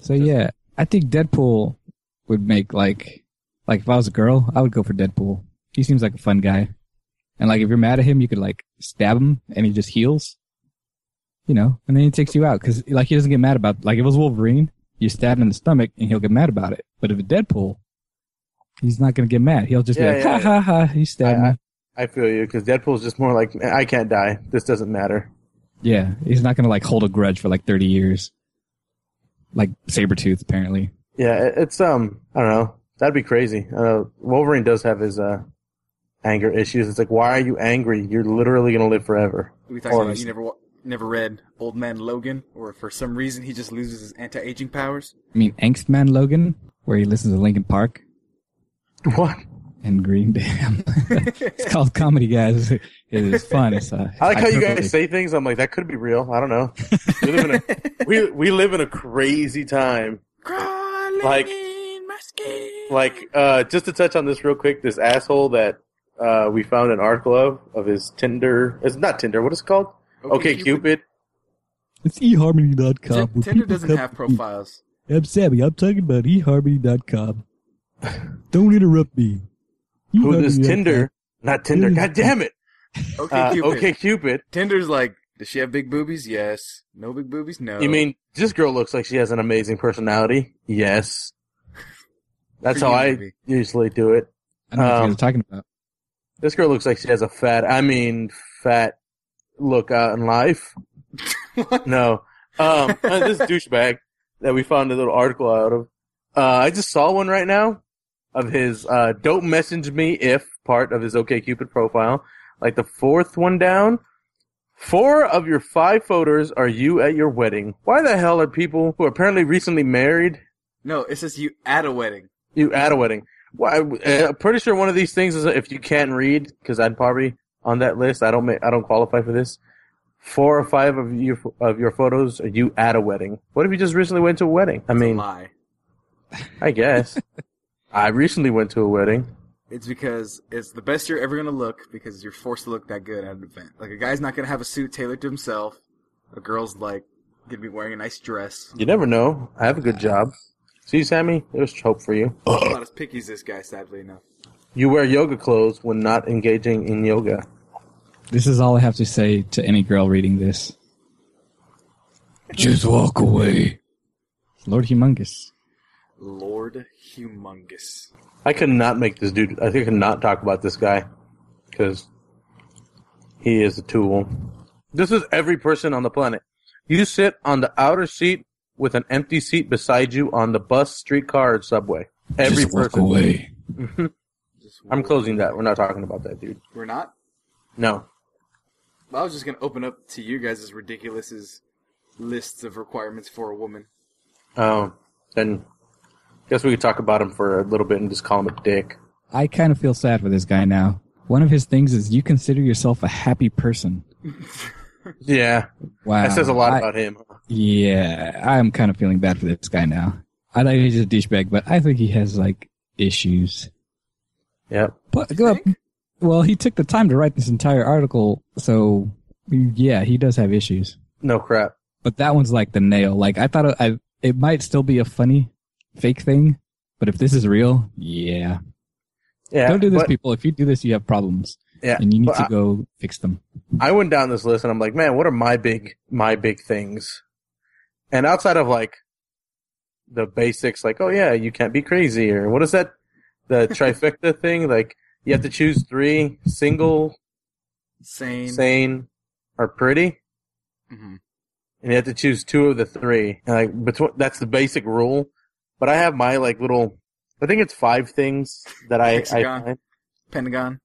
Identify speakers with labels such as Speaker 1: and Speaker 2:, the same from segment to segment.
Speaker 1: So yeah, I think Deadpool would make like like if I was a girl, I would go for Deadpool. He seems like a fun guy. And like if you're mad at him, you could like stab him and he just heals. You know, and then he takes you out because like he doesn't get mad about like if it was Wolverine, you stab him in the stomach and he'll get mad about it. But if it's Deadpool, he's not gonna get mad. He'll just
Speaker 2: Yeah,
Speaker 1: be like,
Speaker 2: yeah,
Speaker 1: ha ha ha, you stabbed
Speaker 2: I-
Speaker 1: me.
Speaker 2: I feel you because Deadpool's just more like I can't die. This doesn't matter.
Speaker 1: Yeah, he's not gonna like hold a grudge for like thirty years. Like Sabretooth, apparently.
Speaker 2: Yeah, it, it's um, I don't know. That'd be crazy. Uh, Wolverine does have his uh, anger issues. It's like, why are you angry? You're literally gonna live forever.
Speaker 3: We talking about
Speaker 2: Honestly.
Speaker 3: you never wa- never read Old Man Logan, or for some reason he just loses his anti aging powers.
Speaker 1: I mean Angstman Logan, where he listens to Linkin Park
Speaker 2: What?
Speaker 1: and Green Damn. it's called comedy guys. It is fun. It's, uh,
Speaker 2: I like how you
Speaker 1: hyperbole.
Speaker 2: guys say things. I'm like, that could be real. I don't know. We live in a we we live in a crazy time.
Speaker 3: Crawling
Speaker 2: Like-
Speaker 3: in my skin.
Speaker 2: Like, uh, just to touch on this real quick, this asshole that uh, we found an article of of his Tinder. It's not Tinder. What is it called? Okay, Cupid.
Speaker 1: It's eharmony.com.
Speaker 3: T- Tinder doesn't have profiles.
Speaker 1: I'm Sammy. I'm talking about eharmony.com. Don't interrupt me.
Speaker 2: Who this Tinder? Not Tinder. God damn it.
Speaker 3: Okay,
Speaker 2: Uh,
Speaker 3: Cupid.
Speaker 2: okay, Cupid.
Speaker 3: Tinder's like, does she have big boobies? Yes. No big boobies? No.
Speaker 2: You mean this girl looks like she has an amazing personality? Yes. That's
Speaker 3: For
Speaker 2: how
Speaker 3: you,
Speaker 2: I
Speaker 3: maybe.
Speaker 2: usually do it.
Speaker 1: I don't know what
Speaker 2: Um,
Speaker 1: you're talking about.
Speaker 2: This girl looks like she has a fat, I mean, fat look out in life. no. Um, this douchebag that we found a little article out of. Uh, I just saw one right now of his, uh, don't message me if part of his OKCupid profile. Like the fourth one down. Four of your five photos are you at your wedding. Why the hell are people who are apparently recently married
Speaker 3: No, it says you at a wedding.
Speaker 2: you at a wedding. Well, I, am pretty sure one of these things is if you can't read, because I'd probably on that list. I don't make, I don't qualify for this. Four or five of your of your photos are you at a wedding. What if you just recently went to a wedding? I
Speaker 3: It's a
Speaker 2: mean,
Speaker 3: lie.
Speaker 2: I guess I recently went to a wedding.
Speaker 3: It's because it's the best you're ever gonna look because you're forced to look that good at an event. Like a guy's not gonna have a suit tailored to himself. A girl's like gonna be wearing a nice dress.
Speaker 2: You never know. I have a good job. See, Sammy, there's hope for you.
Speaker 3: Not as picky as this guy, sadly enough.
Speaker 2: You wear yoga clothes when not engaging in yoga.
Speaker 1: This is all I have to say to any girl reading this. Just walk away. Lord Humongous.
Speaker 3: Lord humongous.
Speaker 2: I could not make this dude. I could not talk about this guy because he is a tool. This is every person on the planet. You sit on the outer seat with an empty seat beside you on the bus, streetcar, or subway. Every person.
Speaker 1: away.
Speaker 3: Just
Speaker 2: I'm closing that. We're not talking about that dude.
Speaker 3: We're not.
Speaker 2: No.
Speaker 3: I was just gonna open up to you guys as ridiculous as lists of requirements for a woman.
Speaker 2: Um. Then, guess we could talk about him for a little bit and just call him a dick.
Speaker 1: I kind of feel sad for this guy now. One of his things is you consider yourself a happy person.
Speaker 2: Yeah,
Speaker 1: Wow.
Speaker 2: that says a lot
Speaker 1: I-
Speaker 2: about him.
Speaker 1: Yeah, I'm kind of feeling bad for this guy now. I know he's a douchebag, but I think he has like issues.
Speaker 2: Yep.
Speaker 1: But uh, well, he took the time to write this entire article, so yeah, he does have issues.
Speaker 2: No crap.
Speaker 1: But that one's like the nail. Like I thought, it, I it might still be a funny fake thing, but if this is real, yeah,
Speaker 2: Yeah.
Speaker 1: don't do this,
Speaker 2: but-
Speaker 1: people. If you do this, you have problems,
Speaker 2: Yeah.
Speaker 1: and you need
Speaker 2: but
Speaker 1: to
Speaker 2: I-
Speaker 1: go fix them.
Speaker 2: I went down this list and I'm like, man, what are my big my big things? And outside of like the basics, like, oh yeah, you can't be crazy, or what is that? The trifecta thing, like you have to choose three: single,
Speaker 3: Sane.
Speaker 2: sane, or pretty,
Speaker 3: Mhm.
Speaker 2: and you have to choose two of the three. And like between, that's the basic rule. But I have my like little, I think it's five things that I, I
Speaker 3: Hexagon.
Speaker 2: find.
Speaker 3: Pentagon.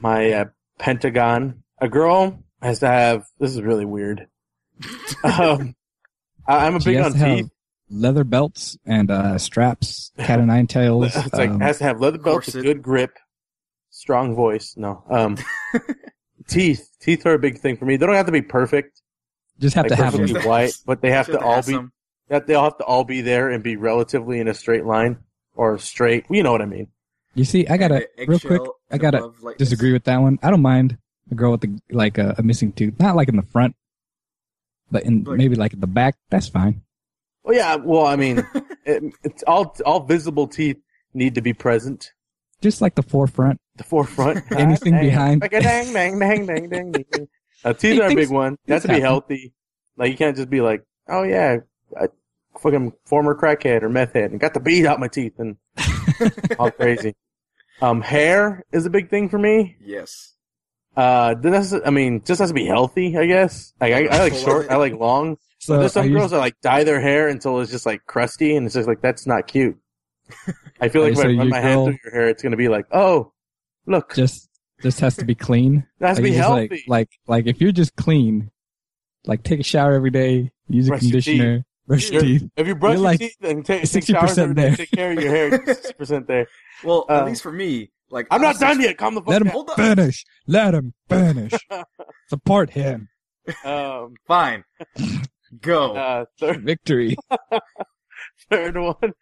Speaker 2: my uh, pentagon. A girl has to have. This is really weird. um, I, I'm a
Speaker 1: She
Speaker 2: big
Speaker 1: has
Speaker 2: on
Speaker 1: to have
Speaker 2: teeth.
Speaker 1: leather belts and uh, straps, cat and nine tails.
Speaker 2: It's like
Speaker 1: um,
Speaker 2: has to have leather belts, a
Speaker 3: corset.
Speaker 2: good grip, strong voice. No, um, teeth. Teeth are a big thing for me. They don't have to be perfect.
Speaker 1: just have
Speaker 2: Like
Speaker 1: to have
Speaker 2: perfectly
Speaker 1: them.
Speaker 3: them.
Speaker 2: white, but they have
Speaker 3: Shut
Speaker 2: to
Speaker 3: the
Speaker 2: all
Speaker 3: ass
Speaker 2: be.
Speaker 3: him.
Speaker 2: That they all have to all be there and be relatively in a straight line or straight. You know what I mean?
Speaker 1: You see, I gotta
Speaker 3: And a
Speaker 1: real quick.
Speaker 3: eggshell
Speaker 1: I
Speaker 3: and
Speaker 1: gotta
Speaker 3: above like this.
Speaker 1: disagree with that one. I don't mind a girl with the, like a, a missing tooth, not like in the front, but in
Speaker 3: Like-
Speaker 1: maybe like at the back. That's fine.
Speaker 2: Well, yeah. Well, I mean, it, it's all all visible teeth need to be present.
Speaker 1: Just like the forefront.
Speaker 2: The forefront,
Speaker 1: Anything behind.
Speaker 2: Like a dang, dang, dang, dang, dang. dang. Uh, teeth
Speaker 1: Hey,
Speaker 2: are a
Speaker 1: things-
Speaker 2: big one. You have to
Speaker 1: things
Speaker 2: be
Speaker 1: happen.
Speaker 2: healthy. Like you can't just be like, oh yeah, I fucking former crackhead or meth head and got the bead out my teeth and all crazy. Um, hair is a big thing for me.
Speaker 3: Yes.
Speaker 2: Uh, then that's, I mean, just has to be healthy, I guess. Like I, I like short, I like long.
Speaker 1: So
Speaker 2: There's
Speaker 1: are
Speaker 2: some
Speaker 1: you-
Speaker 2: girls that like dye their hair until it's just like crusty, and it's just like that's not cute. I feel like if
Speaker 1: So
Speaker 2: I
Speaker 1: you
Speaker 2: run my hand
Speaker 1: girl-
Speaker 2: through your hair, it's gonna be like, oh, look,
Speaker 1: just just has to be clean.
Speaker 2: that has to
Speaker 1: Like,
Speaker 2: be
Speaker 1: you just,
Speaker 2: healthy.
Speaker 1: Like, like like if you're just clean, like take a shower every day, use a
Speaker 2: Brush your teeth.
Speaker 1: conditioner, brush your
Speaker 2: You're-
Speaker 1: teeth.
Speaker 2: if you brush
Speaker 1: you're
Speaker 2: your
Speaker 1: like
Speaker 2: teeth and take, take
Speaker 1: 60%
Speaker 2: showers every day,
Speaker 1: there.
Speaker 2: take care of your hair, sixty percent there.
Speaker 3: Well, at
Speaker 2: Uh,
Speaker 3: least for me, like
Speaker 2: I'm not
Speaker 3: such-
Speaker 2: done yet. Calm the fuck
Speaker 1: Let him
Speaker 2: down.
Speaker 3: Hold on.
Speaker 1: vanish. Let him vanish. Support him.
Speaker 2: Um,
Speaker 3: Fine. Go.
Speaker 2: uh, third,
Speaker 1: Victory.
Speaker 2: third one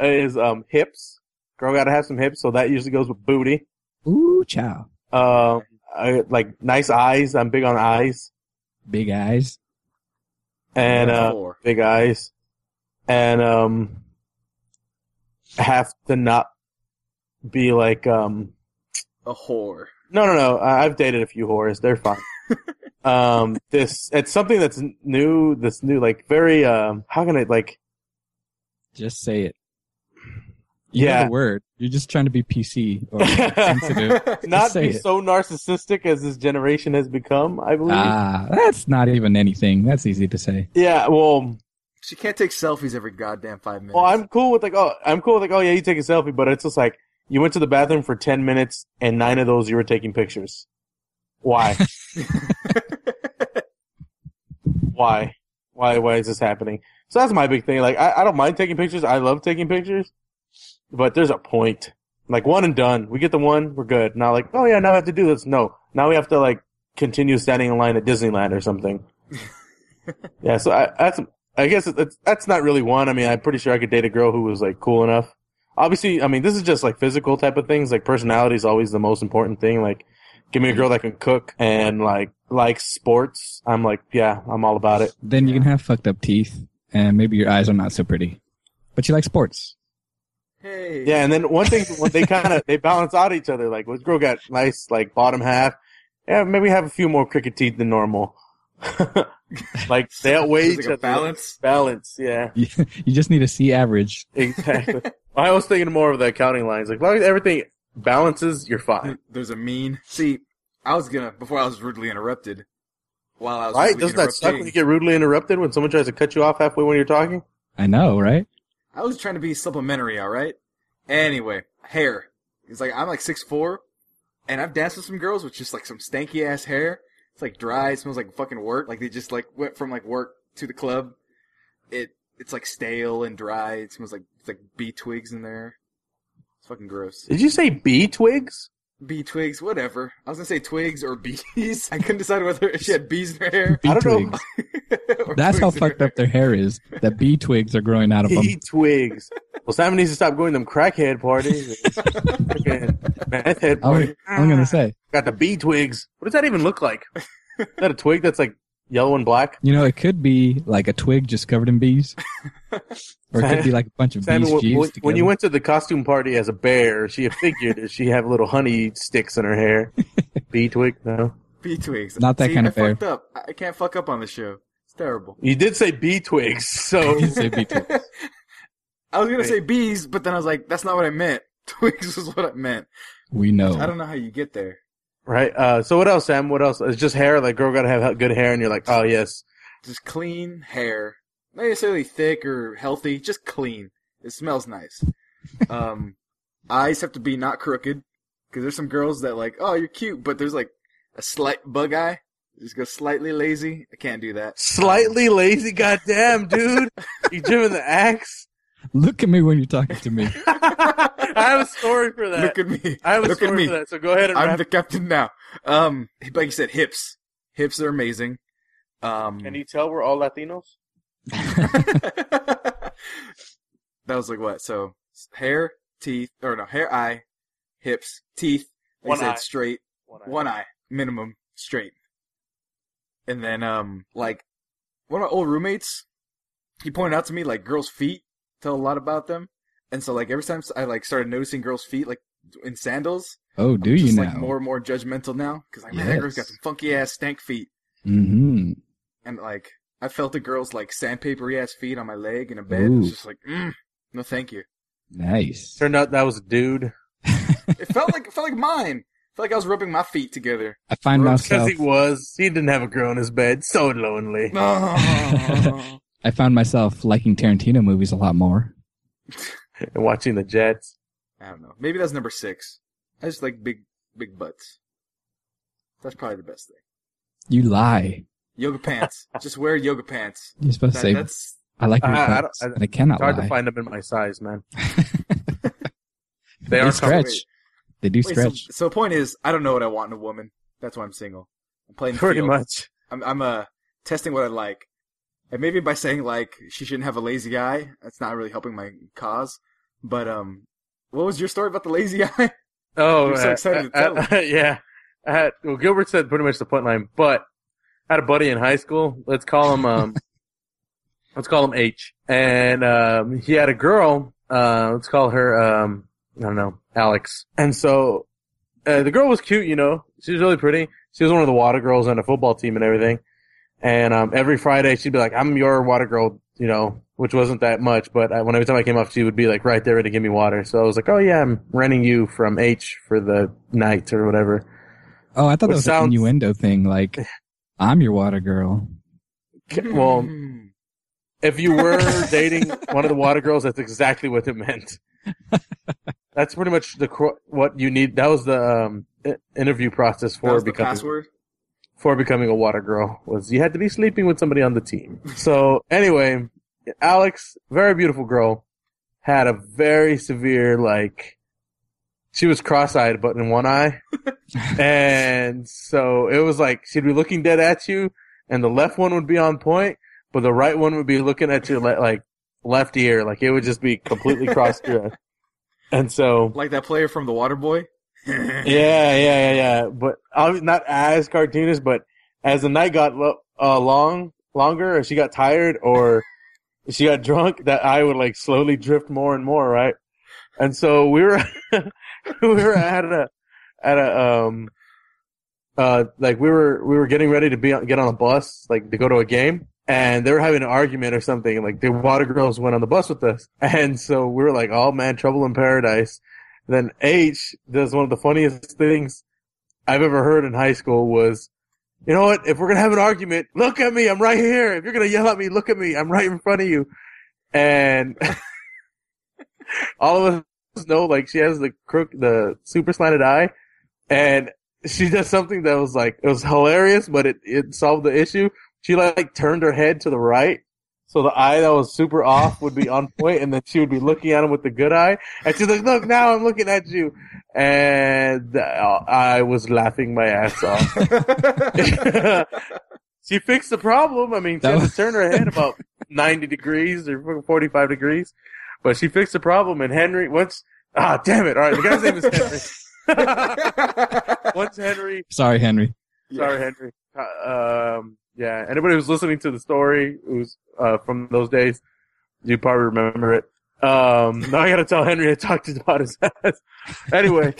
Speaker 2: is um hips. Girl, gotta have some hips, so that usually goes with booty.
Speaker 1: Ooh, chow.
Speaker 2: Um, I, like nice eyes. I'm big on eyes
Speaker 1: Big eyes.
Speaker 2: and
Speaker 3: That's
Speaker 2: uh,
Speaker 3: four.
Speaker 2: big eyes, and um, have to not be like um.
Speaker 3: a whore.
Speaker 2: No, no, no. I- I've dated a few whores. They're fine. um, this it's something that's n- new. This new, like very. Um, how can I like?
Speaker 1: Just say it. You know
Speaker 2: Yeah.
Speaker 1: the word. You're just trying to be PC or sensitive.
Speaker 2: not
Speaker 1: say
Speaker 2: be
Speaker 1: it.
Speaker 2: so narcissistic as this generation has become. I believe.
Speaker 1: ah, that's not even anything. That's easy to say.
Speaker 2: yeah. Well,
Speaker 3: she can't take selfies every goddamn five minutes.
Speaker 2: well, I'm cool with like. Oh, I'm cool with like. Oh yeah, you take a selfie, but it's just like you went to the bathroom for ten minutes, and nine of those you were taking pictures. Why? why? Why? Why is this happening? So that's my big thing. Like, I, I don't mind taking pictures. I love taking pictures, but there's a point. Like one and done. We get the one, we're good. Not like, oh yeah, now I have to do this. No, now we have to like continue standing in line at Disneyland or something. yeah. So I, that's. I guess that's that's not really one. I mean, I'm pretty sure I could date a girl who was like cool enough. Obviously, I mean, this is just like physical type of things. Like personality is always the most important thing. Like give me a girl that can cook and like likes sports. I'm like, yeah, I'm all about it.
Speaker 1: Then you can have fucked up teeth and maybe your eyes are not so pretty. But you like sports.
Speaker 3: hey.
Speaker 2: Yeah, and then one thing when they kind of they balance out each other. Like, this girl got nice like bottom half. Yeah, maybe have a few more cricket teeth than normal. like they outweigh
Speaker 3: There's,
Speaker 2: each
Speaker 3: like, a
Speaker 2: other.
Speaker 3: balance.
Speaker 2: Balance, yeah,
Speaker 1: You, you just need a C average.
Speaker 2: exactly. I was thinking more of the accounting lines. Like, as long as everything balances, you're fine.
Speaker 3: There's a mean. See, I was gonna before I was rudely interrupted. While I was
Speaker 2: Right?
Speaker 3: rudely
Speaker 2: Doesn't that suck when you
Speaker 3: interrupting,
Speaker 2: get rudely interrupted when someone tries to cut you off halfway when you're talking?
Speaker 1: I know, right?
Speaker 3: I was trying to be supplementary. All right. Anyway, hair. It's like I'm like six four, and I've danced with some girls with just like some stanky ass hair. It's like dry. It smells like fucking work. Like they just like went from like work to the club. It it's like stale and dry. It smells like it's like bee twigs in there. It's fucking gross.
Speaker 2: Did you say bee twigs?
Speaker 3: Bee twigs, whatever. I was gonna say twigs or bees. I couldn't decide whether she had bees in her hair.
Speaker 1: Bee
Speaker 2: I don't know.
Speaker 1: twigs.
Speaker 3: or
Speaker 1: That's how
Speaker 3: twigs in her
Speaker 1: fucked up
Speaker 3: hair.
Speaker 1: their hair is. That bee twigs are growing out of them.
Speaker 2: He twigs. Well, Simon needs to stop going to them crackhead parties. Freaking meth head party.
Speaker 1: I'm, Oh, I'm gonna say,
Speaker 2: Got the bee twigs. What does that even look like? Is that a twig that's like yellow and black?
Speaker 1: you know, it could be like a twig just covered in bees, or it could be like a bunch of
Speaker 2: Simon,
Speaker 1: bees
Speaker 2: when,
Speaker 1: fused
Speaker 2: when- when you
Speaker 1: together.
Speaker 2: went to the costume party as a bear, she figured that she had little honey sticks in her hair. bee twig? No.
Speaker 3: Bee twigs.
Speaker 1: Not that
Speaker 3: See,
Speaker 1: kind
Speaker 3: I
Speaker 1: of hair.
Speaker 3: Fucked up. I- I can't fuck up on the show. It's terrible.
Speaker 2: You did say bee twigs, so
Speaker 1: You said bee twigs.
Speaker 3: I was gonna
Speaker 2: Wait.
Speaker 3: say bees, but then I was like, that's not what I meant. Twigs was what I meant.
Speaker 1: we know.
Speaker 3: I don't know how you get there.
Speaker 2: right. Uh, so what else, Sam? What else? It's just hair. Like girl, gotta have good hair, and you're like, oh yes,
Speaker 3: Just clean hair, not necessarily thick or healthy. Just clean. It smells nice. um, eyes have to be not crooked, because there's some girls that like, oh, you're cute, but there's like a slight bug eye. Just go slightly lazy. I can't do that.
Speaker 2: slightly lazy. Goddamn, dude, you driven the axe.
Speaker 1: Look at me when you're talking to me.
Speaker 2: I have a story for that.
Speaker 3: Look at me.
Speaker 2: I have a
Speaker 3: Look at
Speaker 2: story
Speaker 3: me.
Speaker 2: for that. So go ahead and
Speaker 3: I'm
Speaker 2: wrap.
Speaker 3: the captain now. Um, like you said, hips. Hips are amazing. Um,
Speaker 2: Can you tell we're all Latinos?
Speaker 3: that was like what? So hair, teeth, or no, hair, eye, hips, teeth. Like
Speaker 2: One
Speaker 3: you said,
Speaker 2: eye.
Speaker 3: straight. One eye, minimum, straight. And then, um, like, one of my old roommates, he pointed out to me, like, girls' feet tell a lot about them. And so like every time I like started noticing girls' feet like in sandals,
Speaker 1: Oh, do
Speaker 3: I'm
Speaker 1: you
Speaker 3: just
Speaker 1: now?
Speaker 3: like more and more judgmental now because like man, that girl's got
Speaker 1: Yes.
Speaker 3: some funky ass stank feet,
Speaker 1: hmm
Speaker 3: and like I felt the girl's like sandpapery ass feet on my leg in a bed. It was
Speaker 1: Ooh.
Speaker 3: just like, mm, no, thank you.
Speaker 1: Nice.
Speaker 2: Turned out that was a dude
Speaker 3: It felt like it felt like mine. It felt like I was rubbing my feet together.
Speaker 1: I find
Speaker 3: Bro,
Speaker 2: because
Speaker 1: myself.
Speaker 2: he was. He didn't have a girl in his bed. So lonely.
Speaker 3: Oh.
Speaker 1: I found myself liking Tarantino movies a lot more.
Speaker 2: And watching the Jets.
Speaker 3: I don't know. Maybe that's number six. I just like big big butts. That's probably the best thing.
Speaker 1: You lie.
Speaker 3: Yoga pants. just wear yoga pants.
Speaker 1: You're supposed
Speaker 3: That-
Speaker 1: to say
Speaker 3: that's
Speaker 1: I like your
Speaker 2: I- I don't-
Speaker 1: butts,
Speaker 2: I-
Speaker 1: but I cannot
Speaker 2: It's hard
Speaker 1: lie.
Speaker 2: to find them in my size, man.
Speaker 1: they
Speaker 2: They are
Speaker 1: stretch.
Speaker 3: Wait,
Speaker 1: They do
Speaker 3: wait, so,
Speaker 1: stretch.
Speaker 3: so the point is, I don't know what I want in a woman. That's why I'm single. I'm playing the
Speaker 2: Pretty
Speaker 3: field.
Speaker 2: much.
Speaker 3: I'm, I'm uh, testing what I like. And maybe by saying like she shouldn't have a lazy eye, that's not really helping my cause. But um, what was your story about the lazy eye?
Speaker 2: Oh,
Speaker 3: You're so
Speaker 2: uh,
Speaker 3: excited to
Speaker 2: uh,
Speaker 3: tell
Speaker 2: uh, yeah. I had, well, Gilbert said pretty much the point line, but I had a buddy in high school. Let's call him. Um, let's call him H. And um, he had a girl. Uh, let's call her. Um, I don't know, Alex. And so uh, the girl was cute. You know, she was really pretty. She was one of the water girls on the football team and everything. And um, every Friday she'd be like, "I'm your water girl," you know, which wasn't that much. But I, when every time I came up, she would be like right there to give me water. So I was like, "Oh yeah, I'm renting you from H for the night or whatever."
Speaker 1: Oh, I thought that
Speaker 2: Which
Speaker 1: was
Speaker 2: sounds-
Speaker 1: an innuendo thing. Like, I'm your water girl.
Speaker 2: Well,
Speaker 3: Hmm.
Speaker 2: If you were dating one of the water girls, that's exactly what it meant. That's pretty much the cro- what you need. That was the um, i- interview process
Speaker 3: that
Speaker 2: for
Speaker 3: was the
Speaker 2: becoming
Speaker 3: password.
Speaker 2: for becoming a water girl was you had to be sleeping with somebody on the team. So anyway, Alex, very beautiful girl, had a very severe like she was cross-eyed but in one eye. and so it was like she'd be looking dead at you and the left one would be on point, but the right one would be looking at your le- like left ear, like it would just be completely crossed through. And so
Speaker 3: Like that player from The Water Boy.
Speaker 2: yeah, yeah, yeah, yeah. But obvi- not as cartoonist, but as the night got lo- uh, long, longer, or she got tired, or she got drunk, that eye would like slowly drift more and more, right? And so we were, we were at a, at a, um, uh, like we were, we were getting ready to be on, get on a bus, like to go to a game. And they were having an argument or something, and like the water girls went on the bus with us. And so we were like, oh man, trouble in paradise. Then H does one of the funniest things I've ever heard in high school was, you know what? If we're gonna have an argument, look at me. I'm right here. If you're gonna yell at me, look at me. I'm right in front of you. And all of us know, like, she has the crook, the super slanted eye, and she does something that was like it was hilarious, but it it solved the issue. She like turned her head to the right. So the eye that was super off would be on point, and then she would be looking at him with the good eye, and she's like, "Look, now I'm looking at you," and uh, I was laughing my ass off. she fixed the problem. I mean, she
Speaker 1: That
Speaker 2: had
Speaker 1: was-
Speaker 2: to turn her head about ninety degrees or forty-five degrees, but she fixed the problem. And Henry, once ah, damn it! All right, the guy's name is Henry. once Henry,
Speaker 1: Sorry, Henry.
Speaker 2: sorry, Henry. Uh, um, yeah, anybody who's listening to the story who's uh, from those days, you probably remember it. Um, now I gotta tell Henry I talked about his ass. anyway,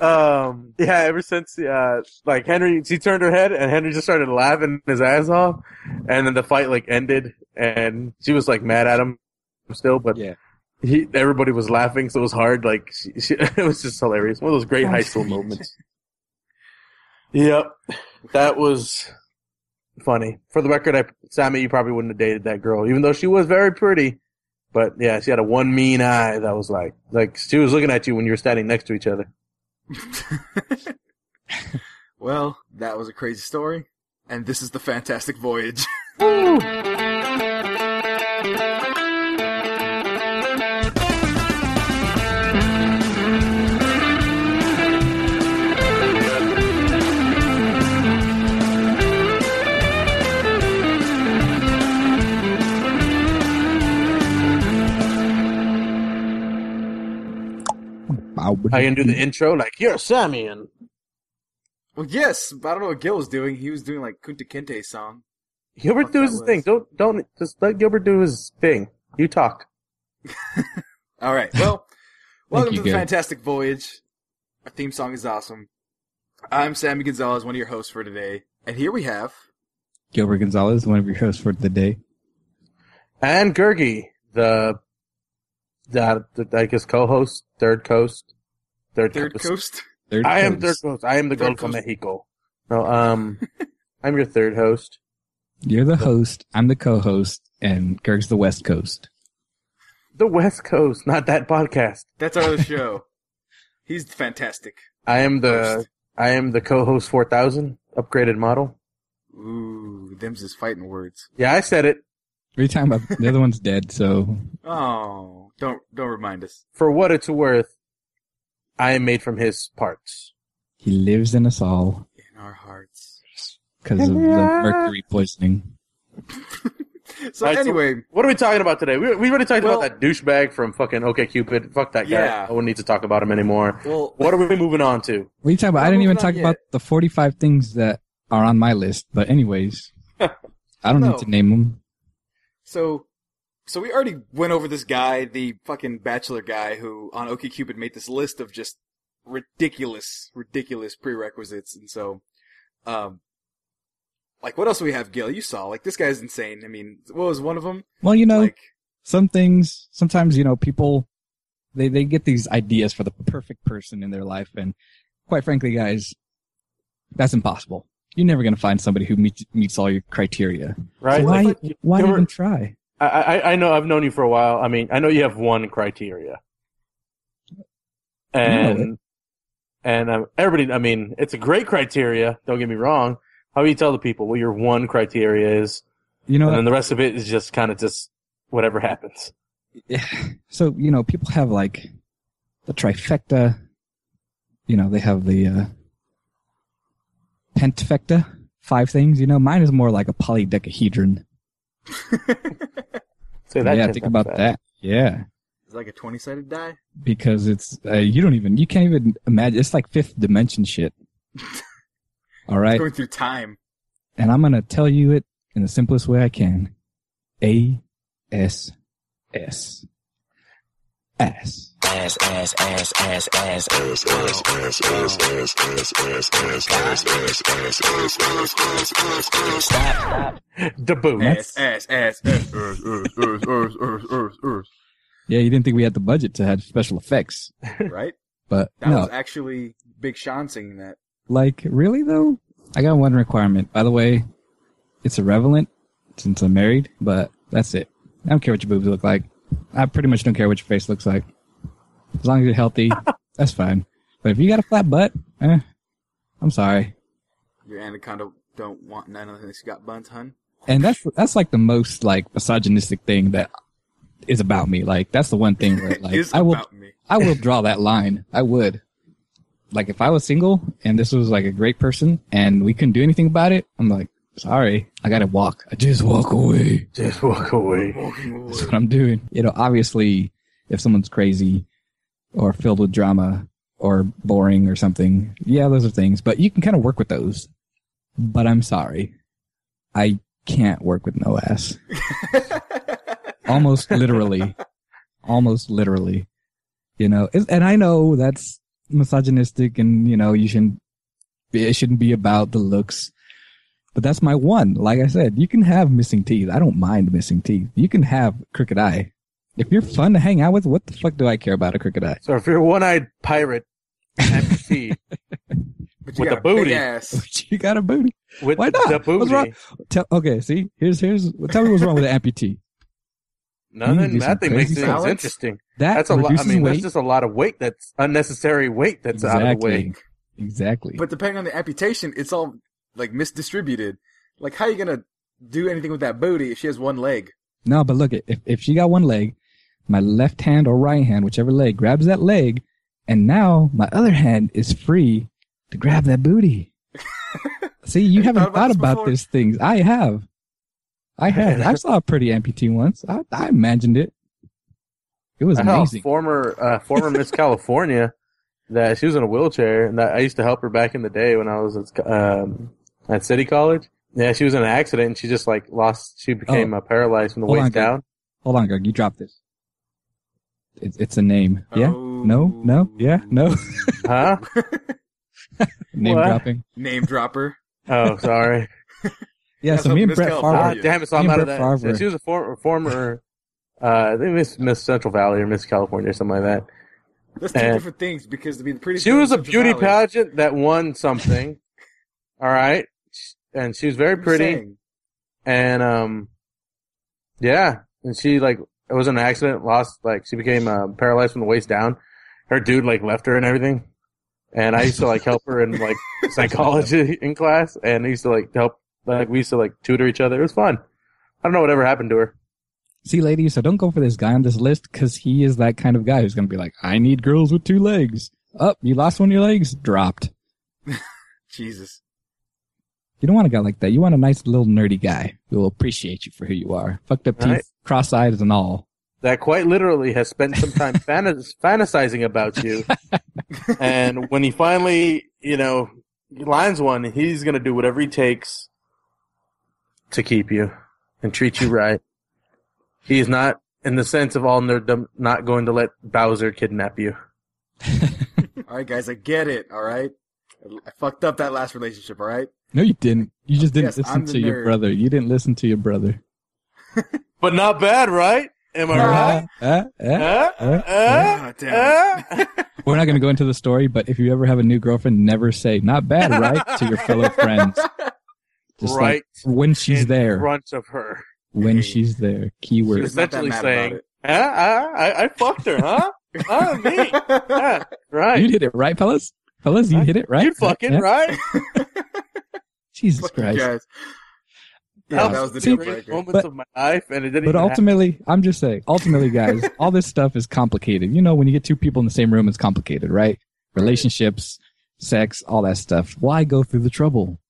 Speaker 2: um, yeah, ever since, uh, like Henry, she turned her head and Henry just started laughing his ass off. And then the fight like ended and she was like mad at him still, but
Speaker 1: Yeah.
Speaker 2: he, everybody was laughing. So it was hard. Like she, she, it was just hilarious. One of those great high school moments. Yep. That was funny. For the record, I, Sammy, you probably wouldn't have dated that girl, even though she was very pretty. But yeah, she had a one mean eye that was like, like she was looking at you when you were standing next to each other.
Speaker 3: well, that was a crazy story, and this is the fantastic voyage.
Speaker 1: Bow.
Speaker 2: I can do the intro like, you're Sammy. And
Speaker 3: Well, yes, but I don't know what Gil was doing. He was doing like Kunta Kinte song.
Speaker 2: Gilbert
Speaker 3: Fuck
Speaker 2: do
Speaker 3: that
Speaker 2: his thing.
Speaker 3: was.
Speaker 2: Don't, don't, just let Gilbert do his thing. You talk.
Speaker 3: All right. Well, welcome
Speaker 1: you,
Speaker 3: to the
Speaker 1: Gary.
Speaker 3: Fantastic Voyage. Our theme song is awesome. I'm Sammy Gonzalez, one of your hosts for today, and here we have.
Speaker 1: Gilbert Gonzalez, one of your hosts for the day.
Speaker 2: And Gergi, the, the, the I guess co-host, third coast, third,
Speaker 3: Third
Speaker 2: coast.
Speaker 3: Coast.
Speaker 1: Third
Speaker 2: I am third
Speaker 1: host.
Speaker 2: host. I am the
Speaker 3: Third
Speaker 2: Gulf of
Speaker 3: host.
Speaker 2: Mexico. No, um, I'm your third host.
Speaker 1: You're the host. I'm the co-host, and Kirk's the West Coast.
Speaker 2: The West Coast, not that podcast.
Speaker 3: That's our other show. He's fantastic.
Speaker 2: I am the
Speaker 3: Host.
Speaker 2: I am the co-host 4000 upgraded model.
Speaker 3: Ooh, them's is fighting words.
Speaker 2: Yeah, I said it.
Speaker 1: Every time I'm, the other one's dead, so
Speaker 3: Oh, don't don't remind us.
Speaker 2: For what it's worth, I am made from his parts.
Speaker 1: he lives in us all
Speaker 3: In our hearts.
Speaker 1: because of the
Speaker 2: Yeah.
Speaker 1: mercury poisoning.
Speaker 3: So
Speaker 2: Right, so-
Speaker 3: anyway,
Speaker 2: What are we talking about today? We, we already talked
Speaker 3: Well-
Speaker 2: about that douchebag from fucking OK Cupid. Fuck that guy.
Speaker 3: Yeah.
Speaker 2: I wouldn't need to talk about him anymore.
Speaker 3: well,
Speaker 2: What are we moving on to?
Speaker 1: What are you talking about?
Speaker 3: Well,
Speaker 1: I didn't even
Speaker 3: moving on
Speaker 1: talk about the 45 things that are on my list, but anyways, I don't
Speaker 3: No.
Speaker 1: need to name them.
Speaker 3: So, so we already went over this guy, the fucking bachelor guy who on OkCupid made this list of just ridiculous, ridiculous prerequisites. And so, um, like what else do we have, Gil? You saw, like this guy's insane. I mean, what was one of them?
Speaker 1: Well, you know,
Speaker 3: Like,
Speaker 1: some things, sometimes, you know, people, they, they get these ideas for the perfect person in their life. And quite frankly, guys, that's impossible. You're never going to find somebody who meets, meets all your criteria.
Speaker 2: Right?
Speaker 1: So why,
Speaker 2: Like,
Speaker 1: why
Speaker 2: Gilbert-
Speaker 1: even try?
Speaker 2: I, I, I know I've known you for a while. I mean, I know you have one criteria,
Speaker 1: I
Speaker 2: and and um, everybody. I mean, it's a great criteria. Don't get me wrong. How do you tell the people what your one criteria is,
Speaker 1: You know,
Speaker 2: and then the rest of it is just kind of just whatever happens.
Speaker 1: so you know people have like the trifecta you know they have the uh pentafecta five things you know mine is more like a polydecahedron
Speaker 2: So that
Speaker 1: yeah
Speaker 2: turns
Speaker 1: think
Speaker 2: out
Speaker 1: about
Speaker 2: bad.
Speaker 1: that yeah
Speaker 3: it's like a twenty-sided die.
Speaker 1: because it's uh, you don't even you can't even imagine it's like fifth dimension shit all right
Speaker 3: Going through time.
Speaker 1: and i'm gonna tell you it in the simplest way i can a s s s
Speaker 4: ass ass ass ass ass ass ass ass ass ass ass ass ass ass ass ass ass ass ass ass ass stop
Speaker 2: The boom.
Speaker 3: Ass, ass, ass, ass.
Speaker 1: yeah you didn't think we had the budget to have special effects
Speaker 3: right?
Speaker 1: But
Speaker 3: That
Speaker 1: no,
Speaker 3: was actually Big Sean singing that.
Speaker 1: like really though, I got one requirement. By the way, it's irrelevant since I'm married, but that's it. I don't care what your boobs look like. I pretty much don't care what your face looks like. As long as you're healthy, that's fine. But if you got a flat butt, eh, I'm sorry.
Speaker 3: Your anaconda don't want none of this. Got buns, hun.
Speaker 1: And that's that's like the most like misogynistic thing that is about me. Like that's the one thing where like
Speaker 3: It's
Speaker 1: I will
Speaker 3: about me.
Speaker 1: I will draw that line. I would. Like if I was single and this was like a great person and we couldn't do anything about it, I'm like, sorry, I gotta walk. I just walk away.
Speaker 2: Just walk away.
Speaker 3: Walking away.
Speaker 1: That's what I'm doing. You know, obviously, if someone's crazy or filled with drama or boring or something, yeah, those are things. But you can kind of work with those. But I'm sorry, I can't work with no ass. almost literally almost literally you know It's- and i know that's misogynistic and you know you shouldn't it shouldn't be about the looks but that's my one like i said you can have missing teeth i don't mind missing teeth you can have crooked eye if you're fun to hang out with what the fuck do i care about a crooked eye
Speaker 2: So if you're a one-eyed pirate, happy feet
Speaker 3: But
Speaker 2: With
Speaker 3: got
Speaker 2: a booty.
Speaker 3: big ass.
Speaker 1: you got a booty
Speaker 2: with
Speaker 1: Why not?
Speaker 2: the
Speaker 1: What's wrong?
Speaker 2: booty,
Speaker 1: tell, okay see here's here's tell me what's wrong with an amputee You
Speaker 2: nothing.
Speaker 1: can do
Speaker 2: That
Speaker 1: some
Speaker 2: thing makes
Speaker 1: crazy
Speaker 2: things
Speaker 3: stuff.
Speaker 2: interesting.
Speaker 1: that
Speaker 2: That's a lot. I
Speaker 1: reduces
Speaker 2: mean,
Speaker 1: weight
Speaker 2: that's just a lot of weight. That's unnecessary weight. That's out of the way.
Speaker 1: Exactly. exactly
Speaker 3: But depending on the amputation, it's all like misdistributed. Like, how you gonna do anything with that booty if she has one leg?
Speaker 1: No, but look, if, if she got one leg, my left hand or right hand, whichever leg, grabs that leg, and now my other hand is free to grab that booty. See, you
Speaker 3: Have you
Speaker 1: haven't thought
Speaker 3: thought about this
Speaker 1: about
Speaker 3: before?
Speaker 1: these things. I have. I have. I saw a pretty amputee once. I, I imagined it. It was
Speaker 2: I know a
Speaker 1: amazing.
Speaker 2: former uh, former Miss California that she was in a wheelchair, and that I used to help her back in the day when I was at, um, at City College. Yeah, she was in an accident, and she just like lost. She became uh, paralyzed from the
Speaker 1: Oh. Hold on,
Speaker 2: waist
Speaker 1: Greg.
Speaker 2: down.
Speaker 1: Hold on, Greg. You dropped this. It's it's a name. Yeah.
Speaker 3: Oh.
Speaker 1: No. No. Yeah. No.
Speaker 2: Huh?
Speaker 1: name
Speaker 2: What?
Speaker 1: dropping.
Speaker 3: Name dropper.
Speaker 2: Oh, sorry.
Speaker 1: Yeah.
Speaker 3: That's
Speaker 1: so
Speaker 3: what
Speaker 1: me and
Speaker 3: Miss
Speaker 1: Brett
Speaker 3: California-
Speaker 1: Favre.
Speaker 2: Ah, damn it! So I'm
Speaker 1: Me
Speaker 2: out
Speaker 1: and
Speaker 2: of
Speaker 1: Brett
Speaker 2: that.
Speaker 1: Favre.
Speaker 2: She was a former, former uh, I think Miss Miss Central Valley or Miss California or something like that.
Speaker 3: That's two
Speaker 2: And-
Speaker 3: different things because to be the
Speaker 2: Uh,
Speaker 3: prettiest.
Speaker 2: She
Speaker 3: girl in
Speaker 2: was a
Speaker 3: Central
Speaker 2: beauty
Speaker 3: Valley-
Speaker 2: pageant that won something. All right, and she was very
Speaker 3: I'm just
Speaker 2: pretty,
Speaker 3: saying.
Speaker 2: and um, yeah, and she like it was an accident, lost like she became uh, paralyzed from the waist down. Her dude like left her and everything, and I used to like help her in like psychology in class, and I used to like help like we used to like tutor each other. It was fun. I don't know whatever happened to her.
Speaker 1: See, ladies, so don't go for this guy on this list because he is that kind of guy who's going to be like, I need girls with two legs. Up, you lost one of your legs? Dropped.
Speaker 3: Jesus.
Speaker 1: You don't want a guy like that. You want a nice little nerdy guy who will appreciate you for who you are. Fucked up teeth,
Speaker 2: Right.
Speaker 1: cross eyes and all.
Speaker 2: that quite literally has spent some time fantas- fantasizing about you. and when he finally, you know, lines one, he's going to do whatever he takes to keep you and treat you right. He is not, in the sense of all nerddom, not going to let Bowser kidnap you.
Speaker 3: All right, guys, I get it. All right, I fucked up that last relationship. All right,
Speaker 1: No, you didn't. You just didn't
Speaker 3: Yes,
Speaker 1: listen
Speaker 3: I'm the
Speaker 1: to your
Speaker 3: nerd.
Speaker 1: brother. You didn't listen to your brother.
Speaker 2: But not bad, right? Am I right?
Speaker 1: Uh, uh, uh.
Speaker 2: Huh?
Speaker 1: Uh,
Speaker 2: Huh?
Speaker 3: Ah, damn it.
Speaker 1: We're not going to go into the story, but if you ever have a new girlfriend, never say, not bad, right? to your fellow friends. Just
Speaker 2: right
Speaker 1: like when she's
Speaker 2: in
Speaker 1: there.
Speaker 2: front of her.
Speaker 1: When she's there. Keyword.
Speaker 3: She's not that
Speaker 2: Essentially
Speaker 3: mad about
Speaker 2: saying,
Speaker 3: it.
Speaker 2: huh? I, I, I fucked her, huh? huh, me? Huh? Right.
Speaker 1: You did it right, fellas? Fellas, you
Speaker 2: Right.
Speaker 1: hit it right?
Speaker 2: You fucking
Speaker 1: Yeah.
Speaker 2: right.
Speaker 1: Jesus
Speaker 3: Fuck you
Speaker 1: Christ.
Speaker 3: guys. Yeah, that was the
Speaker 1: See,
Speaker 3: deal
Speaker 2: greatest
Speaker 3: breaker.
Speaker 2: Moments
Speaker 1: But-
Speaker 2: of my life, and it didn't.
Speaker 1: But
Speaker 2: even happen.
Speaker 1: ultimately, I'm just saying, ultimately, guys, all this stuff is complicated. You know, when you get two people in the same room, it's complicated, right? Relationships, sex, all that stuff. Why go through the trouble?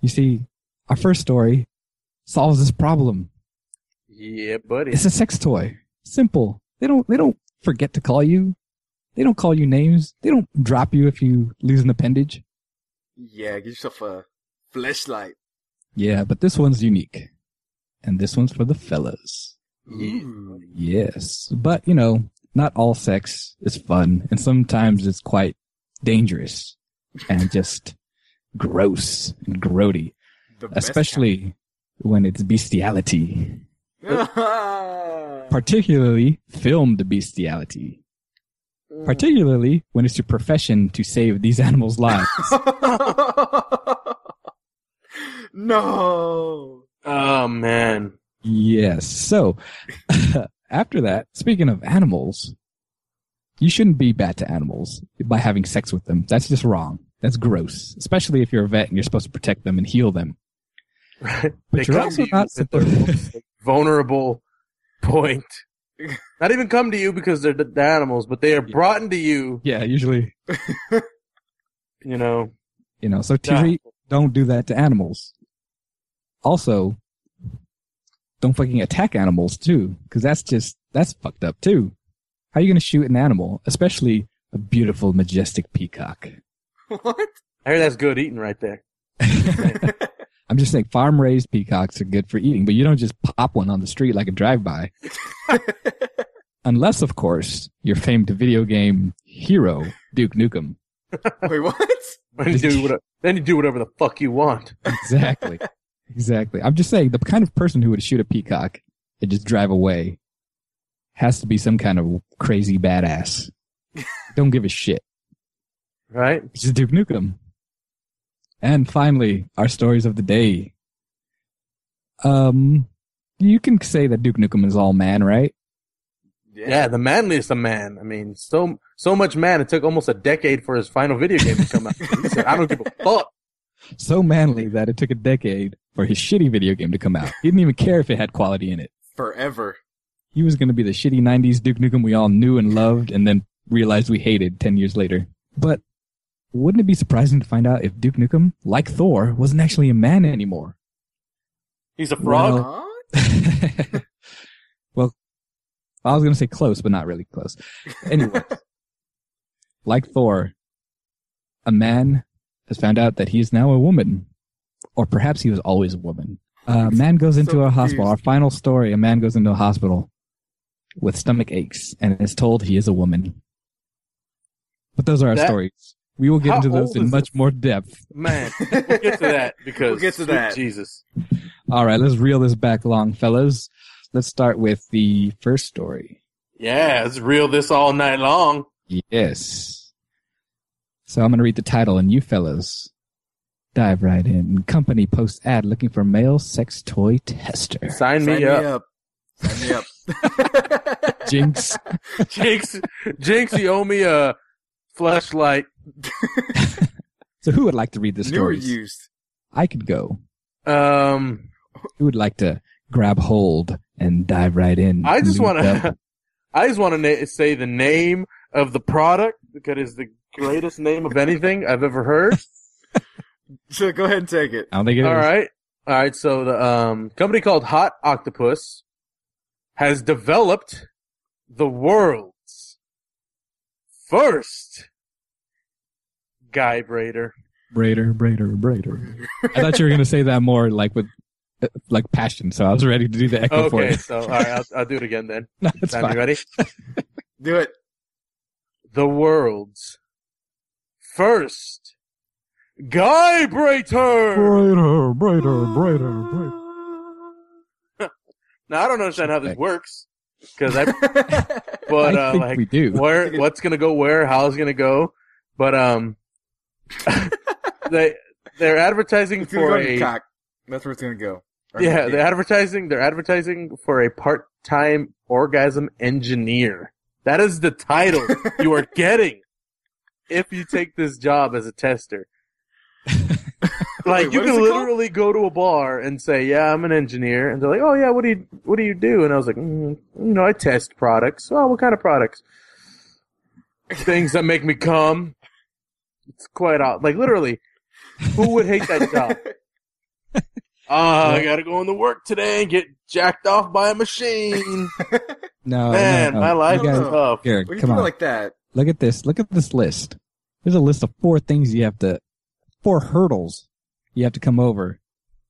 Speaker 1: You see, our first story solves this problem.
Speaker 2: yeah, buddy.
Speaker 1: It's a sex toy. Simple. They don't, they don't forget to call you. They don't call you names. They don't drop you if you lose an appendage.
Speaker 3: Yeah, get yourself a flashlight.
Speaker 1: Yeah, but this one's unique. And this one's for the fellas.
Speaker 2: Yeah.
Speaker 1: Yes, but you know, not all sex is fun, and sometimes it's quite dangerous and just gross and grody,
Speaker 3: The best
Speaker 1: especially when it's bestiality,
Speaker 3: kind.
Speaker 1: particularly filmed bestiality,
Speaker 3: Mm.
Speaker 1: particularly when it's your profession to save these animals' lives.
Speaker 3: no.
Speaker 2: Oh man.
Speaker 1: yes, so after that, speaking of animals, you shouldn't be bad to animals by having sex with them. That's just wrong. That's gross, especially if you're a vet and you're supposed to protect them and heal them.
Speaker 2: Right.
Speaker 1: But
Speaker 2: they
Speaker 1: you're
Speaker 2: come
Speaker 1: also
Speaker 2: to you
Speaker 1: not
Speaker 2: at their most vulnerable point. Not even come to you because they're the the animals, but they are
Speaker 1: Yeah.
Speaker 2: brought into you.
Speaker 1: Yeah, usually,
Speaker 2: You know.
Speaker 1: you know. So Tiri, don't do that to animals. Also, don't fucking attack animals too, because that's just that's fucked up too. How are you gonna shoot an animal, especially a beautiful, majestic peacock?
Speaker 3: What?
Speaker 2: I hear that's good eating right there.
Speaker 1: I'm just saying, farm-raised peacocks are good for eating, but you don't just pop one on the street like a drive-by, unless, of course, you're famed video game hero Duke Nukem.
Speaker 3: Wait, what?
Speaker 2: Then you do whatever, then you do whatever the fuck you want.
Speaker 1: Exactly. exactly. I'm just saying the kind of person who would shoot a peacock and just drive away has to be some kind of crazy badass. Don't give a shit.
Speaker 2: Right?
Speaker 1: It's just Duke Nukem. And finally, our stories of the day. Um, you can say that Duke Nukem is all man, right?
Speaker 2: Yeah. the manliest of man. I mean, so so much man. It took almost a decade for his final video game to come out. He said, I don't give a fuck.
Speaker 1: So manly that it took a decade for his shitty video game to come out. He didn't even care if it had quality in it.
Speaker 3: Forever.
Speaker 1: He was going to be the shitty 90s Duke Nukem we all knew and loved and then realized we hated 10 years later. But wouldn't it be surprising to find out if Duke Nukem, like Thor, wasn't actually a man anymore?
Speaker 2: He's a frog.
Speaker 1: Well,
Speaker 3: Huh?
Speaker 1: well, I was going to say close, but not really close. Anyway, like Thor, a man has found out that he is now a woman, or perhaps he was always a woman. A man goes into
Speaker 3: So
Speaker 1: a hospital. Our
Speaker 3: confused.
Speaker 1: final story: a man goes into a hospital, with stomach aches and is told he is a woman. But those are our
Speaker 2: That-
Speaker 1: stories. We will get
Speaker 2: How
Speaker 1: into those
Speaker 2: old
Speaker 1: in
Speaker 2: is
Speaker 1: much more depth.
Speaker 2: Man, we'll get to that because
Speaker 3: We'll get to
Speaker 2: sweet
Speaker 3: that.
Speaker 2: Jesus.
Speaker 1: All right, let's reel this back along, fellas. Let's start with the first story.
Speaker 2: Yeah, it's real this all night long.
Speaker 1: Yes. So I'm going to read the title, and you fellas dive right in. Company posts ad looking for male sex toy tester.
Speaker 2: Sign, me, up.
Speaker 3: Sign me up.
Speaker 1: Jinx.
Speaker 2: Jinx, Jinx, you owe me a flashlight.
Speaker 1: So who would like to read the
Speaker 3: New or
Speaker 1: stories?
Speaker 3: used?
Speaker 1: I could go.
Speaker 2: Um,
Speaker 1: Who would like to grab hold and dive right in?
Speaker 2: I just
Speaker 1: Lube
Speaker 2: want
Speaker 1: up.
Speaker 2: to, I just want to na- say the name of the product because it's the greatest name of anything I've ever heard.
Speaker 3: So go ahead and take it.
Speaker 1: I don't think it is.
Speaker 2: All right. All right. So the um, company called Hot Octopus has developed the world's first guy braider.
Speaker 1: Braider, braider, braider. I thought you were going to say that more like with uh, like passion, so I was ready to do the echo for
Speaker 2: Okay.
Speaker 1: it.
Speaker 2: So all right, I'll, I'll do it again then.
Speaker 1: No, it's
Speaker 2: Time, you
Speaker 1: fine.
Speaker 2: ready?
Speaker 3: Do it.
Speaker 2: The world's first guy braider.
Speaker 1: Braider, braider, braider, braider.
Speaker 2: Now I don't understand how this works because I, but
Speaker 1: I
Speaker 2: uh,
Speaker 1: think
Speaker 2: like
Speaker 1: we do.
Speaker 2: where what's gonna go where, how it's gonna go. But um, they they're advertising
Speaker 3: it's gonna go
Speaker 2: for
Speaker 3: in your
Speaker 2: a
Speaker 3: cock. That's where it's gonna go. Or
Speaker 2: yeah
Speaker 3: not.
Speaker 2: they're advertising they're advertising for a part time orgasm engineer. That is the title you are getting if you take this job as a tester. like you
Speaker 3: Wait, what is it
Speaker 2: can
Speaker 3: called?
Speaker 2: literally go to a bar and say, "Yeah, I'm an engineer," and they're like, "Oh yeah, what do you what do you do?" And I was like, mm, "You know, I test products. Oh, what kind of products? Things that make me cum." It's quite odd. Like literally, who would hate that job? Ah, I gotta go into work today and get jacked off by a machine.
Speaker 1: No,
Speaker 2: Man,
Speaker 1: Oh, no, no.
Speaker 2: my life
Speaker 1: You
Speaker 2: is
Speaker 1: guys,
Speaker 3: No.
Speaker 2: tough.
Speaker 1: Garrett,
Speaker 3: When you
Speaker 1: come
Speaker 3: do it
Speaker 1: on.
Speaker 3: like that,
Speaker 1: Look at this. Look at this list. There's a list of four things you have to, four hurdles you have to come over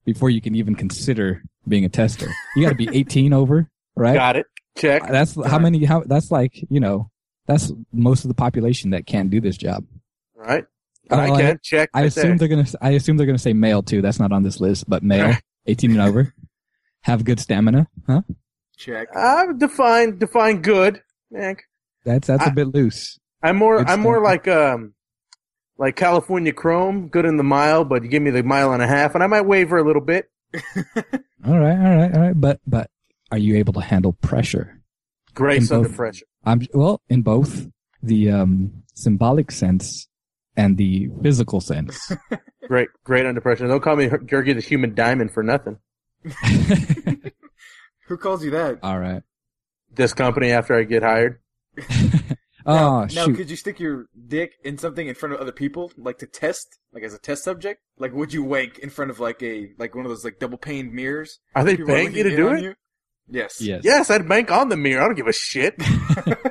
Speaker 1: before you can even consider being a tester. You got to be 18 over, right? Uh,
Speaker 2: Got it. Check.
Speaker 1: That's how many. How that's like you know. That's most of the population that can't do this job.
Speaker 2: Right.
Speaker 1: And
Speaker 2: I
Speaker 1: all
Speaker 2: can't check.
Speaker 1: Oh, I
Speaker 2: right
Speaker 1: assume they're gonna. I assume they're gonna say male too. That's not on this list, but male, 18 and over, have good stamina, huh?
Speaker 3: check.
Speaker 2: I define define good. Man,
Speaker 1: That's that's a
Speaker 2: I-
Speaker 1: bit loose.
Speaker 2: I'm more
Speaker 1: Good
Speaker 2: I'm more
Speaker 1: stuff.
Speaker 2: like um like California Chrome, good in the mile, but you give me the mile and a half, and I might waver a little bit.
Speaker 1: All right, all right, all right. But but are you able to handle pressure?
Speaker 2: Grace
Speaker 1: In
Speaker 2: under
Speaker 1: both.
Speaker 2: pressure.
Speaker 1: I'm well in both the um, symbolic sense and the physical sense.
Speaker 2: Great, great under pressure. Don't call me Her- Gergie the Human Diamond for nothing.
Speaker 3: Who calls you that?
Speaker 1: All right.
Speaker 2: This company after I get hired.
Speaker 1: Oh
Speaker 3: now, Now,
Speaker 1: shoot!
Speaker 3: could you stick your dick in something in front of other people, like to test, like as a test subject? Like, would you wank in front of like a like one of those like double pane mirrors?
Speaker 2: Are they
Speaker 3: People are
Speaker 2: paying you to
Speaker 3: looking in
Speaker 2: do
Speaker 3: on
Speaker 2: it?
Speaker 3: you? Yes.
Speaker 1: yes.
Speaker 2: Yes, I'd bank on the mirror. I don't give a shit.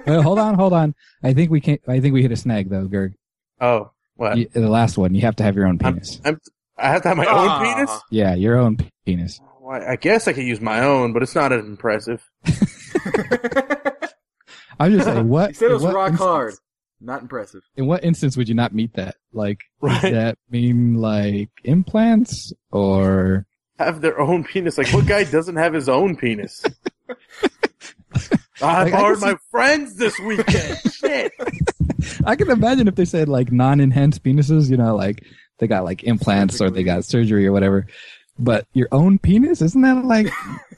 Speaker 1: Well, hold on, hold on. I think we can. I think we hit a snag though, Gerg.
Speaker 2: oh,
Speaker 3: Uh,
Speaker 2: what?
Speaker 1: You- the last one, you have to have your own
Speaker 2: I'm-
Speaker 1: penis.
Speaker 2: I have to have my
Speaker 3: Ah.
Speaker 2: own penis.
Speaker 1: yeah, your own pe- penis.
Speaker 2: Why I guess I could use my own, but it's not as impressive.
Speaker 1: I'm just saying, what?
Speaker 3: he said it was
Speaker 1: in what
Speaker 3: rock
Speaker 1: instance-
Speaker 3: hard. Not impressive.
Speaker 1: In what instance would you not meet that? Like, does
Speaker 2: Right?
Speaker 1: that mean like implants or?
Speaker 2: have their own penis. Like, what guy doesn't have his own penis? I
Speaker 1: Like, I
Speaker 2: borrowed
Speaker 1: can
Speaker 2: my friends this weekend. Shit.
Speaker 1: I can imagine if they said like non-enhanced penises, you know, like they got like implants or they got surgery or whatever. But your own penis, isn't that like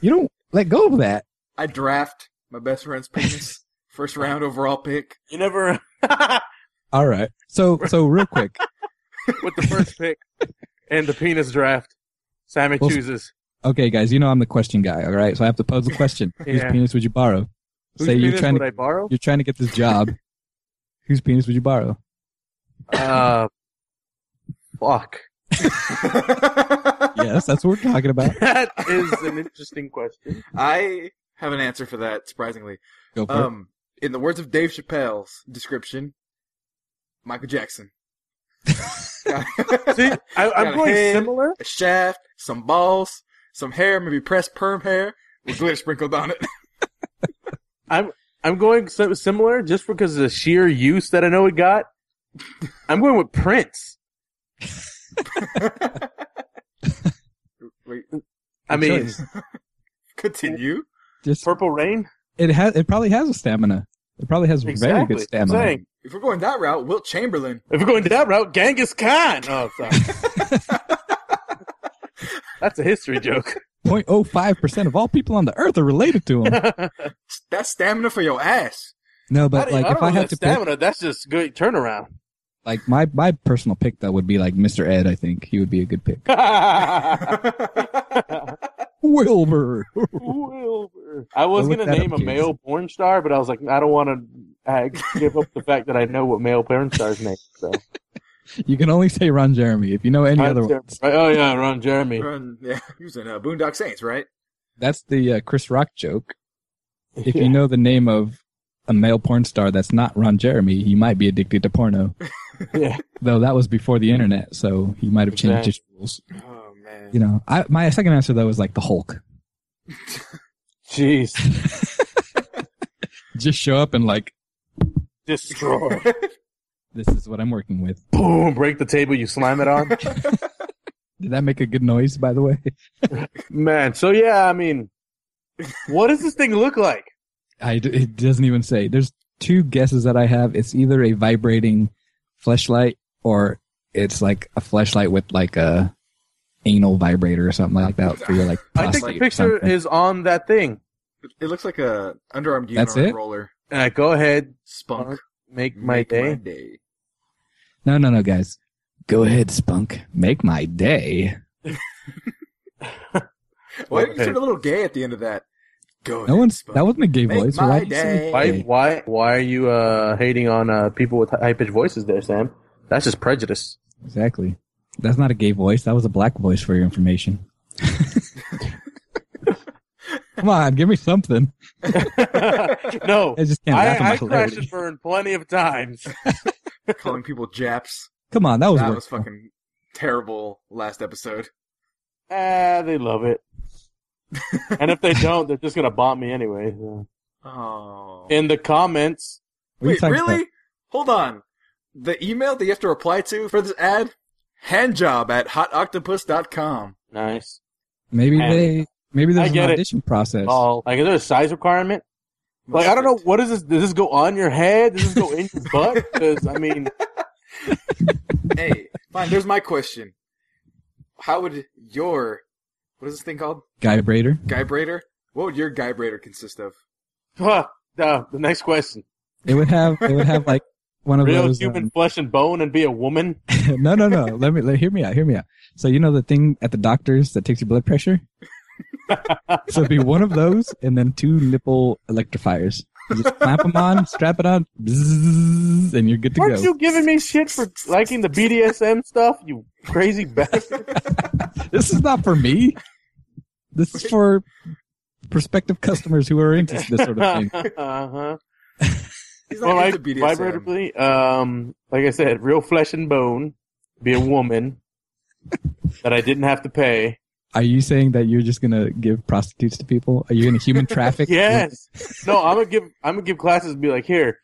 Speaker 1: you don't let go of that?
Speaker 3: I draft my best friend's penis, first round overall pick.
Speaker 2: You never with
Speaker 1: All right. So so real quick,
Speaker 2: the first pick and the penis draft. Sammy
Speaker 1: Well,
Speaker 2: chooses.
Speaker 1: okay, guys, you know I'm the question guy. All right, so I have to pose a question: Whose
Speaker 2: Yeah.
Speaker 1: penis would you borrow?
Speaker 2: Whose
Speaker 1: Say you're
Speaker 2: penis
Speaker 1: trying
Speaker 2: would
Speaker 1: to
Speaker 2: I borrow?
Speaker 1: you're trying to get this job. Whose penis would you borrow?
Speaker 2: Uh, fuck.
Speaker 1: Yes, that's what we're talking about.
Speaker 2: That is an interesting question.
Speaker 3: I have an answer for that, surprisingly.
Speaker 1: Go for
Speaker 3: Um, in the words of Dave Chappelle's description, Michael Jackson.
Speaker 2: See, I,
Speaker 3: Got
Speaker 2: I'm
Speaker 3: a
Speaker 2: going
Speaker 3: head.
Speaker 2: similar.
Speaker 3: a shaft, some balls, some hair, maybe pressed perm hair with glitter sprinkled on it.
Speaker 2: I'm I'm going so similar just because of the sheer use that I know it got. I'm going with Prince.
Speaker 3: Wait,
Speaker 2: I
Speaker 1: Good
Speaker 2: mean,
Speaker 1: choice.
Speaker 3: continue.
Speaker 1: Just
Speaker 2: Purple Rain.
Speaker 1: it has it probably has a stamina. It probably has very
Speaker 2: Exactly.
Speaker 1: good
Speaker 2: I'm
Speaker 1: stamina.
Speaker 2: saying.
Speaker 3: If we're going that route, Wilt Chamberlain.
Speaker 2: If we're going that route, Genghis Khan. Oh, sorry. That's a history joke.
Speaker 1: 0.05 percent of all people on the earth are related to him.
Speaker 3: That's stamina for your ass.
Speaker 1: No, but
Speaker 2: don't-
Speaker 1: like
Speaker 2: don't
Speaker 1: if I
Speaker 2: know
Speaker 1: had
Speaker 2: that
Speaker 1: to pick,
Speaker 2: stamina, that's just good turnaround.
Speaker 1: like my my personal pick though would be like Mr. Ed. I think he would be a good pick. Wilbur.
Speaker 2: Wilbur. I was
Speaker 1: Well, look
Speaker 2: gonna
Speaker 1: that
Speaker 2: name
Speaker 1: up,
Speaker 2: a male porn star, but I was like, I don't want to give up the fact that I know what male porn stars name. So,
Speaker 1: You can only say Ron Jeremy if you know any
Speaker 2: Ron
Speaker 1: other
Speaker 2: Jer-
Speaker 1: ones.
Speaker 2: right, oh yeah, Ron Jeremy.
Speaker 3: Run, yeah, he was in uh, Boondock Saints, right?
Speaker 1: That's the uh, Chris Rock joke. If you know the name of a male porn star that's not Ron Jeremy, you might be addicted to porno.
Speaker 2: Yeah.
Speaker 1: Though that was before the internet, so he might have changed his rules.
Speaker 3: Oh man.
Speaker 1: You know, I, my second answer though was like the Hulk.
Speaker 2: Jeez,
Speaker 1: Just show up and like,
Speaker 2: destroy.
Speaker 1: this is what I'm working with.
Speaker 2: Boom! Break the table. You slam it on.
Speaker 1: Did that make a good noise, by the way?
Speaker 2: Man. So yeah, I mean, what does this thing look like?
Speaker 1: I, it doesn't even say. There's two guesses that I have. It's either a vibrating fleshlight or it's like a fleshlight with like a anal vibrator or something like that for your like
Speaker 2: I
Speaker 1: prostate
Speaker 2: think the
Speaker 1: or
Speaker 2: picture
Speaker 1: something.
Speaker 2: is on that thing.
Speaker 3: It looks like a underarm
Speaker 1: That's
Speaker 3: deodorant
Speaker 1: it?
Speaker 3: roller.
Speaker 2: Uh, go ahead, uh,
Speaker 3: Spunk.
Speaker 2: make my
Speaker 3: Make
Speaker 2: day.
Speaker 3: My day.
Speaker 1: No, no, no, guys. Go ahead, Spunk. Make my day.
Speaker 3: Why did
Speaker 2: Okay.
Speaker 3: you turn a little gay at the end of that? Go
Speaker 1: No
Speaker 3: ahead,
Speaker 1: one's
Speaker 3: Spunk.
Speaker 1: that wasn't a gay
Speaker 3: Make
Speaker 1: voice.
Speaker 3: my
Speaker 1: Why did you
Speaker 3: day.
Speaker 1: say
Speaker 2: Why,
Speaker 1: gay?
Speaker 2: why, why are you uh, hating on uh, people with high pitched voices there, Sam? That's just prejudice.
Speaker 1: Exactly. That's not a gay voice. That was a black voice for your information. Come on, give me something.
Speaker 2: no,
Speaker 1: I just can't laugh at my
Speaker 2: I, I crashed
Speaker 1: hilarity.
Speaker 2: and burned plenty of times.
Speaker 3: calling people Japs.
Speaker 1: Come on, that was
Speaker 3: That
Speaker 1: work.
Speaker 3: was fucking terrible last episode.
Speaker 2: ah, they love it. and if they don't, they're just gonna bomb me anyway. so.
Speaker 3: Oh.
Speaker 2: In the comments,
Speaker 1: What are you
Speaker 3: Wait,
Speaker 1: talking
Speaker 3: really?
Speaker 1: about?
Speaker 3: Hold on. The email that you have to reply to for this ad? Handjob at hotoctopus.com.
Speaker 2: nice.
Speaker 1: Maybe
Speaker 2: Man.
Speaker 1: they maybe
Speaker 2: I
Speaker 1: there's an
Speaker 2: get it.
Speaker 1: audition process.
Speaker 2: Oh, like is there a size requirement? Like I don't know, what is this? Does this go on your head? Does this go in your butt? Because I mean,
Speaker 3: Hey, fine, there's my question. How would your, what is this thing called?
Speaker 1: Guy Brader.
Speaker 3: Guy braider? What would your guy braider consist of?
Speaker 2: uh, the next question:
Speaker 1: It would have it would have like one of
Speaker 2: real
Speaker 1: those
Speaker 2: human
Speaker 1: um,
Speaker 2: flesh and bone, and be a woman.
Speaker 1: no, no, no. Let me let, hear me out. Hear me out. So you know the thing at the doctor's that takes your blood pressure. so it'd be one of those, and then two nipple electrifiers. You just clamp them on, strap it on, bzzz, and you're good to
Speaker 2: Weren't
Speaker 1: go.
Speaker 2: you giving me shit for liking the BDSM stuff? You crazy bastard!
Speaker 1: This is not for me. This is for prospective customers who are into this sort of thing.
Speaker 2: uh-huh.
Speaker 3: He's not
Speaker 2: Well, I,
Speaker 3: into BDSM.
Speaker 2: vibratively, um, like I said, real flesh and bone, be a woman that I didn't have to pay.
Speaker 1: Are you saying that you're just gonna give prostitutes to people? Are you gonna human traffic?
Speaker 2: Yes. No, I'm gonna give. I'm gonna give classes and be like, here,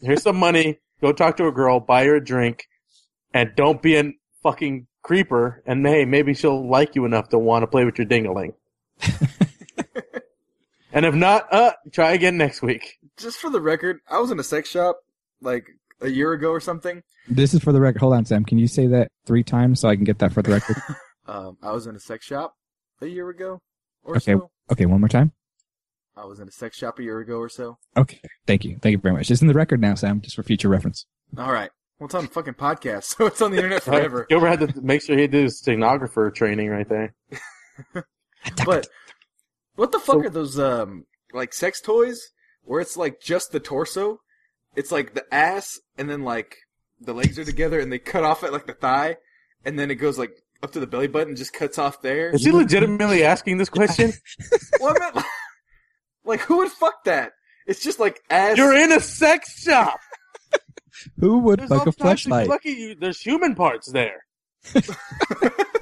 Speaker 2: here's some money. Go talk to a girl, buy her a drink, and don't be a fucking creeper. And hey, maybe she'll like you enough to want to play with your dingaling. and if not, uh, try again next week.
Speaker 3: Just for the record, I was in a sex shop like a year ago or something.
Speaker 1: This is for the record. Hold on, Sam. Can you say that three times so I can get that for the record?
Speaker 3: Um, I was in a sex shop a year ago or
Speaker 1: Okay.
Speaker 3: so.
Speaker 1: Okay, one more time.
Speaker 3: I was in a sex shop a year ago or so.
Speaker 1: Okay. Thank you. Thank you very much. It's in the record now, Sam, just for future reference.
Speaker 3: All right. Well, it's on the fucking podcast, so it's on the internet forever.
Speaker 2: Gilbert had to make sure he did his stenographer training right there.
Speaker 3: But what the fuck
Speaker 2: So-
Speaker 3: are those um like sex toys where it's like just the torso? It's like the ass and then like the legs are together and they cut off at like the thigh and then it goes like up to the belly button and just cuts off there.
Speaker 2: Is he legitimately asking this question?
Speaker 3: Well, I meant, like who would fuck that? It's just like ass.
Speaker 2: You're in a sex shop.
Speaker 1: Who would
Speaker 2: There's
Speaker 1: fuck a
Speaker 2: all types of-
Speaker 1: flashlight?
Speaker 2: Lucky you, there's human parts there.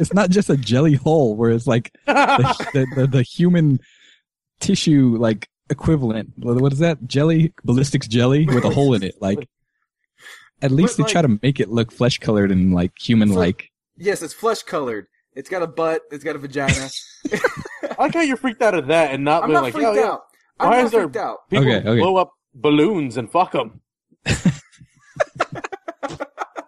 Speaker 1: It's not just a jelly hole where it's like the, the, the, the human tissue like equivalent. What is that? Jelly, ballistics jelly with a hole in it. Like, at least
Speaker 3: But,
Speaker 1: they try to make it look flesh colored and like human like.
Speaker 3: Yes, it's flesh colored. It's got a butt. It's got a vagina.
Speaker 2: I like how you're freaked out of that and not
Speaker 3: I'm
Speaker 2: being
Speaker 3: not
Speaker 2: like,
Speaker 3: freaked
Speaker 2: oh, yeah,
Speaker 3: out. I'm
Speaker 2: Why
Speaker 3: not
Speaker 2: is there-
Speaker 3: freaked out.
Speaker 2: people
Speaker 1: Okay, okay.
Speaker 2: blow up balloons and fuck them.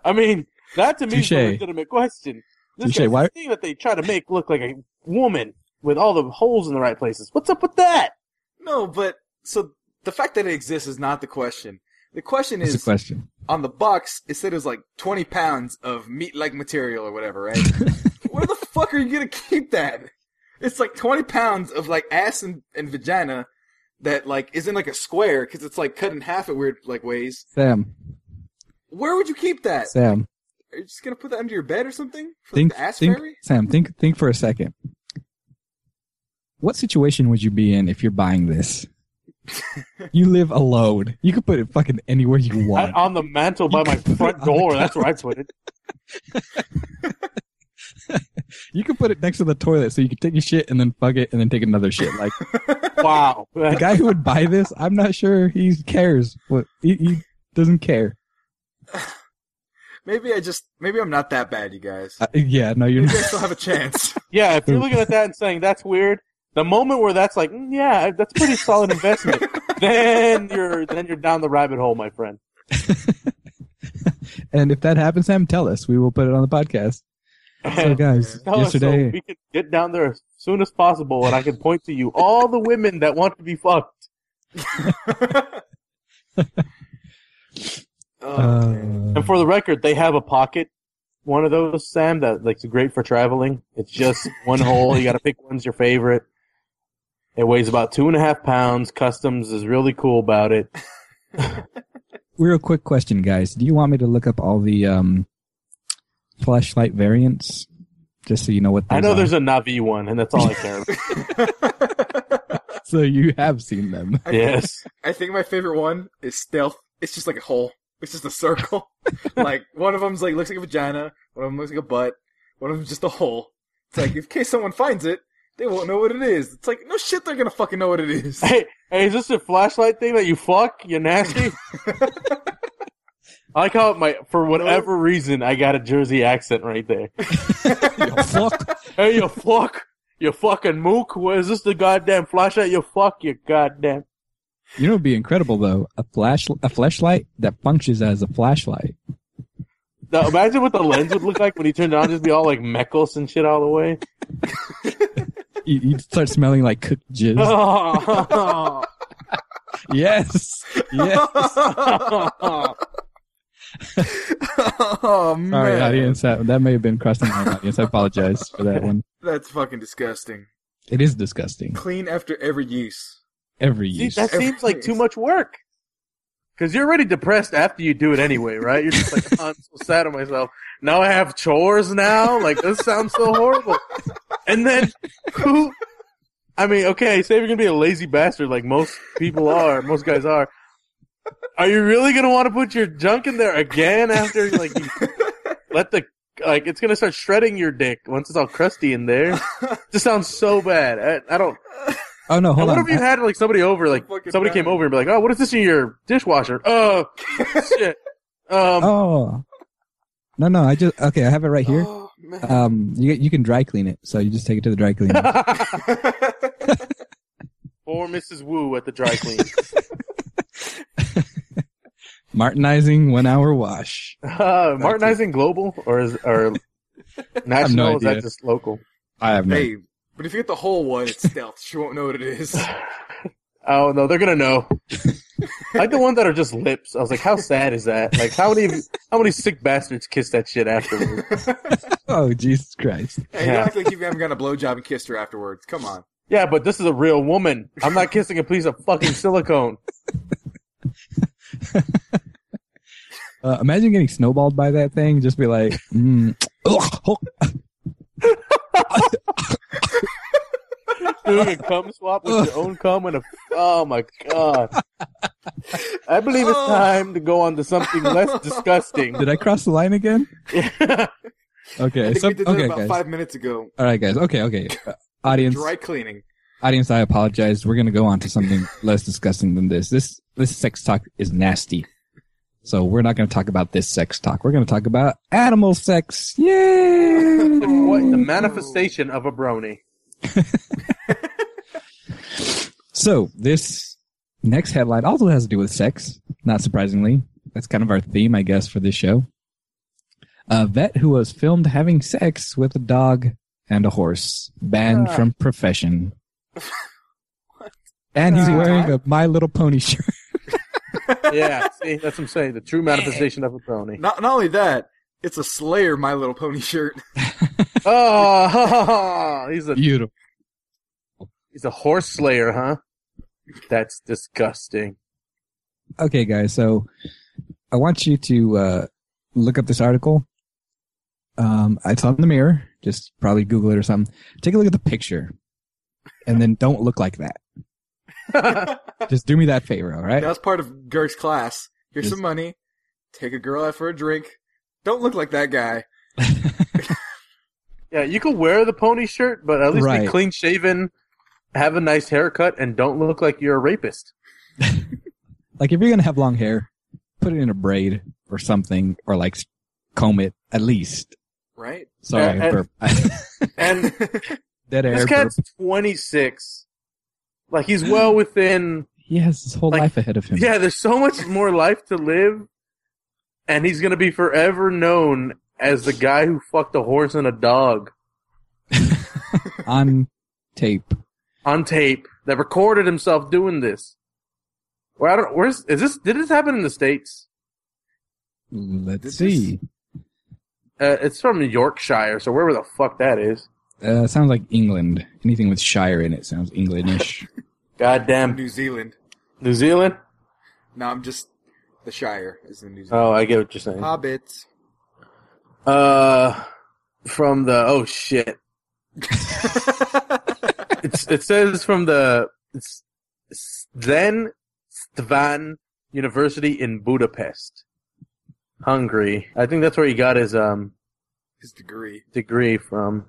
Speaker 2: I mean, that to me is a
Speaker 1: Touche.
Speaker 2: legitimate question. This
Speaker 1: Touche,
Speaker 2: guy's
Speaker 1: why-
Speaker 2: thing that they try to make look like a woman with all the holes in the right places. What's up with that?
Speaker 3: No, but so the fact that it exists is not the question. The question
Speaker 1: That's the
Speaker 3: is
Speaker 1: question.
Speaker 3: on the box. It said it was like 20 pounds of meat-like material or whatever, right? Where the fuck are you gonna keep that? It's like 20 pounds of like ass and, and vagina that like is in like a square because it's like cut in half at weird like ways.
Speaker 1: Sam,
Speaker 3: Where would you keep that?
Speaker 1: Sam,
Speaker 3: Are you just gonna put that under your bed or something? For
Speaker 1: think,
Speaker 3: the ass
Speaker 1: think,
Speaker 3: fairy?
Speaker 1: Sam, think, think for a second. What situation would you be in if you're buying this? you live alone. You could put it fucking anywhere you
Speaker 2: I,
Speaker 1: want.
Speaker 2: on the mantle by my front door. That's where I put it.
Speaker 1: you could put it next to the toilet so you could take your shit and then fuck it and then take another shit. Like
Speaker 2: Wow.
Speaker 1: the guy who would buy this, I'm not sure he cares. What he, he doesn't care.
Speaker 3: Maybe I just maybe I'm not that bad, you guys.
Speaker 1: Uh, yeah, no, you're
Speaker 3: Maybe
Speaker 1: not.
Speaker 3: I still have a chance.
Speaker 2: Yeah, if you're looking at that and saying that's weird, the moment where that's like, mm, yeah, that's a pretty solid investment, then you're then you're down the rabbit hole, my friend.
Speaker 1: And if that happens, Sam, tell us. We will put it on the podcast. So, guys,
Speaker 2: Tell us so
Speaker 1: yesterday,
Speaker 2: we can get down there as soon as possible, and I can point to you all the women that want to be fucked.
Speaker 3: Oh,
Speaker 1: uh,
Speaker 3: man.
Speaker 2: And for the record, they have a pocket, one of those, Sam, that like's great for traveling. It's just one hole. You got to pick one's your favorite. It weighs about two and a half pounds. Customs is really cool about it.
Speaker 1: real quick question, guys. Do you want me to look up all the um, flashlight variants? Just so you know what those
Speaker 2: I know
Speaker 1: are?
Speaker 2: there's a Navi one, and that's all I care about.
Speaker 1: Uh, So you have seen them.
Speaker 3: I,
Speaker 2: yes.
Speaker 3: I think my favorite one is stealth. It's just like a hole. It's just a circle. like one of them's like looks like a vagina. One of them looks like a butt. One of them's just a hole. It's like in case someone finds it, they won't know what it is. It's like no shit, they're gonna fucking know what it is.
Speaker 2: Hey, hey, is this a flashlight thing that you fuck? You nasty. I like how my for whatever reason I got a Jersey accent right there.
Speaker 1: fuck.
Speaker 2: Hey, you fuck, you fucking mook. What is this the goddamn flashlight? You fuck, you goddamn.
Speaker 1: You know, it'd be incredible though. A flash, a flashlight that functions as a flashlight.
Speaker 2: Now imagine what the lens would look like when he turned it on. Just be all like meckles and shit all the way.
Speaker 1: You, you'd start smelling like cooked jizz.
Speaker 2: Oh,
Speaker 1: yes, yes.
Speaker 3: oh man,
Speaker 1: Sorry, audience. That, that may have been crossing my audience. I apologize for that one.
Speaker 3: that's fucking disgusting.
Speaker 1: It is disgusting.
Speaker 3: Clean after every use.
Speaker 1: Every
Speaker 2: See,
Speaker 1: use.
Speaker 2: that seems like too much work. Because you're already depressed after you do it anyway, right? You're just like, "Oh, I'm so sad of myself. Now I have chores now. Like, this sounds so horrible. And then, who? I mean, okay, say you're going to be a lazy bastard like most people are, most guys are. Are you really going to want to put your junk in there again after, like, you let the, like, it's going to start shredding your dick once it's all crusty in there? This sounds so bad. I, I don't,
Speaker 1: Oh no, hold
Speaker 2: what
Speaker 1: on.
Speaker 2: if you had like somebody over, like
Speaker 3: Fucking
Speaker 2: somebody
Speaker 3: bad.
Speaker 2: came over and be like, "Oh, what is this in your dishwasher?" Oh, shit. Um,
Speaker 1: oh. No, no. I just okay. I have it right here.
Speaker 3: Oh, man.
Speaker 1: Um, you you can dry clean it, so you just take it to the dry cleaner.
Speaker 2: or Mrs. Wu at the dry clean.
Speaker 1: Martinizing one hour wash.
Speaker 2: Uh, Martinizing global or is or national?
Speaker 1: no
Speaker 2: is that
Speaker 1: idea.
Speaker 2: just local?
Speaker 1: I have no.
Speaker 3: hey, but if you get the whole one, it's stealth. She won't know what it is.
Speaker 2: Oh no, they're gonna know. I like the ones that are just lips. I was like, how sad is that? Like, how many how many sick bastards kiss that shit afterwards?
Speaker 1: Oh Jesus Christ!
Speaker 3: Hey, you don't act like you haven't gotten a blowjob and kissed her afterwards. Come on.
Speaker 2: Yeah, but this is a real woman. I'm not kissing a piece of fucking silicone.
Speaker 1: Uh, imagine getting snowballed by that thing. Just be like, mm, ugh, oh,
Speaker 2: doing a cum swap with your own cum and a oh my god i believe it's
Speaker 3: Oh.
Speaker 2: time to go on to something less disgusting
Speaker 1: did I cross the line again?
Speaker 3: I
Speaker 1: Okay,
Speaker 3: think
Speaker 1: so,
Speaker 3: we did that
Speaker 1: okay,
Speaker 3: about
Speaker 1: guys.
Speaker 3: five minutes ago.
Speaker 1: All right, guys. Okay, okay. Uh, audience,
Speaker 3: Dry cleaning.
Speaker 1: Audience, I apologize. We're gonna go on to something less disgusting than this. This this sex talk is nasty. So we're not gonna talk about this sex talk. We're gonna talk about animal sex. Yay!
Speaker 2: What the manifestation of a brony?
Speaker 1: So this next headline also has to do with sex. Not surprisingly, that's kind of our theme, I guess, for this show. A vet who was filmed having sex with a dog and a horse banned
Speaker 2: Ah.
Speaker 1: from profession. And he's
Speaker 3: Ah.
Speaker 1: wearing a My Little Pony shirt.
Speaker 2: Yeah, see, that's what I'm saying. The true manifestation of a brony.
Speaker 3: Not not only that, it's a Slayer My Little Pony shirt.
Speaker 2: Oh, he's a
Speaker 1: Beautiful.
Speaker 2: he's a horse slayer, huh? That's disgusting.
Speaker 1: Okay, guys. So I want you to uh, look up this article. Um, it's on the mirror. Just probably Google it or something. Take a look at the picture, and then don't look like that. Just do me that favor, all right?
Speaker 3: That was part of Gerg's class. Here's
Speaker 1: Yes.
Speaker 3: some money. Take a girl out for a drink. Don't look like that guy.
Speaker 2: Yeah, you could wear the pony shirt, but at least be
Speaker 1: Right.
Speaker 2: clean shaven, have a nice haircut, and don't look like you're a rapist.
Speaker 1: Like if you're gonna have long hair, put it in a braid or something, or like s- comb it at least.
Speaker 3: Right?
Speaker 1: Sorry,
Speaker 2: Uh, uh,
Speaker 1: burp.
Speaker 2: And
Speaker 1: dead air.
Speaker 2: this
Speaker 1: Burp.
Speaker 2: cat's 26. Like he's well within.
Speaker 1: He has his whole
Speaker 2: like-
Speaker 1: life ahead of him.
Speaker 2: Yeah, there's so much more life to live, and he's gonna be forever known as the guy who fucked a horse and a dog
Speaker 1: On tape.
Speaker 2: on tape that recorded himself doing this. Where I don't. Where's is this? Did this happen in the states?
Speaker 1: Let's
Speaker 3: This is-
Speaker 1: see.
Speaker 2: Uh, it's from Yorkshire, so wherever the fuck that is.
Speaker 1: Uh, sounds like England. Anything with Shire in it sounds Englandish.
Speaker 2: Goddamn
Speaker 3: New Zealand.
Speaker 2: New Zealand.
Speaker 3: No, I'm just the Shire is in New Zealand.
Speaker 2: Oh, I get what you're saying.
Speaker 3: Hobbits.
Speaker 2: Uh, from the oh shit. it's it says from the it's Zen Stvan University in Budapest, Hungary. I think that's where he got his um
Speaker 3: His degree.
Speaker 2: degree from.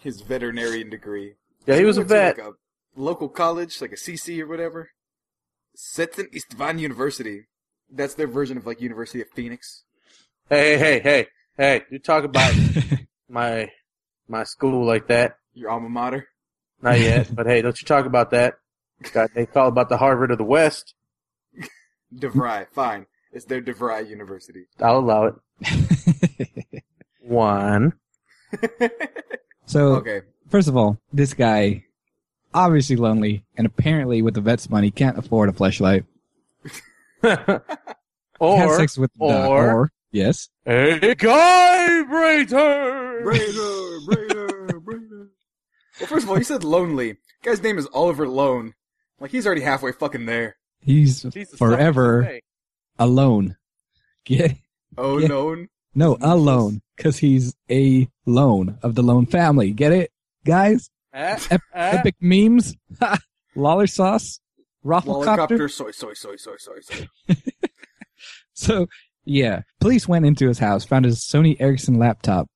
Speaker 3: His veterinarian degree.
Speaker 2: Yeah, he was a
Speaker 3: went to,
Speaker 2: vet.
Speaker 3: Like a local college, like a CC or whatever. Seton Istvan University. That's their version of like University of Phoenix.
Speaker 2: Hey, hey, hey, hey, hey! You talk about my my school like that?
Speaker 3: Your alma mater.
Speaker 2: Not yet, but hey, don't you talk about that? God, they call about the Harvard of the West.
Speaker 3: DeVry. Fine. It's their DeVry University.
Speaker 2: I'll allow it. One.
Speaker 1: so
Speaker 3: okay.
Speaker 1: first of all, this guy obviously lonely, and apparently with the vet's money can't afford a flashlight. Had
Speaker 2: or
Speaker 1: sex with the dog.
Speaker 2: or-
Speaker 1: or yes.
Speaker 2: a guy Brater.
Speaker 3: Brader, Brader, Brader. Well, first of all, you said lonely. Guy's name is Oliver Lone. Like he's already halfway fucking there.
Speaker 1: He's
Speaker 2: Jesus,
Speaker 1: forever
Speaker 2: something
Speaker 1: alone. Get
Speaker 3: Oh
Speaker 1: Yeah.
Speaker 3: no.
Speaker 1: no
Speaker 3: He's
Speaker 1: alone because he's a lone of the lone family. Get it, guys?
Speaker 2: to say.
Speaker 1: Ep-
Speaker 2: Eh?
Speaker 1: Epic memes, Ha! lolly sauce, rafflecopter.
Speaker 3: Lollicopter, soy, soy, soy, soy, soy, soy.
Speaker 1: So yeah, police went into his house, found his Sony Ericsson laptop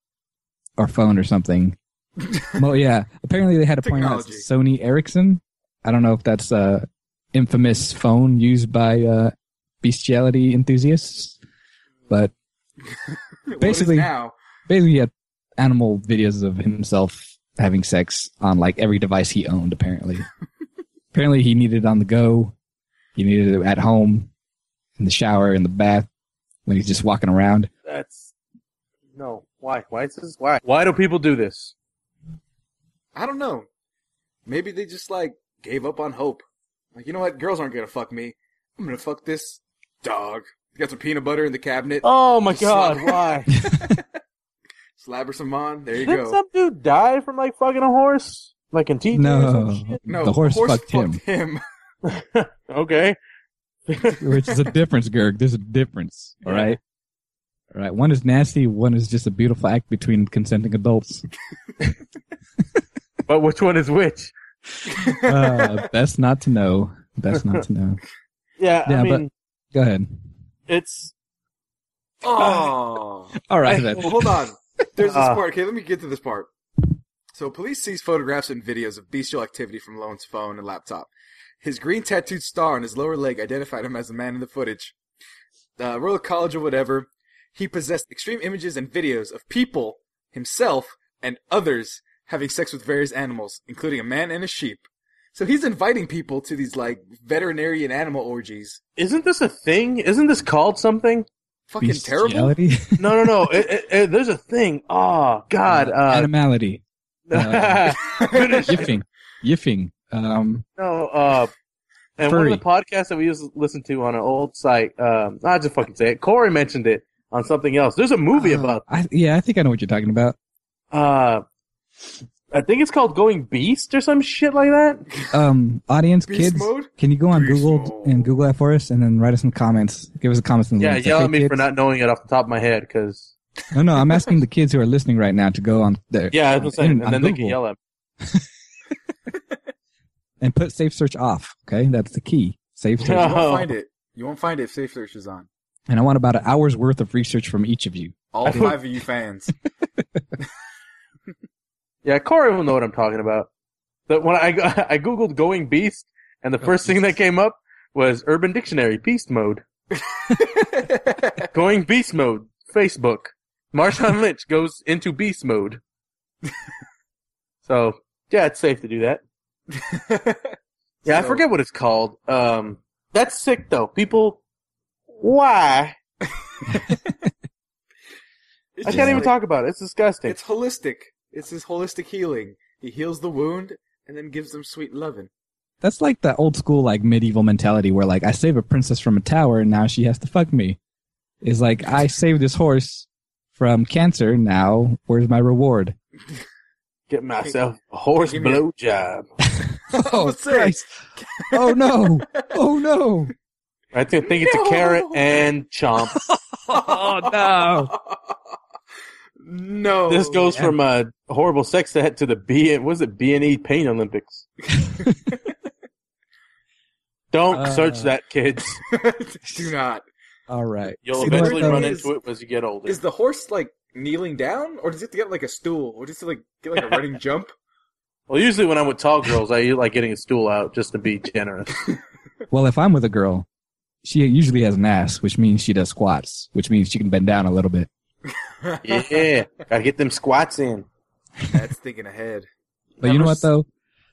Speaker 1: or phone or something. well, yeah. Apparently they had to point out Sony Ericsson. I don't know if that's a infamous phone used by uh, bestiality enthusiasts, but
Speaker 3: What is
Speaker 1: Basically-
Speaker 3: now
Speaker 1: basically he had animal videos of himself having sex on like every device he owned apparently apparently he needed it on the go he needed it at home in the shower in the bath when he's just walking around
Speaker 2: That's no. Why? Why is this? Why? Why do people do this?
Speaker 3: I don't know. Maybe they just like gave up on hope. Like you know what? Girls aren't gonna fuck me. I'm gonna fuck this dog. Got some peanut butter in the cabinet.
Speaker 2: Oh my
Speaker 3: God,
Speaker 2: Why?
Speaker 3: Slabber some on. There you
Speaker 2: Did
Speaker 3: go.
Speaker 2: some dude die from like fucking a horse? Like in TV? Or
Speaker 1: no,
Speaker 2: some shit?
Speaker 3: No,
Speaker 1: the horse, fucked, him
Speaker 3: him.
Speaker 2: Okay.
Speaker 1: which is a difference gerg there's a difference all right all right one is nasty one is just a beautiful act between consenting adults
Speaker 2: But which one is which?
Speaker 1: uh, best not to know best not to know
Speaker 2: Yeah.
Speaker 1: Yeah,
Speaker 2: I
Speaker 1: but-
Speaker 2: mean,
Speaker 1: go ahead
Speaker 2: it's
Speaker 3: Oh.
Speaker 1: all right
Speaker 2: I-
Speaker 1: then
Speaker 3: Well, hold on. There's this
Speaker 2: Uh.
Speaker 3: part. Okay, let me get to this part. So police seized photographs and videos of bestial activity from Lowen's phone and laptop. His green tattooed star on his lower leg identified him as the man in the footage. Uh, Royal College or whatever, he possessed extreme images and videos of people, himself, and others having sex with various animals, including a man and a sheep. So he's inviting people to these like veterinarian animal orgies.
Speaker 2: Isn't this a thing? Isn't this called something?
Speaker 3: Fucking terrible.
Speaker 1: Bestiality?
Speaker 2: No, no, no. it, it, it, there's a thing. Oh God. Uh,
Speaker 1: Animality. uh,
Speaker 2: Finish it.
Speaker 1: Yiffing. Yiffing. Um,
Speaker 2: No, uh, and one
Speaker 1: Furry.
Speaker 2: of the podcasts that we used to listen to on an old site, um, I just fucking say it. Corey mentioned it on something else. There's a movie
Speaker 1: uh,
Speaker 2: about.
Speaker 1: I, yeah, I think I know what you're talking about.
Speaker 2: Uh, I think it's called Going Beast or some shit like that.
Speaker 1: Um, audience,
Speaker 3: Beast
Speaker 1: kids,
Speaker 3: mode?
Speaker 1: can you go on
Speaker 3: Beast
Speaker 1: Google
Speaker 3: mode.
Speaker 1: and Google that for us, and then write us some comments. Give us a comments in the
Speaker 2: Yeah,
Speaker 1: links.
Speaker 2: yell
Speaker 1: Okay,
Speaker 2: at me for
Speaker 1: kids?
Speaker 2: not knowing it off the top of my head because
Speaker 1: No, no, I'm asking the kids who are listening right now to go on there.
Speaker 2: yeah, I was saying,
Speaker 1: on
Speaker 2: and then they can
Speaker 1: Google.
Speaker 2: yell at me.
Speaker 1: and put safe search off. Okay, that's the key. Safe search.
Speaker 3: You
Speaker 2: Oh.
Speaker 3: won't find it. You won't find it if Safe Search is on.
Speaker 1: and I want about an hour's worth of research from each of you.
Speaker 3: All five of you fans.
Speaker 2: Yeah, Corey will know what I'm talking about. But when I I googled Going Beast, and the first thing that came up was Urban Dictionary Beast Mode. Going Beast Mode. Facebook. Marshawn Lynch goes into Beast Mode. so yeah, it's safe to do that. Yeah, I
Speaker 3: So-
Speaker 2: forget what it's called. Um, that's sick though. People, why?
Speaker 3: It's
Speaker 2: I
Speaker 3: just
Speaker 2: can't even
Speaker 3: like-
Speaker 2: talk about it. It's disgusting.
Speaker 3: It's holistic. It's his holistic healing. He heals the wound and then gives them sweet loving.
Speaker 1: That's like the old school, like medieval mentality where, like, I save a princess from a tower and now she has to fuck me. Is like, I saved this horse from cancer. Now, where's my reward?
Speaker 2: Get myself a horse
Speaker 3: Give me a-
Speaker 2: blowjob.
Speaker 1: Oh,
Speaker 3: Let's see.
Speaker 1: Christ. oh no! Oh no!
Speaker 2: I think, think it's a
Speaker 3: No.
Speaker 2: carrot and chomp.
Speaker 1: Oh no!
Speaker 3: No.
Speaker 2: This goes
Speaker 1: yeah.
Speaker 2: from a horrible sex set to the B. Was it B and E Pain Olympics? Don't
Speaker 1: Uh.
Speaker 2: search that, kids.
Speaker 3: Do not.
Speaker 1: All right.
Speaker 2: You'll
Speaker 3: See,
Speaker 1: the
Speaker 2: eventually
Speaker 1: thing
Speaker 2: run
Speaker 3: is-
Speaker 2: into it as you get older.
Speaker 3: Is the horse like kneeling down, or does it have to get like a stool, or does it like get like a running jump?
Speaker 2: well, usually when I'm with tall girls, I like getting a stool out just to be generous.
Speaker 1: Well, if I'm with a girl, she usually has an ass, which means she does squats, which means she can bend down a little bit.
Speaker 2: yeah, gotta get them squats in.
Speaker 3: That's thinking ahead.
Speaker 1: But you know what though?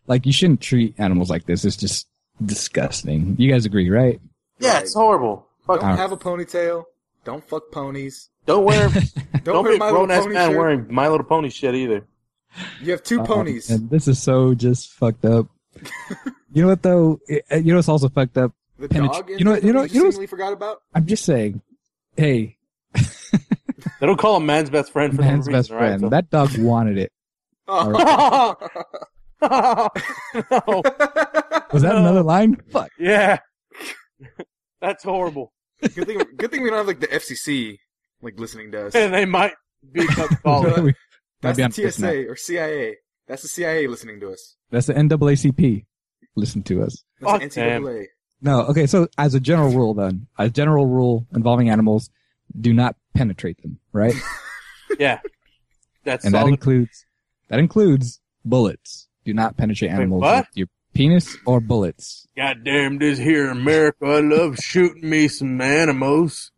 Speaker 1: Like you shouldn't treat animals like this. It's just disgusting. You guys agree, right?
Speaker 2: Yeah, it's horrible. Fuck.
Speaker 3: Don't
Speaker 1: Alright.
Speaker 3: have a ponytail. Don't fuck ponies.
Speaker 2: Don't wear.
Speaker 3: Don't,
Speaker 2: Don't,
Speaker 3: wear
Speaker 2: be
Speaker 3: my
Speaker 2: a
Speaker 3: little
Speaker 2: grown ass
Speaker 3: pony
Speaker 2: man
Speaker 3: shirt.
Speaker 2: wearing My Little Pony shit either.
Speaker 3: You have two
Speaker 1: Um,
Speaker 3: ponies.
Speaker 1: and this is so just fucked up. you know what though? It- uh, you know what's also fucked up?
Speaker 3: the
Speaker 1: penetra-
Speaker 3: dog.
Speaker 1: you know what- you know-
Speaker 3: You
Speaker 1: you know-
Speaker 3: seemingly forgot about.
Speaker 1: I'm just saying, hey,
Speaker 2: They don't call him man's best friend for
Speaker 1: man's
Speaker 2: no reason,
Speaker 1: best friend.
Speaker 2: right?
Speaker 1: That dog wanted it.
Speaker 3: Oh.
Speaker 2: So- No.
Speaker 1: Was that
Speaker 2: No.
Speaker 1: another line? Fuck.
Speaker 2: Yeah. That's horrible.
Speaker 3: good thing. Good thing we don't have like the FCC like listening to us.
Speaker 2: And they might be cut
Speaker 3: Well,
Speaker 2: calling.
Speaker 1: We- might
Speaker 3: That's
Speaker 1: be on
Speaker 3: the
Speaker 1: piss now.
Speaker 3: TSA or CIA. That's the CIA listening to us.
Speaker 1: That's the NAACP. Listen to us.
Speaker 2: Fuck
Speaker 3: That's the NCAA.
Speaker 1: No, okay. So as a general rule, then, a general rule involving animals, do not penetrate them, right?
Speaker 2: yeah. That's
Speaker 1: and that
Speaker 2: solid.
Speaker 1: includes that includes bullets. Do not penetrate animals
Speaker 2: what?
Speaker 1: with your penis or bullets.
Speaker 2: God damn this here America. I love shooting me some animals.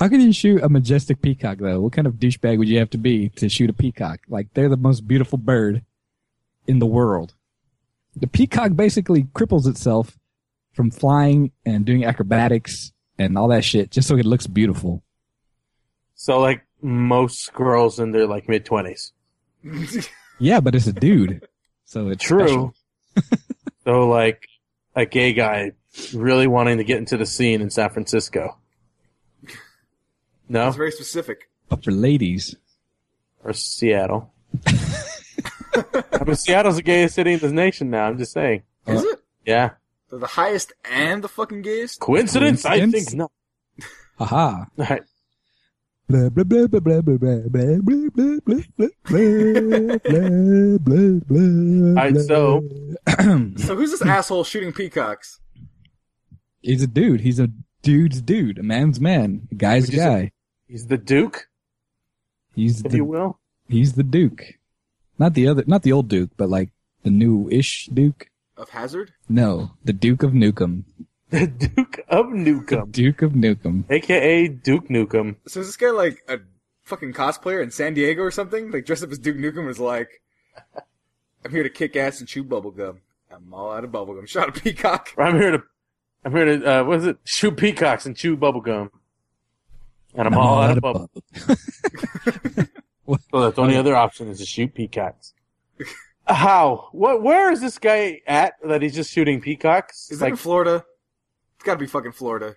Speaker 1: How can you shoot a majestic peacock though? What kind of douchebag would you have to be to shoot a peacock? Like they're the most beautiful bird in the world. The peacock basically cripples itself from flying and doing acrobatics and all that shit just so it looks beautiful.
Speaker 2: So like most girls in their like mid twenties.
Speaker 1: Yeah, but it's a dude. So it's
Speaker 2: True.
Speaker 1: special.
Speaker 2: so like a gay guy really wanting to get into the scene in San Francisco. No? Oh.
Speaker 3: That's very specific.
Speaker 1: But for ladies,
Speaker 2: Or Seattle. I mean Seattle's the gayest city in the nation now, I'm just saying.
Speaker 3: Is
Speaker 1: Uh,
Speaker 3: it
Speaker 2: Yeah.
Speaker 3: the, the highest and the fucking gayest?
Speaker 2: Coincidence? I
Speaker 1: Coincidence?
Speaker 2: think not.
Speaker 1: haha.
Speaker 2: All right.
Speaker 1: Blah blah blah blah blah blah blah blah blah blah blah blah blah blah blah blah.
Speaker 2: Alright, so-
Speaker 3: So who's this asshole shooting peacocks?
Speaker 1: he's a dude. He's a dude's dude. A man's man. A guy's a
Speaker 2: Would you say-
Speaker 1: guy.
Speaker 2: He's the Duke,
Speaker 1: He's
Speaker 2: if you
Speaker 1: the
Speaker 2: will.
Speaker 1: he's the Duke. Not the other, not the old Duke, but like the new-ish Duke.
Speaker 3: Of Hazard?
Speaker 1: No, the Duke of Nukem.
Speaker 2: The Duke of Nukem,
Speaker 1: Duke of Nukem.
Speaker 2: aka Duke Nukem.
Speaker 3: So is this guy like a fucking cosplayer in San Diego or something? Like dressed up as Duke Nukem was like, I'm here to kick ass and chew bubblegum. I'm all out of bubblegum. Shot a peacock.
Speaker 2: I'm here to, I'm here to, uh, what is it? Shoot peacocks and chew bubblegum. And I'm, all out of bubble. So that's the only other option is to shoot peacocks. How? What? Where is this guy at that he's just shooting peacocks?
Speaker 3: Is that in
Speaker 2: like
Speaker 3: Florida? It's gotta be fucking Florida.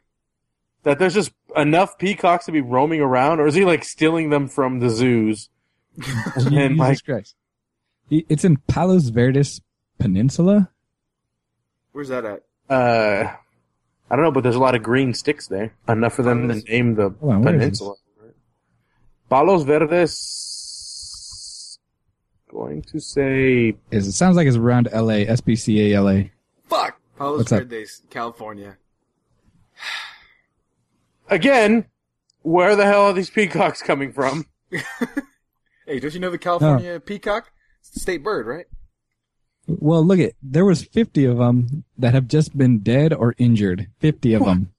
Speaker 2: that? There's just enough peacocks to be roaming around, or is he like stealing them from the zoos?
Speaker 1: Jesus
Speaker 2: and like,
Speaker 1: Christ. He- It's in Palos Verdes Peninsula.
Speaker 3: Where's that at?
Speaker 2: uh, I don't know, but there's a lot of green sticks there. Enough for them to name the
Speaker 1: Hold on, where is
Speaker 2: peninsula. Palos Verdes. Going to say
Speaker 1: Is it sounds like it's around L.A. SPCA L.A.
Speaker 3: Fuck! Palos
Speaker 1: What's up?
Speaker 3: Verdes, California.
Speaker 2: again. Where the hell are these peacocks coming from?
Speaker 3: Hey, don't you know the California peacock? It's the state bird, right?
Speaker 1: Well, look at there was 50 of them that have just been dead or injured. 50 of them.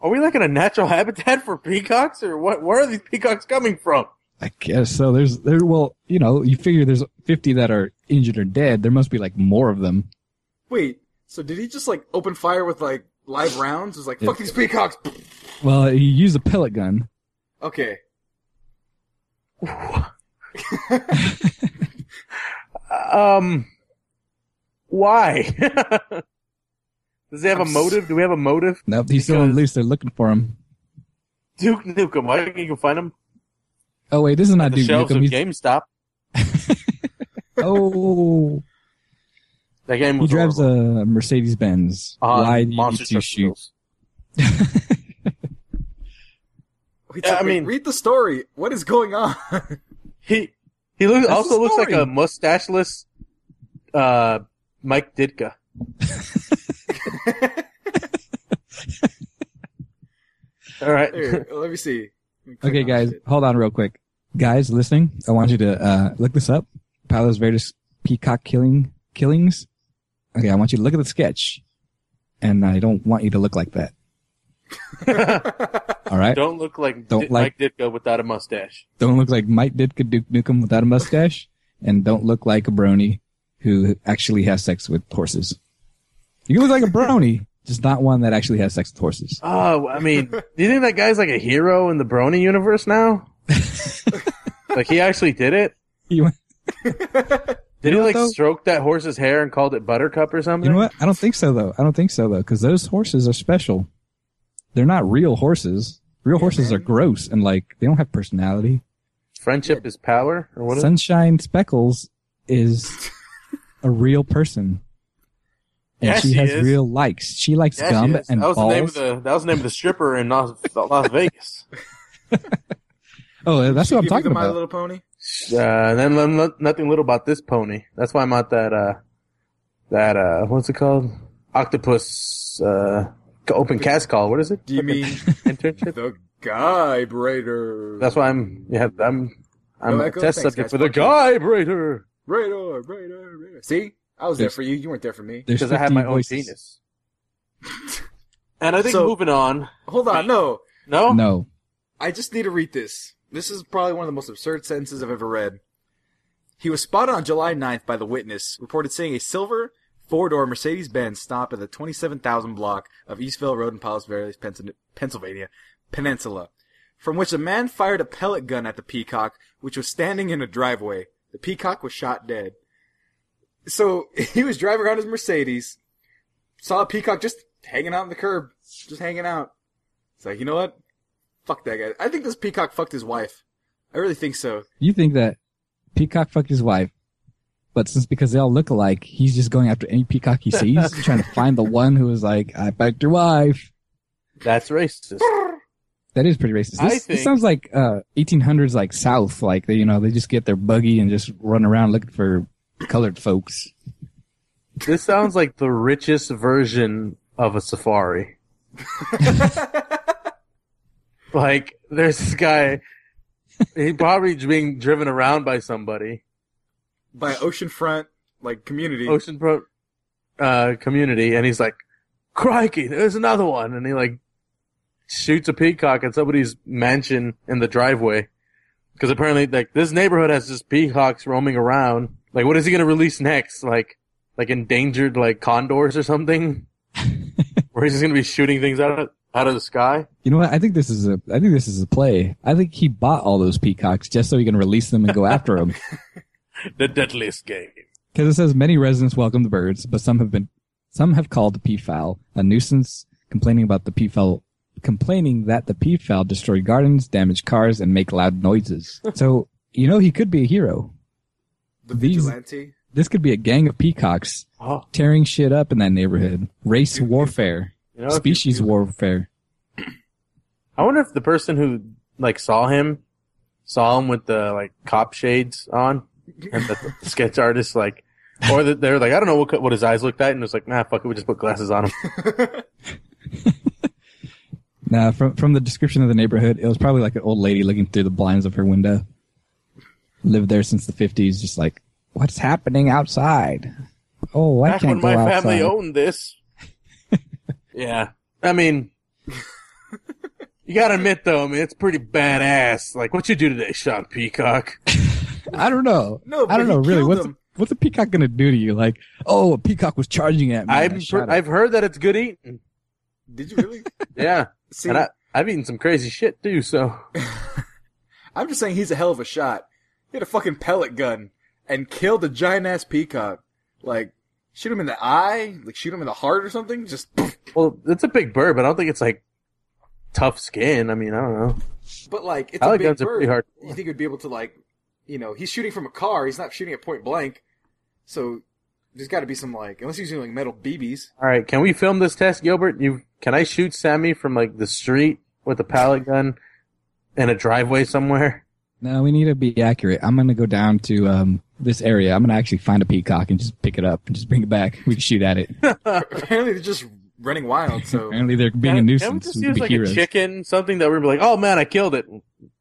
Speaker 2: Are we like in a natural habitat for peacocks, or what? Where are these peacocks coming from?
Speaker 1: I guess so. There's there. Well, you know, you figure there's 50 that are injured or dead. There must be like more of them.
Speaker 3: Wait, so did he just like open fire with like live rounds? It was like, fuck these peacocks!
Speaker 1: Well, he used a pellet gun.
Speaker 3: Okay.
Speaker 2: Um, why? Does he have
Speaker 3: I'm
Speaker 2: a
Speaker 3: s-
Speaker 2: motive? Do we have a motive?
Speaker 1: Nope, he's still on
Speaker 2: Because-
Speaker 1: loose. They're looking for him.
Speaker 2: Duke Nukem. Why can't you find him?
Speaker 1: Oh wait, this is not
Speaker 2: The
Speaker 1: Duke
Speaker 2: shelves
Speaker 1: Nukem.
Speaker 2: of
Speaker 1: He's-
Speaker 2: GameStop.
Speaker 1: Oh,
Speaker 2: That game
Speaker 1: he
Speaker 2: was
Speaker 1: drives E
Speaker 2: horrible.
Speaker 1: a Mercedes Benz.
Speaker 2: Uh,
Speaker 1: Why do you
Speaker 2: monster
Speaker 1: need to
Speaker 2: truck
Speaker 1: shoot?
Speaker 2: wheels.
Speaker 3: Wait,
Speaker 2: Yeah, I
Speaker 3: I mean,
Speaker 2: mean-
Speaker 3: read the story. What is going on?
Speaker 2: He he looks,
Speaker 1: That's
Speaker 2: also
Speaker 1: the
Speaker 2: looks like
Speaker 1: story.
Speaker 2: a mustacheless uh, Mike Ditka. All right.
Speaker 3: Here, let me see. Let me click
Speaker 1: Okay,
Speaker 3: on
Speaker 1: guys,
Speaker 3: shit.
Speaker 1: hold on real quick. Guys listening, I want you to uh, look this up. Palos Verdes peacock killing killings. Okay, I want you to look at the sketch, and I don't want you to look like that. All right, don't,
Speaker 2: Don't look like
Speaker 1: Don't
Speaker 2: Di-
Speaker 1: like-
Speaker 2: Mike Ditka without a mustache.
Speaker 1: look like Mike Ditka Duke Nukem without a mustache, and don't look like a brony who actually has sex with horses. You look like a brony, just not one that actually has sex with horses.
Speaker 2: Oh, I mean, do you think that guy's like a hero in the Brony universe now? like he actually did it?
Speaker 1: You,
Speaker 2: Did
Speaker 1: You know
Speaker 2: he
Speaker 1: what,
Speaker 2: like
Speaker 1: though?
Speaker 2: stroke that horse's hair and called it Buttercup or something?
Speaker 1: you know what? I don't think so though. I don't think so though, because those horses are special. They're not real horses. Real horses are
Speaker 3: man.
Speaker 1: gross and like they don't have personality.
Speaker 2: Friendship is power, or what? is it?
Speaker 1: Sunshine Speckles is a real person. And
Speaker 2: Yes,
Speaker 1: she
Speaker 2: she
Speaker 1: has
Speaker 2: is.
Speaker 1: real likes. She likes
Speaker 2: Yeah, she
Speaker 1: gum
Speaker 2: is.
Speaker 1: and
Speaker 2: that was
Speaker 1: balls.
Speaker 2: the name of the that was the name of the stripper in Las, Las Vegas.
Speaker 1: oh, that's
Speaker 3: Should
Speaker 1: what I'm
Speaker 3: give you
Speaker 1: talking
Speaker 3: the My
Speaker 1: about.
Speaker 3: Little Pony.
Speaker 2: Uh, and then then no- nothing little about this pony. That's why I'm at that uh that uh what's it called? Octopus uh open cast call. What is it?
Speaker 3: Do you mean
Speaker 2: Internship.
Speaker 3: the guy Raider?
Speaker 2: That's why I'm yeah I'm I'm
Speaker 3: No
Speaker 2: a
Speaker 3: echo?
Speaker 2: test
Speaker 3: Thanks,
Speaker 2: subject
Speaker 3: guys.
Speaker 2: for the
Speaker 3: Fuck you.
Speaker 2: vibrator
Speaker 3: Radar, Radar, Radar. See, I was there for you. You weren't there for me.
Speaker 1: There's
Speaker 2: because I have
Speaker 1: 15
Speaker 2: my own
Speaker 1: voices.
Speaker 2: penis. and I think
Speaker 3: So-
Speaker 2: moving on.
Speaker 3: Hold on, no.
Speaker 2: No,
Speaker 1: No.
Speaker 3: I just need to read this. This is probably one of the most absurd sentences I've ever read. He was spotted on July 9th by the witness, reported seeing a silver four-door Mercedes-Benz stop at the 27,000 block of Eastville Road in Palos Verdes, Pensil- Pennsylvania, Peninsula, from which a man fired a pellet gun at the peacock, which was standing in a driveway. The peacock was shot dead. So he was driving around his Mercedes, saw a peacock just hanging out on the curb, just hanging out. It's like, you know what? Fuck that guy. I think this peacock fucked his wife. I really think so.
Speaker 1: You think that Peacock fucked his wife, but since because they all look alike, he's just going after any peacock he sees, trying to find the one who is like, I fucked your wife.
Speaker 2: that's racist.
Speaker 1: That is pretty racist. This,
Speaker 2: I
Speaker 1: this
Speaker 2: think-
Speaker 1: sounds like uh, 1800s, like South, like they, you know, they just get their buggy and just run around looking for colored folks.
Speaker 2: this sounds like the richest version of a safari. like there's this guy, he's probably being driven around by somebody.
Speaker 3: by oceanfront like community.
Speaker 1: Oh,
Speaker 2: Oceanfront uh, community, and he's like, "Crikey, there's another one!" And he like shoots a peacock at somebody's mansion in the driveway because apparently, like, this neighborhood has just peacocks roaming around. Like, what is he gonna release next? Like, like endangered like condors or something, where he's just gonna be shooting things out of out of the sky.
Speaker 1: You know what? I think this is a. I think this is a play. I think he bought all those peacocks just so he can release them and go after them.
Speaker 2: The deadliest game.
Speaker 1: Because it says many residents welcome the birds, but some have been, some have called the peafowl a nuisance, complaining about the peafowl, complaining that the peafowl destroy gardens, damage cars, and make loud noises. so you know he could be a hero.
Speaker 3: the
Speaker 1: these-
Speaker 3: vigilante.
Speaker 1: This could be a gang of peacocks
Speaker 2: Oh,
Speaker 1: tearing shit up in that neighborhood. Race warfare,
Speaker 2: you know, if you-
Speaker 1: species warfare.
Speaker 2: I wonder if the person who like saw him saw him with the like cop shades on, and the the sketch artist like, or that they're like, I don't know what co- what his eyes looked at, and it's like, nah, fuck it, we just put glasses on him.
Speaker 1: Now, from from the description of the neighborhood, it was probably like an old lady looking through the blinds of her window. Lived there since the fifties, just like what's happening outside. Oh, I
Speaker 2: Back
Speaker 1: can't
Speaker 2: when my
Speaker 1: go outside.
Speaker 2: family owned this. yeah, I mean, you gotta admit though, I mean, it's pretty badass. Like, what you do today, Sean Peacock?
Speaker 1: I don't know.
Speaker 3: No,
Speaker 1: I
Speaker 3: but
Speaker 1: don't
Speaker 3: he
Speaker 1: know really.
Speaker 3: killed
Speaker 1: What's
Speaker 3: him.
Speaker 1: what's a peacock gonna do to you? Like, oh, a peacock was charging at me. and I
Speaker 2: I've
Speaker 1: shot it.
Speaker 2: I've heard that it's good eating.
Speaker 3: Did you really
Speaker 2: Yeah,
Speaker 3: see?
Speaker 2: and I, I've eaten some crazy shit too. So
Speaker 3: I'm just saying he's a hell of a shot. He had a fucking pellet gun and killed a giant ass peacock. Like, shoot him in the eye, like shoot him in the heart or something. Just,
Speaker 2: Well, it's a big bird, but I don't think it's like tough skin. I mean, I don't know.
Speaker 3: but like it's
Speaker 2: I
Speaker 3: a
Speaker 2: like
Speaker 3: big
Speaker 2: guns are
Speaker 3: bird.
Speaker 2: pretty hard.
Speaker 3: You think he'd be able to like, you know, he's shooting from a car. He's not shooting at point blank. So there's got to be some like, unless he's using like metal BBs.
Speaker 2: All right, can we film this test, Gilbert? You can I shoot Sammy from like the street with a pallet gun in a driveway somewhere?
Speaker 1: No, we need to be accurate. I'm gonna go down to um this area. I'm gonna actually find a peacock and just pick it up and just bring it back. We can shoot at it.
Speaker 3: Apparently they're just running wild. So
Speaker 1: Apparently, they're being a
Speaker 2: Can-
Speaker 1: nuisance. We
Speaker 2: Can we just
Speaker 1: could
Speaker 2: use
Speaker 1: be
Speaker 2: like
Speaker 1: heroes.
Speaker 2: a chicken, something that we're gonna be like, oh man, I killed it.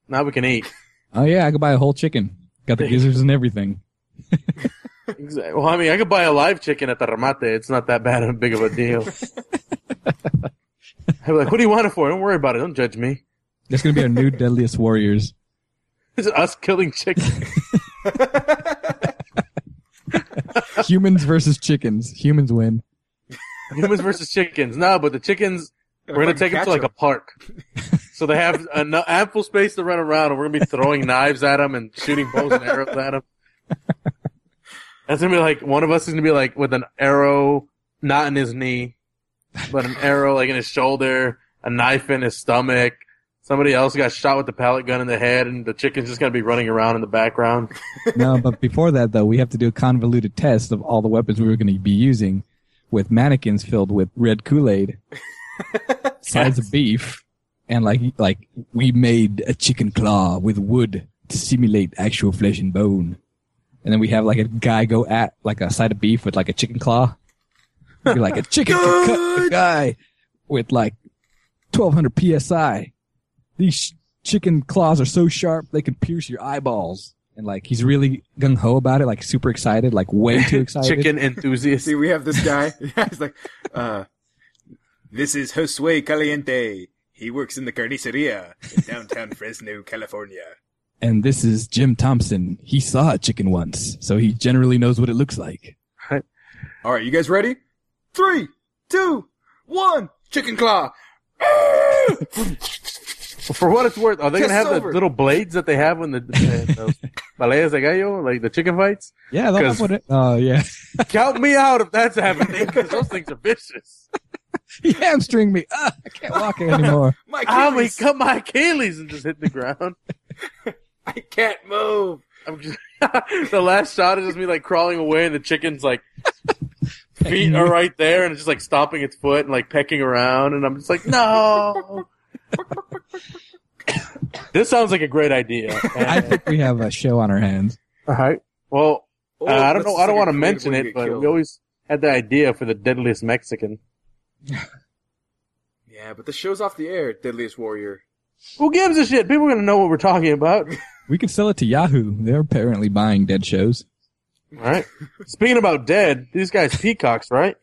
Speaker 2: Now we can eat.
Speaker 1: Oh yeah, I could buy a whole chicken. Got the gizzards and everything.
Speaker 2: Exactly. Well, I mean, I could buy a live chicken at the Ramate. It's not that bad and big of a deal. I'd be like, what do you want it for? Don't worry about it. Don't judge me.
Speaker 1: That's gonna be our new deadliest warriors.
Speaker 2: It's us killing chickens.
Speaker 1: Humans versus chickens. Humans win.
Speaker 2: Humans versus chickens. No, but the chickens We're gonna take them to like a park, so they have enough ample space to run around, and we're gonna be throwing knives at them and shooting bows and arrows at them. That's gonna be like one of us is gonna be like with an arrow not in his knee, but an arrow like in his shoulder, a knife in his stomach. Somebody else got shot with the pellet gun in the head, and the chicken's just gonna be running around in the background.
Speaker 1: No, but before that though, we have to do a convoluted test of all the weapons we were gonna be using, with mannequins filled with red Kool Aid, sides of beef, and like like we made a chicken claw with wood to simulate actual flesh and bone, and then we have like a guy go at like a side of beef with like a chicken claw, It'd be like a chicken could cut the guy with like twelve hundred psi. These sh- chicken claws are so sharp they can pierce your eyeballs. And like he's really gung ho about it, like super excited, like way too excited.
Speaker 2: Chicken enthusiast.
Speaker 3: See, we have this guy. He's like, uh, this is Josue Caliente. He works in the carniceria in downtown Fresno, California.
Speaker 1: And this is Jim Thompson. He saw a chicken once, so he generally knows what it looks like.
Speaker 3: All right, you guys ready? Three, two, one. Chicken claw.
Speaker 2: For what it's worth, are they gonna
Speaker 3: Test
Speaker 2: have the
Speaker 3: over.
Speaker 2: little blades that they have when the, the, the paleas de gallo, like the chicken fights?
Speaker 1: Yeah, that's
Speaker 2: 'Cause-
Speaker 1: what it. Oh yeah,
Speaker 2: Count me out if that's happening because those things are vicious.
Speaker 1: he hamstring me. Ah, I can't walk anymore.
Speaker 3: My
Speaker 2: I will
Speaker 3: Achilles.
Speaker 2: cut my Achilles and just hit the ground.
Speaker 3: I can't move.
Speaker 2: I'm just, the last shot is just me like crawling away, and the chicken's like feet are right there, and it's just like stomping its foot and like pecking around, and I'm just like, no. this sounds like a great idea.
Speaker 1: I think we have a show on our hands.
Speaker 2: all right. Well,
Speaker 3: Oh,
Speaker 2: Uh, I don't
Speaker 3: that's
Speaker 2: know. I don't
Speaker 3: like
Speaker 2: want
Speaker 3: a
Speaker 2: to
Speaker 3: creative
Speaker 2: mention
Speaker 3: way
Speaker 2: it,
Speaker 3: get
Speaker 2: but
Speaker 3: killed.
Speaker 2: we always had the idea for the deadliest Mexican.
Speaker 3: yeah, but the show's off the air. Deadliest Warrior.
Speaker 2: Who gives a shit? People are gonna know what we're talking about.
Speaker 1: We could sell it to Yahoo. They're apparently buying dead shows.
Speaker 2: All right. Speaking about dead, these guys peacocks, right?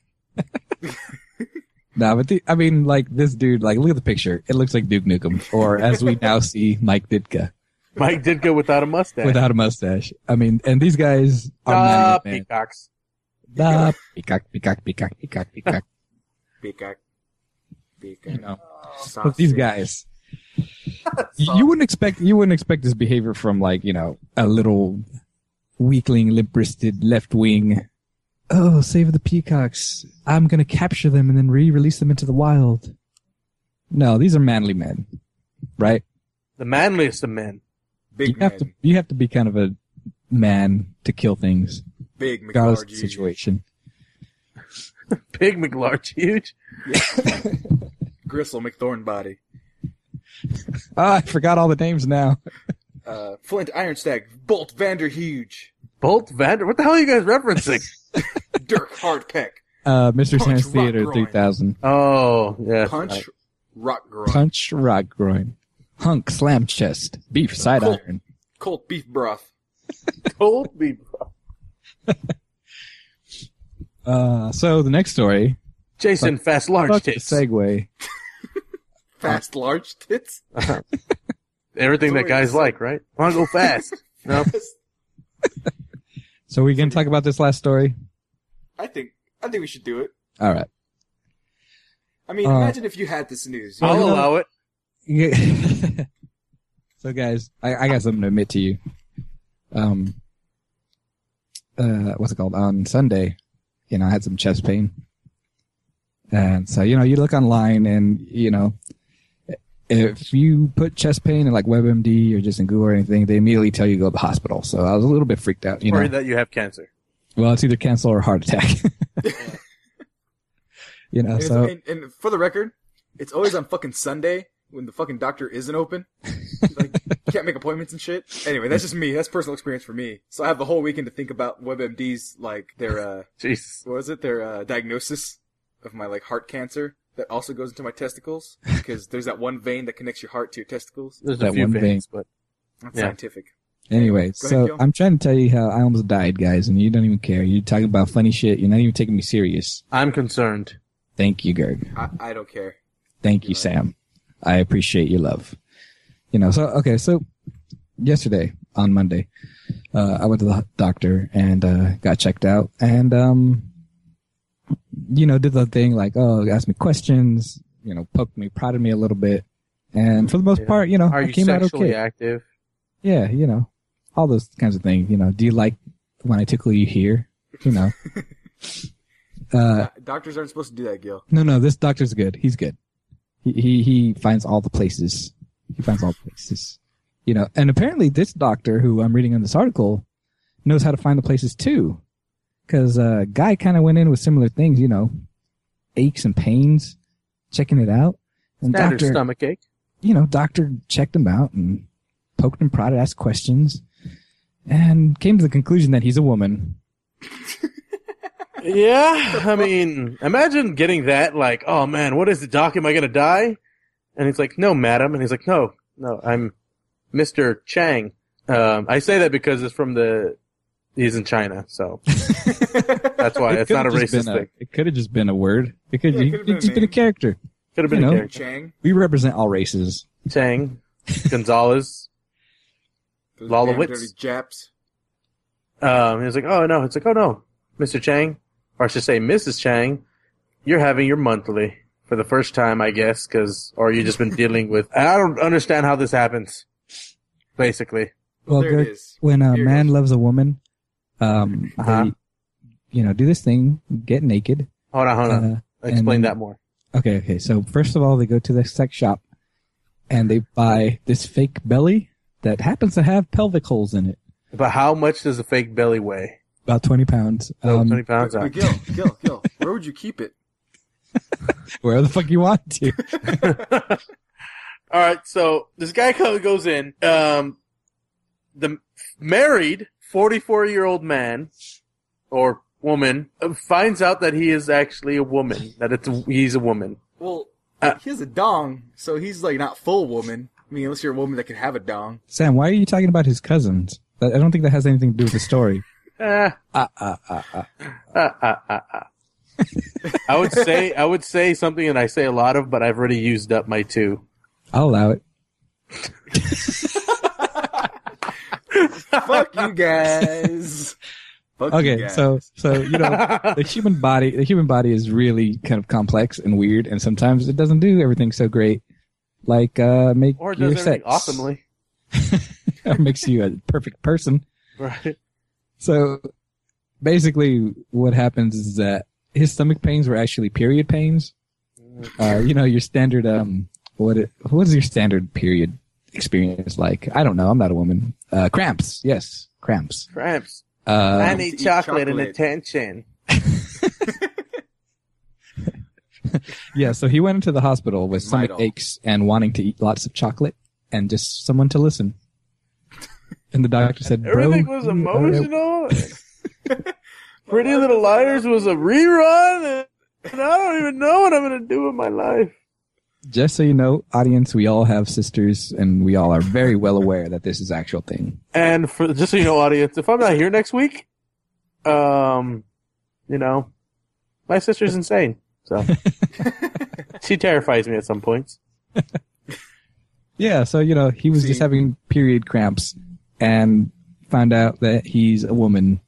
Speaker 1: No, but the, I mean, like this dude. Like, look at the picture. It looks like Duke Nukem, or as we now see, Mike Ditka
Speaker 2: Mike did go without a mustache.
Speaker 1: without a mustache. I mean, and these guys are
Speaker 2: ah,
Speaker 1: manly men.
Speaker 2: peacocks.
Speaker 1: Da, peacock, peacock, peacock, peacock, peacock.
Speaker 3: Peacock.
Speaker 1: You
Speaker 3: Peacock.
Speaker 1: know,
Speaker 3: Sausage.
Speaker 1: but these guys. you you wouldn't expect you wouldn't expect this behavior from like you know a little weakling, limp-wristed left wing. Oh, save the peacocks! I'm gonna capture them and then re-release them into the wild. No, these are manly men, right?
Speaker 2: The manliest of men.
Speaker 1: You
Speaker 3: Big man.
Speaker 1: have to you have to be kind of a man to kill things,
Speaker 3: Big
Speaker 1: regardless of the
Speaker 3: McLargy.
Speaker 1: situation.
Speaker 2: Big McLarge, huge.
Speaker 3: Gristle McThornbody.
Speaker 1: Ah, I forgot all the names now.
Speaker 3: Uh, Flint Ironstag. Bolt Vanderhuge.
Speaker 2: Bolt Vander. What the hell are you guys referencing?
Speaker 3: Dirk Hardpeck.
Speaker 1: Uh, Mr.
Speaker 3: Punch
Speaker 1: Sans
Speaker 3: Rock
Speaker 1: Theater
Speaker 3: Groin.
Speaker 1: 3000.
Speaker 2: oh, yeah.
Speaker 3: Punch. Rock Groin.
Speaker 1: Punch rock groin. Hunk slam chest. Beef side
Speaker 3: Cool.
Speaker 1: iron.
Speaker 3: Colt Beef Broth.
Speaker 2: Told me, bro.
Speaker 1: Uh, so the next story.
Speaker 2: Jason Fast Large
Speaker 1: Fuck the
Speaker 2: Tits.
Speaker 1: segue.
Speaker 3: Fast large tits.
Speaker 2: Everything that
Speaker 3: That's what
Speaker 2: guys
Speaker 3: you
Speaker 2: like, right? Want to go fast. no.
Speaker 1: So we can talk about this last story.
Speaker 3: I think. I think we should do it.
Speaker 1: All right.
Speaker 3: I mean,
Speaker 1: Uh,
Speaker 3: imagine if you had this news. You
Speaker 1: Well,
Speaker 2: I'll
Speaker 1: you know-
Speaker 2: allow it.
Speaker 1: Yeah. so guys, I, I got something to admit to you. Um, uh, what's it called? On Sunday, you know, I had some chest pain, and so you know, you look online, and you know, if you put chest pain in like WebMD or just in Google or anything, they immediately tell you to go to the hospital. So I was a little bit freaked out. You know,
Speaker 2: Worried that you have cancer.
Speaker 1: well, it's either cancel or heart attack. you know,
Speaker 3: And, it's-
Speaker 1: so
Speaker 3: and, and for the record, it's always on fucking Sunday when the fucking doctor isn't open. like, can't make appointments and shit. Anyway, that's just me. That's personal experience for me. So I have the whole weekend to think about WebMD's like their uh,
Speaker 2: Jesus.
Speaker 3: what was it? Their uh, diagnosis of my like heart cancer that also goes into my testicles because there's that one vein that connects your heart to your testicles.
Speaker 2: There's
Speaker 1: That
Speaker 2: a few
Speaker 1: one
Speaker 2: things, but
Speaker 3: That's
Speaker 2: Yeah.
Speaker 3: scientific.
Speaker 1: Anyway,
Speaker 3: Go
Speaker 1: so
Speaker 3: ahead, Gil.
Speaker 1: I'm trying to tell you how I almost died, guys, and you don't even care. You're talking about funny shit. You're not even taking me serious.
Speaker 2: I'm concerned.
Speaker 1: Thank you, Gerg.
Speaker 3: I, I don't care.
Speaker 1: Thank you,
Speaker 3: You're right.
Speaker 1: Sam. I appreciate your love. You know, so okay, so yesterday on Monday, uh, I went to the doctor and uh, got checked out, and um, you know, did the thing like, oh, asked me questions, you know, poked me, prodded me a little bit, and for the most
Speaker 2: Yeah.
Speaker 1: part, you know,
Speaker 2: Are
Speaker 1: Oh, I
Speaker 2: you
Speaker 1: came out
Speaker 2: sexually
Speaker 1: okay.
Speaker 2: active?
Speaker 1: Yeah, you know, all those kinds of things. You know, do you like when I tickle you here? You know, uh,
Speaker 3: Do- Doctors aren't supposed to do that, Gil.
Speaker 1: no, no, this doctor's good. He's good. He, he he finds all the places. He finds all the places. You know, and apparently this doctor who I'm reading in this article knows how to find the places too, because uh, guy kind of went in with similar things. You know, aches and pains, checking it out. And
Speaker 2: Standard
Speaker 1: doctor,
Speaker 2: stomach ache.
Speaker 1: you know, doctor checked him out and poked and prodded, asked questions, and came to the conclusion that he's a woman.
Speaker 2: Yeah, I mean, imagine getting that. Like, oh man, what is the doc? Am I gonna die? And he's like, no, madam. And he's like, no, no, I'm Mister Chang. Um, I say that because it's from the. He's in China, so that's why it's not a
Speaker 1: could've just
Speaker 2: racist
Speaker 1: been a-
Speaker 2: thing.
Speaker 1: It could have just been a word. It could
Speaker 3: Yeah, it
Speaker 1: have
Speaker 3: could've been a
Speaker 1: just been a
Speaker 3: name.
Speaker 1: character.
Speaker 2: Could have been
Speaker 1: you know.
Speaker 2: a character.
Speaker 3: Chang,
Speaker 1: We represent all races.
Speaker 2: Chang, Gonzalez.
Speaker 3: those
Speaker 2: Lala
Speaker 3: damn
Speaker 2: Witz.
Speaker 3: dirty Japs.
Speaker 2: Um, he's like, oh no, it's like, oh no, Mister Chang, or I should say, Mrs. Chang, you're having your monthly for the first time, I guess, because or you just been dealing with. And I don't understand how this happens. Basically,
Speaker 1: Well,
Speaker 3: there it
Speaker 1: Gert,
Speaker 3: is.
Speaker 1: when a
Speaker 3: Here it
Speaker 1: man
Speaker 3: is.
Speaker 1: loves a woman, um,
Speaker 2: Uh-huh.
Speaker 1: they, you know, do this thing, get naked.
Speaker 2: Hold on, hold on.
Speaker 1: Uh,
Speaker 2: Explain
Speaker 1: and-
Speaker 2: that more.
Speaker 1: okay, okay. So first of all, they go to the sex shop, and they buy this fake belly that happens to have pelvic holes in it,
Speaker 2: But how much does a fake belly weigh?
Speaker 1: about twenty pounds.
Speaker 2: Oh,
Speaker 1: Um,
Speaker 2: 20 pounds.
Speaker 3: But- but
Speaker 2: out.
Speaker 3: Gil, Gil, Gil, where would you keep it?
Speaker 1: Where the fuck you want to.
Speaker 2: All right, so this guy comes, goes in. Um, the married 44 year old man or woman uh, finds out that he is actually a woman, that it's he's a woman.
Speaker 3: Well,
Speaker 2: Uh,
Speaker 3: he has a dong, so he's like not full woman. I mean, unless you're a woman that can have a dong.
Speaker 1: Sam, why are you talking about his cousins? That- I don't think that has anything to do with the story.
Speaker 2: Ah,
Speaker 1: Ah, ah, ah, ah.
Speaker 2: ah, ah, ah, ah. I would say I would say something that I say a lot of, but I've already used up my two.
Speaker 1: I'll allow it.
Speaker 3: Fuck you guys. Fuck you
Speaker 1: Okay,
Speaker 3: guys.
Speaker 1: so so you know the human body the human body is really kind of complex and weird, and sometimes it doesn't do everything so great. Like uh, make
Speaker 2: or does
Speaker 1: your
Speaker 2: everything
Speaker 1: sex
Speaker 2: awesomely.
Speaker 1: That makes you a perfect person.
Speaker 2: Right.
Speaker 1: So basically, what happens is that his stomach pains were actually period pains. Uh, you know your standard um what it, what is your standard period experience like? I don't know. I'm not a woman. Uh, cramps. Yes, cramps.
Speaker 2: Cramps. I
Speaker 1: Uh,
Speaker 2: need
Speaker 3: Eat
Speaker 2: chocolate and
Speaker 3: chocolate.
Speaker 2: attention.
Speaker 1: yeah. So he went into the hospital with
Speaker 3: Midol.
Speaker 1: stomach aches and wanting to eat lots of chocolate and just someone to listen. And the doctor said, "Bro,
Speaker 2: Everything was
Speaker 1: you are-
Speaker 2: emotional. Pretty Little Liars was a rerun, and I don't even know what I'm gonna do with my life.
Speaker 1: Just so you know, audience, we all have sisters, and we all are very well aware that this is actual thing.
Speaker 2: And for just so you know, audience, if I'm not here next week, um, you know, my sister's insane, so she terrifies me at some points.
Speaker 1: Yeah, so you know, he was
Speaker 3: See-
Speaker 1: just having period cramps, and found out that he's a woman.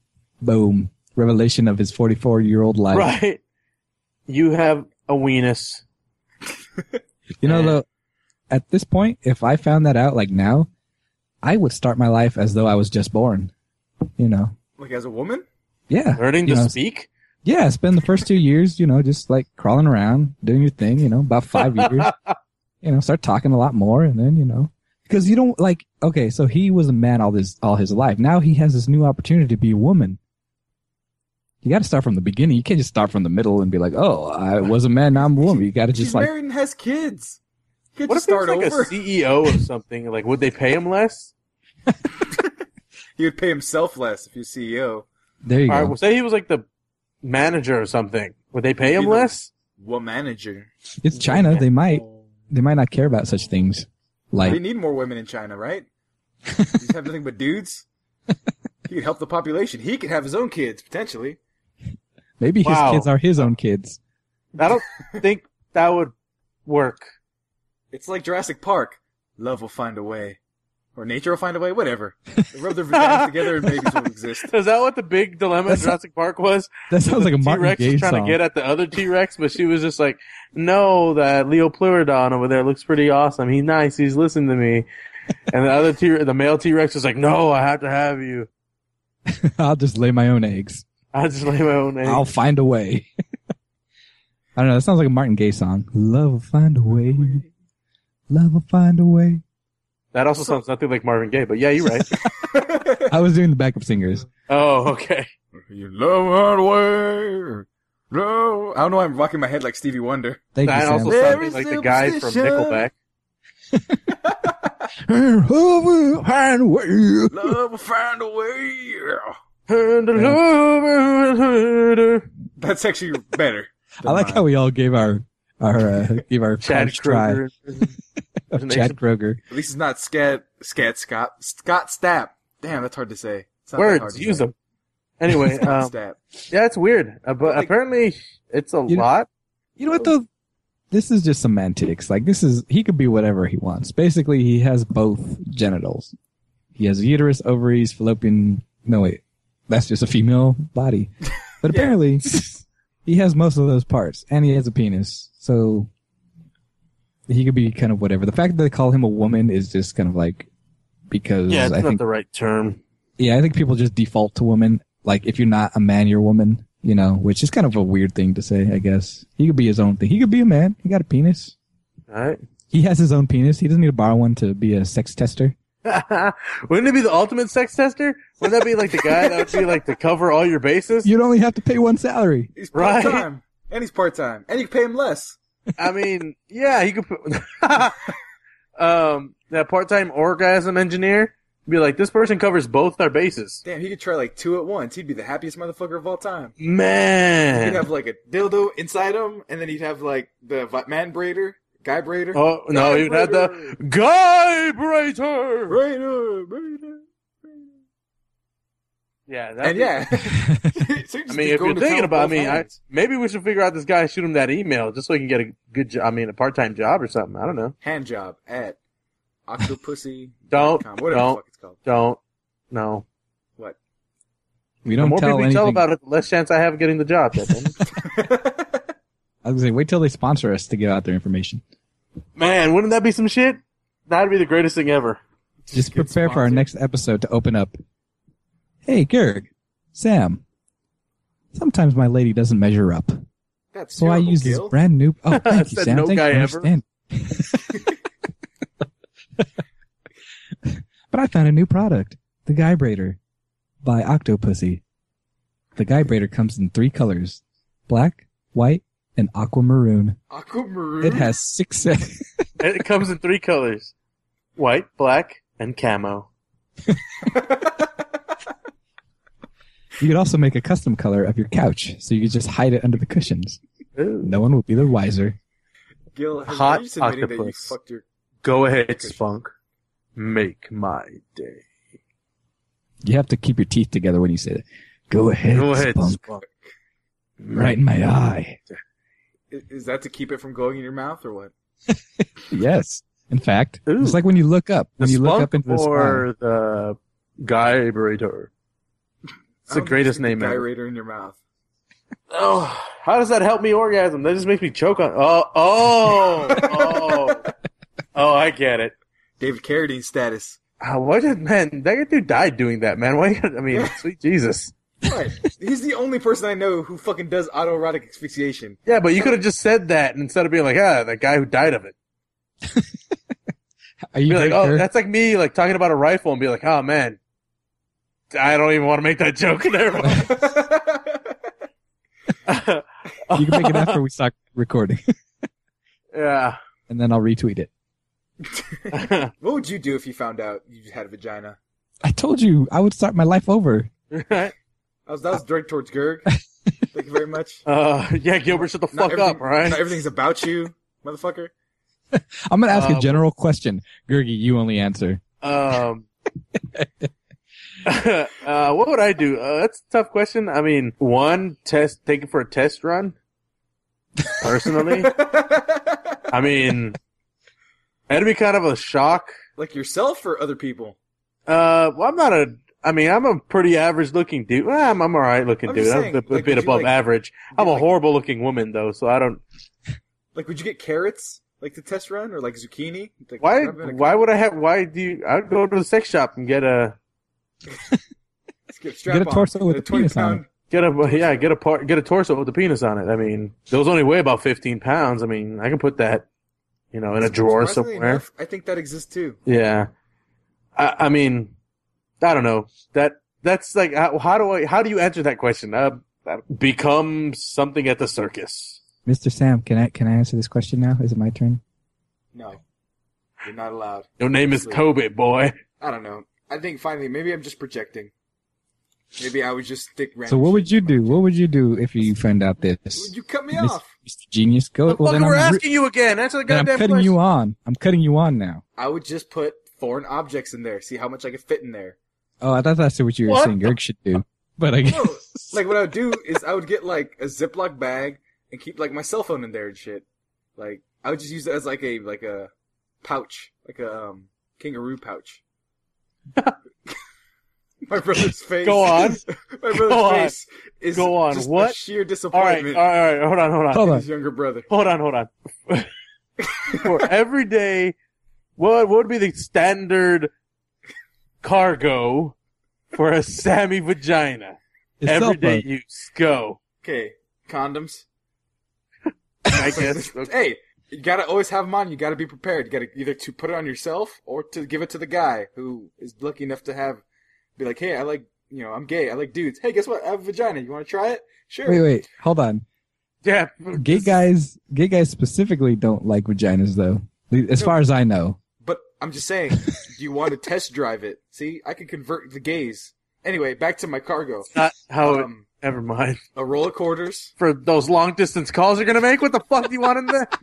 Speaker 1: Boom! Revelation of his forty-four-year-old life.
Speaker 2: Right? You have a weenus.
Speaker 1: You know, though, at this point, if I found that out like now, I would start my life as though I was just born. You know,
Speaker 3: like as a woman,
Speaker 1: yeah,
Speaker 2: Learning
Speaker 1: You
Speaker 2: to
Speaker 1: know,
Speaker 2: speak.
Speaker 1: yeah. Spend the first two years, you know, just like crawling around, doing your thing. You know, about five years. you know, start talking a lot more, and then you know, because you don't like. Okay, so he was a man all this all his life. Now he has this new opportunity to be a woman. You got to start from the beginning. You can't just start from the middle and be like, "Oh, I was a man, now I'm a woman." You got to
Speaker 3: she's
Speaker 1: just like,
Speaker 3: married and has kids. You could
Speaker 2: What if
Speaker 3: just
Speaker 2: he was
Speaker 3: start
Speaker 2: like
Speaker 3: over.
Speaker 2: a CEO or something? Like, would they pay him less?
Speaker 3: He would pay himself less if E he's CEO.
Speaker 1: "There you
Speaker 2: All right,
Speaker 1: go."
Speaker 2: well, say he was like the manager or something. Would they pay him
Speaker 3: Be the-
Speaker 2: less?
Speaker 3: What manager?
Speaker 1: It's China. They might they might not care about such things.
Speaker 3: They
Speaker 1: Like,
Speaker 3: need more women in China, right? You just have nothing but dudes. He could help the population. He could have his own kids potentially.
Speaker 1: maybe his
Speaker 2: Wow.
Speaker 1: kids are his own kids.
Speaker 2: I don't think that would work.
Speaker 3: It's like Jurassic Park. Love will find a way, or nature will find a way. Whatever. They rub their vaginas together and babies will exist.
Speaker 2: Is that what the big dilemma in
Speaker 1: That's-
Speaker 2: Jurassic Park was?
Speaker 1: That sounds like a
Speaker 2: T
Speaker 1: Martin
Speaker 2: Rex was
Speaker 1: Gaye
Speaker 2: trying
Speaker 1: song.
Speaker 2: to get at the other T Rex, but she was just like, "No, that Leo Pleurodon over there looks pretty awesome. He's nice. He's listening to me." And the other T, the male T Rex, was like, "No, I have to have you.
Speaker 1: I'll just lay my own eggs.
Speaker 2: I just lay my own egg."
Speaker 1: I'll find a way. I don't know. That sounds like a Martin Gaye song. Love will find a way. Love will find a way.
Speaker 2: That also sounds nothing like Marvin Gaye, but yeah, you're right.
Speaker 1: I was doing the backup singers.
Speaker 2: oh, okay.
Speaker 3: You love that way. No, I don't know. why I'm rocking my head like Stevie Wonder.
Speaker 1: Thank you,
Speaker 2: That
Speaker 1: Sam.
Speaker 2: also
Speaker 3: There
Speaker 2: sounded
Speaker 3: is
Speaker 2: like the guy from
Speaker 3: superstition.
Speaker 2: Nickelback.
Speaker 1: Find a way.
Speaker 3: Love will find a way.
Speaker 2: And the lover-
Speaker 3: That's actually better.
Speaker 1: I like how we all gave our our uh, gave our
Speaker 2: Chad
Speaker 1: first try
Speaker 2: Kroeger.
Speaker 1: of Chad Kroger.
Speaker 3: At least it's not scat scat Scott Scott Stapp. Damn, that's hard to say. It's not that hard
Speaker 2: Words,
Speaker 3: to
Speaker 2: use
Speaker 3: say.
Speaker 2: them. Anyway,
Speaker 3: Scott
Speaker 2: um,
Speaker 3: Stapp.
Speaker 2: yeah, it's weird, uh, but
Speaker 3: Like-
Speaker 2: apparently it's a
Speaker 1: You know-
Speaker 2: lot.
Speaker 1: You know what though? This is just semantics. Like this is he could be whatever he wants. Basically, he has both genitals. He has uterus, ovaries, fallopian. No wait, that's just a female body. But
Speaker 3: Yeah.
Speaker 1: apparently, he has most of those parts, and he has a penis. So he could be kind of whatever. The fact that they call him a woman is just kind of like because
Speaker 2: Yeah, it's
Speaker 1: I
Speaker 2: not
Speaker 1: think
Speaker 2: the right term.
Speaker 1: yeah I think people just default to woman. Like if you're not a man, you're a woman. You know, which is kind of a weird thing to say. I guess he could be his own thing. He could be a man. He got a penis.
Speaker 2: All
Speaker 1: He has his own penis. He doesn't need to borrow one to be a sex tester.
Speaker 2: right. Wouldn't it be the ultimate sex tester? Wouldn't that be like the guy that would be like to cover all your bases?
Speaker 1: You'd only have to pay one salary.
Speaker 3: He's
Speaker 2: Right.
Speaker 3: part time, and he's part time, and you pay him less.
Speaker 2: I mean, yeah, he could put um that part-time orgasm engineer be like this person covers both our bases.
Speaker 3: Damn, he could try like two at once. He'd be the happiest motherfucker of all time. He'd
Speaker 2: Man.
Speaker 3: have like a dildo inside him, and then he'd have like the vi- man braider, guy braider.
Speaker 2: Oh, no,
Speaker 3: Guy
Speaker 2: he would have the
Speaker 3: braider.
Speaker 2: guy braiter.
Speaker 3: braider, braider.
Speaker 2: Yeah, that'd
Speaker 3: And
Speaker 2: be-
Speaker 3: yeah,
Speaker 2: I mean, if you're thinking about me, I, maybe we should figure out this guy, shoot him that email, just so he can get a good job. I mean, a part-time job or something. I don't know.
Speaker 3: hand job at octopussy.
Speaker 2: Don't,
Speaker 3: whatever the
Speaker 2: don't.
Speaker 3: fuck it's called.
Speaker 2: Don't. No.
Speaker 1: We
Speaker 2: The
Speaker 1: don't
Speaker 2: more
Speaker 1: tell
Speaker 2: people you
Speaker 1: anything.
Speaker 2: tell about it, the less chance I have of getting the job. Devin.
Speaker 1: I was gonna say, wait till they sponsor us to give out their information.
Speaker 2: Man, wouldn't that be some shit? That'd be the greatest thing ever.
Speaker 1: Just
Speaker 3: Get
Speaker 1: prepare for our
Speaker 3: sponsored.
Speaker 1: next episode to open up. Hey, Gerg, Sam. Sometimes my lady doesn't measure up,
Speaker 3: That's
Speaker 1: so I
Speaker 3: terrible,
Speaker 1: use this
Speaker 3: Gil.
Speaker 1: brand new. Oh, thank you,
Speaker 2: Said
Speaker 1: Sam.
Speaker 2: no
Speaker 1: Thanks
Speaker 2: guy
Speaker 1: for
Speaker 2: ever.
Speaker 1: understanding. but I found a new product, the Guy Braider, by Octopussy. The Guy Braider comes in three colors: black, white, and aquamaroon.
Speaker 3: Aquamaroon.
Speaker 1: It has six.
Speaker 2: And It comes in three colors: white, black, and camo.
Speaker 1: You could also make a custom color of your couch, so you could just hide it under the cushions.
Speaker 2: Ooh.
Speaker 1: No one will be the wiser.
Speaker 3: Gil, have
Speaker 2: Hot
Speaker 3: you submitted that you
Speaker 2: octopus.
Speaker 3: fucked your?
Speaker 2: Go ahead, Spunk. Make my day.
Speaker 1: You have to keep your teeth together when you say that. Go ahead,
Speaker 2: Go ahead,
Speaker 1: spunk.
Speaker 2: Spunk.
Speaker 1: Right in my eye.
Speaker 3: Is, is that to keep it from going in your mouth or what?
Speaker 1: Yes. In fact,
Speaker 2: Ooh.
Speaker 1: it's like when you look up.
Speaker 2: The
Speaker 1: When you look
Speaker 2: Spunk
Speaker 1: up into the sky.
Speaker 2: or the Guy Burrito. It's
Speaker 3: I
Speaker 2: the
Speaker 3: don't
Speaker 2: greatest
Speaker 3: think you
Speaker 2: name
Speaker 3: can
Speaker 2: ever.
Speaker 3: put Gyrator in your mouth.
Speaker 2: Oh, how does that help me orgasm? That just makes me choke on. Oh, oh, oh, oh! I get it.
Speaker 3: David Carradine status.
Speaker 2: Ah, why did man that dude died doing that? Man, why? I mean, sweet Jesus.
Speaker 3: What? He's the only person I know who fucking does autoerotic asphyxiation.
Speaker 2: Yeah, but you could have just said that instead of being like, ah, that guy who died of it.
Speaker 1: Are you
Speaker 2: Be like,
Speaker 1: very
Speaker 2: oh,
Speaker 1: sure?
Speaker 2: that's like me, like talking about a rifle and be like, oh man, I don't even want to make that joke. Never mind.
Speaker 1: You can make it after we stop recording,
Speaker 2: yeah.
Speaker 1: and then I'll retweet it.
Speaker 3: what would you do if you found out you had a vagina?
Speaker 1: I told you I would start my life over.
Speaker 3: That was, that was direct towards Gerg. Thank you very much.
Speaker 2: uh, yeah, Gilbert, shut the
Speaker 3: Not
Speaker 2: fuck up,
Speaker 3: everything-
Speaker 2: all right?
Speaker 3: Not everything's about you, motherfucker.
Speaker 1: I'm gonna ask
Speaker 2: Uh,
Speaker 1: a general question, Gergie. You only answer.
Speaker 2: Um, uh, what would I do? Uh, that's a tough question. I mean, one test, take it for a test run. Personally, I mean, that'd be kind of a shock.
Speaker 3: like yourself or other people?
Speaker 2: Uh, well, I'm not a. I mean, I'm a pretty average looking dude. Well, I'm, I'm all right looking
Speaker 3: I'm
Speaker 2: dude.
Speaker 3: just
Speaker 2: I'm
Speaker 3: saying,
Speaker 2: a bit,
Speaker 3: like,
Speaker 2: bit
Speaker 3: would you,
Speaker 2: above
Speaker 3: like-
Speaker 2: average. I'm a
Speaker 3: like-
Speaker 2: horrible looking woman though, so I don't.
Speaker 3: Like, would you get carrots? Like the test run or like zucchini? Like,
Speaker 2: Why?
Speaker 3: rub in a-
Speaker 2: Why would I have? Why do you? I'd go to the sex shop and get a
Speaker 3: Let's get a strap on.
Speaker 1: torso with a penis on
Speaker 3: pound-
Speaker 1: it.
Speaker 2: get a yeah get a part get a torso with a penis on it. I mean, those only weigh about 15 pounds. I mean, I can put that, you know, in a drawer
Speaker 3: Surprisingly
Speaker 2: somewhere.
Speaker 3: enough, I think that exists too.
Speaker 2: Yeah, I, I mean, I don't know. That that's like how, how do I how do you answer that question? Uh, become something at the circus.
Speaker 1: Mr. Sam, can I can I answer this question now? Is it my turn?
Speaker 3: No, you're not allowed.
Speaker 2: Your name is
Speaker 3: Sweet.
Speaker 2: Toby, boy.
Speaker 3: I don't know. I think finally, maybe I'm just projecting. Maybe I would just stick. Random
Speaker 1: So what
Speaker 3: shit
Speaker 1: would you
Speaker 3: in my-
Speaker 1: do? What would you do if you found out this?
Speaker 3: Would you cut me
Speaker 1: Miss-
Speaker 3: off?
Speaker 1: Mr. Genius, go.
Speaker 2: The
Speaker 1: well,
Speaker 2: fuck
Speaker 1: then
Speaker 2: we're
Speaker 1: I'm, re-
Speaker 2: asking you again. Answer the
Speaker 1: then I'm
Speaker 2: goddamn
Speaker 1: cutting
Speaker 2: question.
Speaker 1: you on. I'm cutting you on now.
Speaker 3: I would just put foreign objects in there. See how much I could fit in there.
Speaker 1: Oh, I thought that's what you were
Speaker 2: What
Speaker 1: saying Gerg should do. But I guess.
Speaker 3: No, like what I would do is I would get like a Ziploc bag and keep like my cell phone in there and shit. Like I would just use it as like a like a pouch, like a um, kangaroo pouch. my brother's face.
Speaker 2: Go on.
Speaker 3: my brother's
Speaker 2: Go on.
Speaker 3: face is
Speaker 2: Go on.
Speaker 3: just a
Speaker 2: What?
Speaker 3: sheer
Speaker 2: All right, all right,
Speaker 3: disappointment.
Speaker 2: all right. Hold on, hold on,
Speaker 1: Hold
Speaker 3: in
Speaker 1: on.
Speaker 3: His younger brother.
Speaker 2: hold on, hold on. For every day, what what would be the standard cargo for a Sammy vagina?
Speaker 1: It's cell
Speaker 2: Everyday
Speaker 1: phone.
Speaker 2: use. Go.
Speaker 3: Okay, condoms.
Speaker 2: I guess. Okay.
Speaker 3: Hey, you gotta always have them on. You gotta be prepared. You gotta either to put it on yourself or to give it to the guy who is lucky enough to have, be like, hey, I like, you know, I'm gay. I like dudes. Hey, guess what? I have a vagina. You want to try it? Sure.
Speaker 1: Wait, wait, hold on.
Speaker 2: Yeah.
Speaker 1: Gay guys, gay guys specifically don't like vaginas, though. As
Speaker 3: No.
Speaker 1: far as I know,
Speaker 3: But I'm just saying, do you want to test drive it? See, I can convert the gays. Anyway, back to my cargo.
Speaker 2: Not
Speaker 1: Oh.
Speaker 2: how. it,
Speaker 3: Um,
Speaker 2: never mind.
Speaker 3: a roll of quarters
Speaker 2: For those long distance calls you're gonna make, what the fuck do you want in there?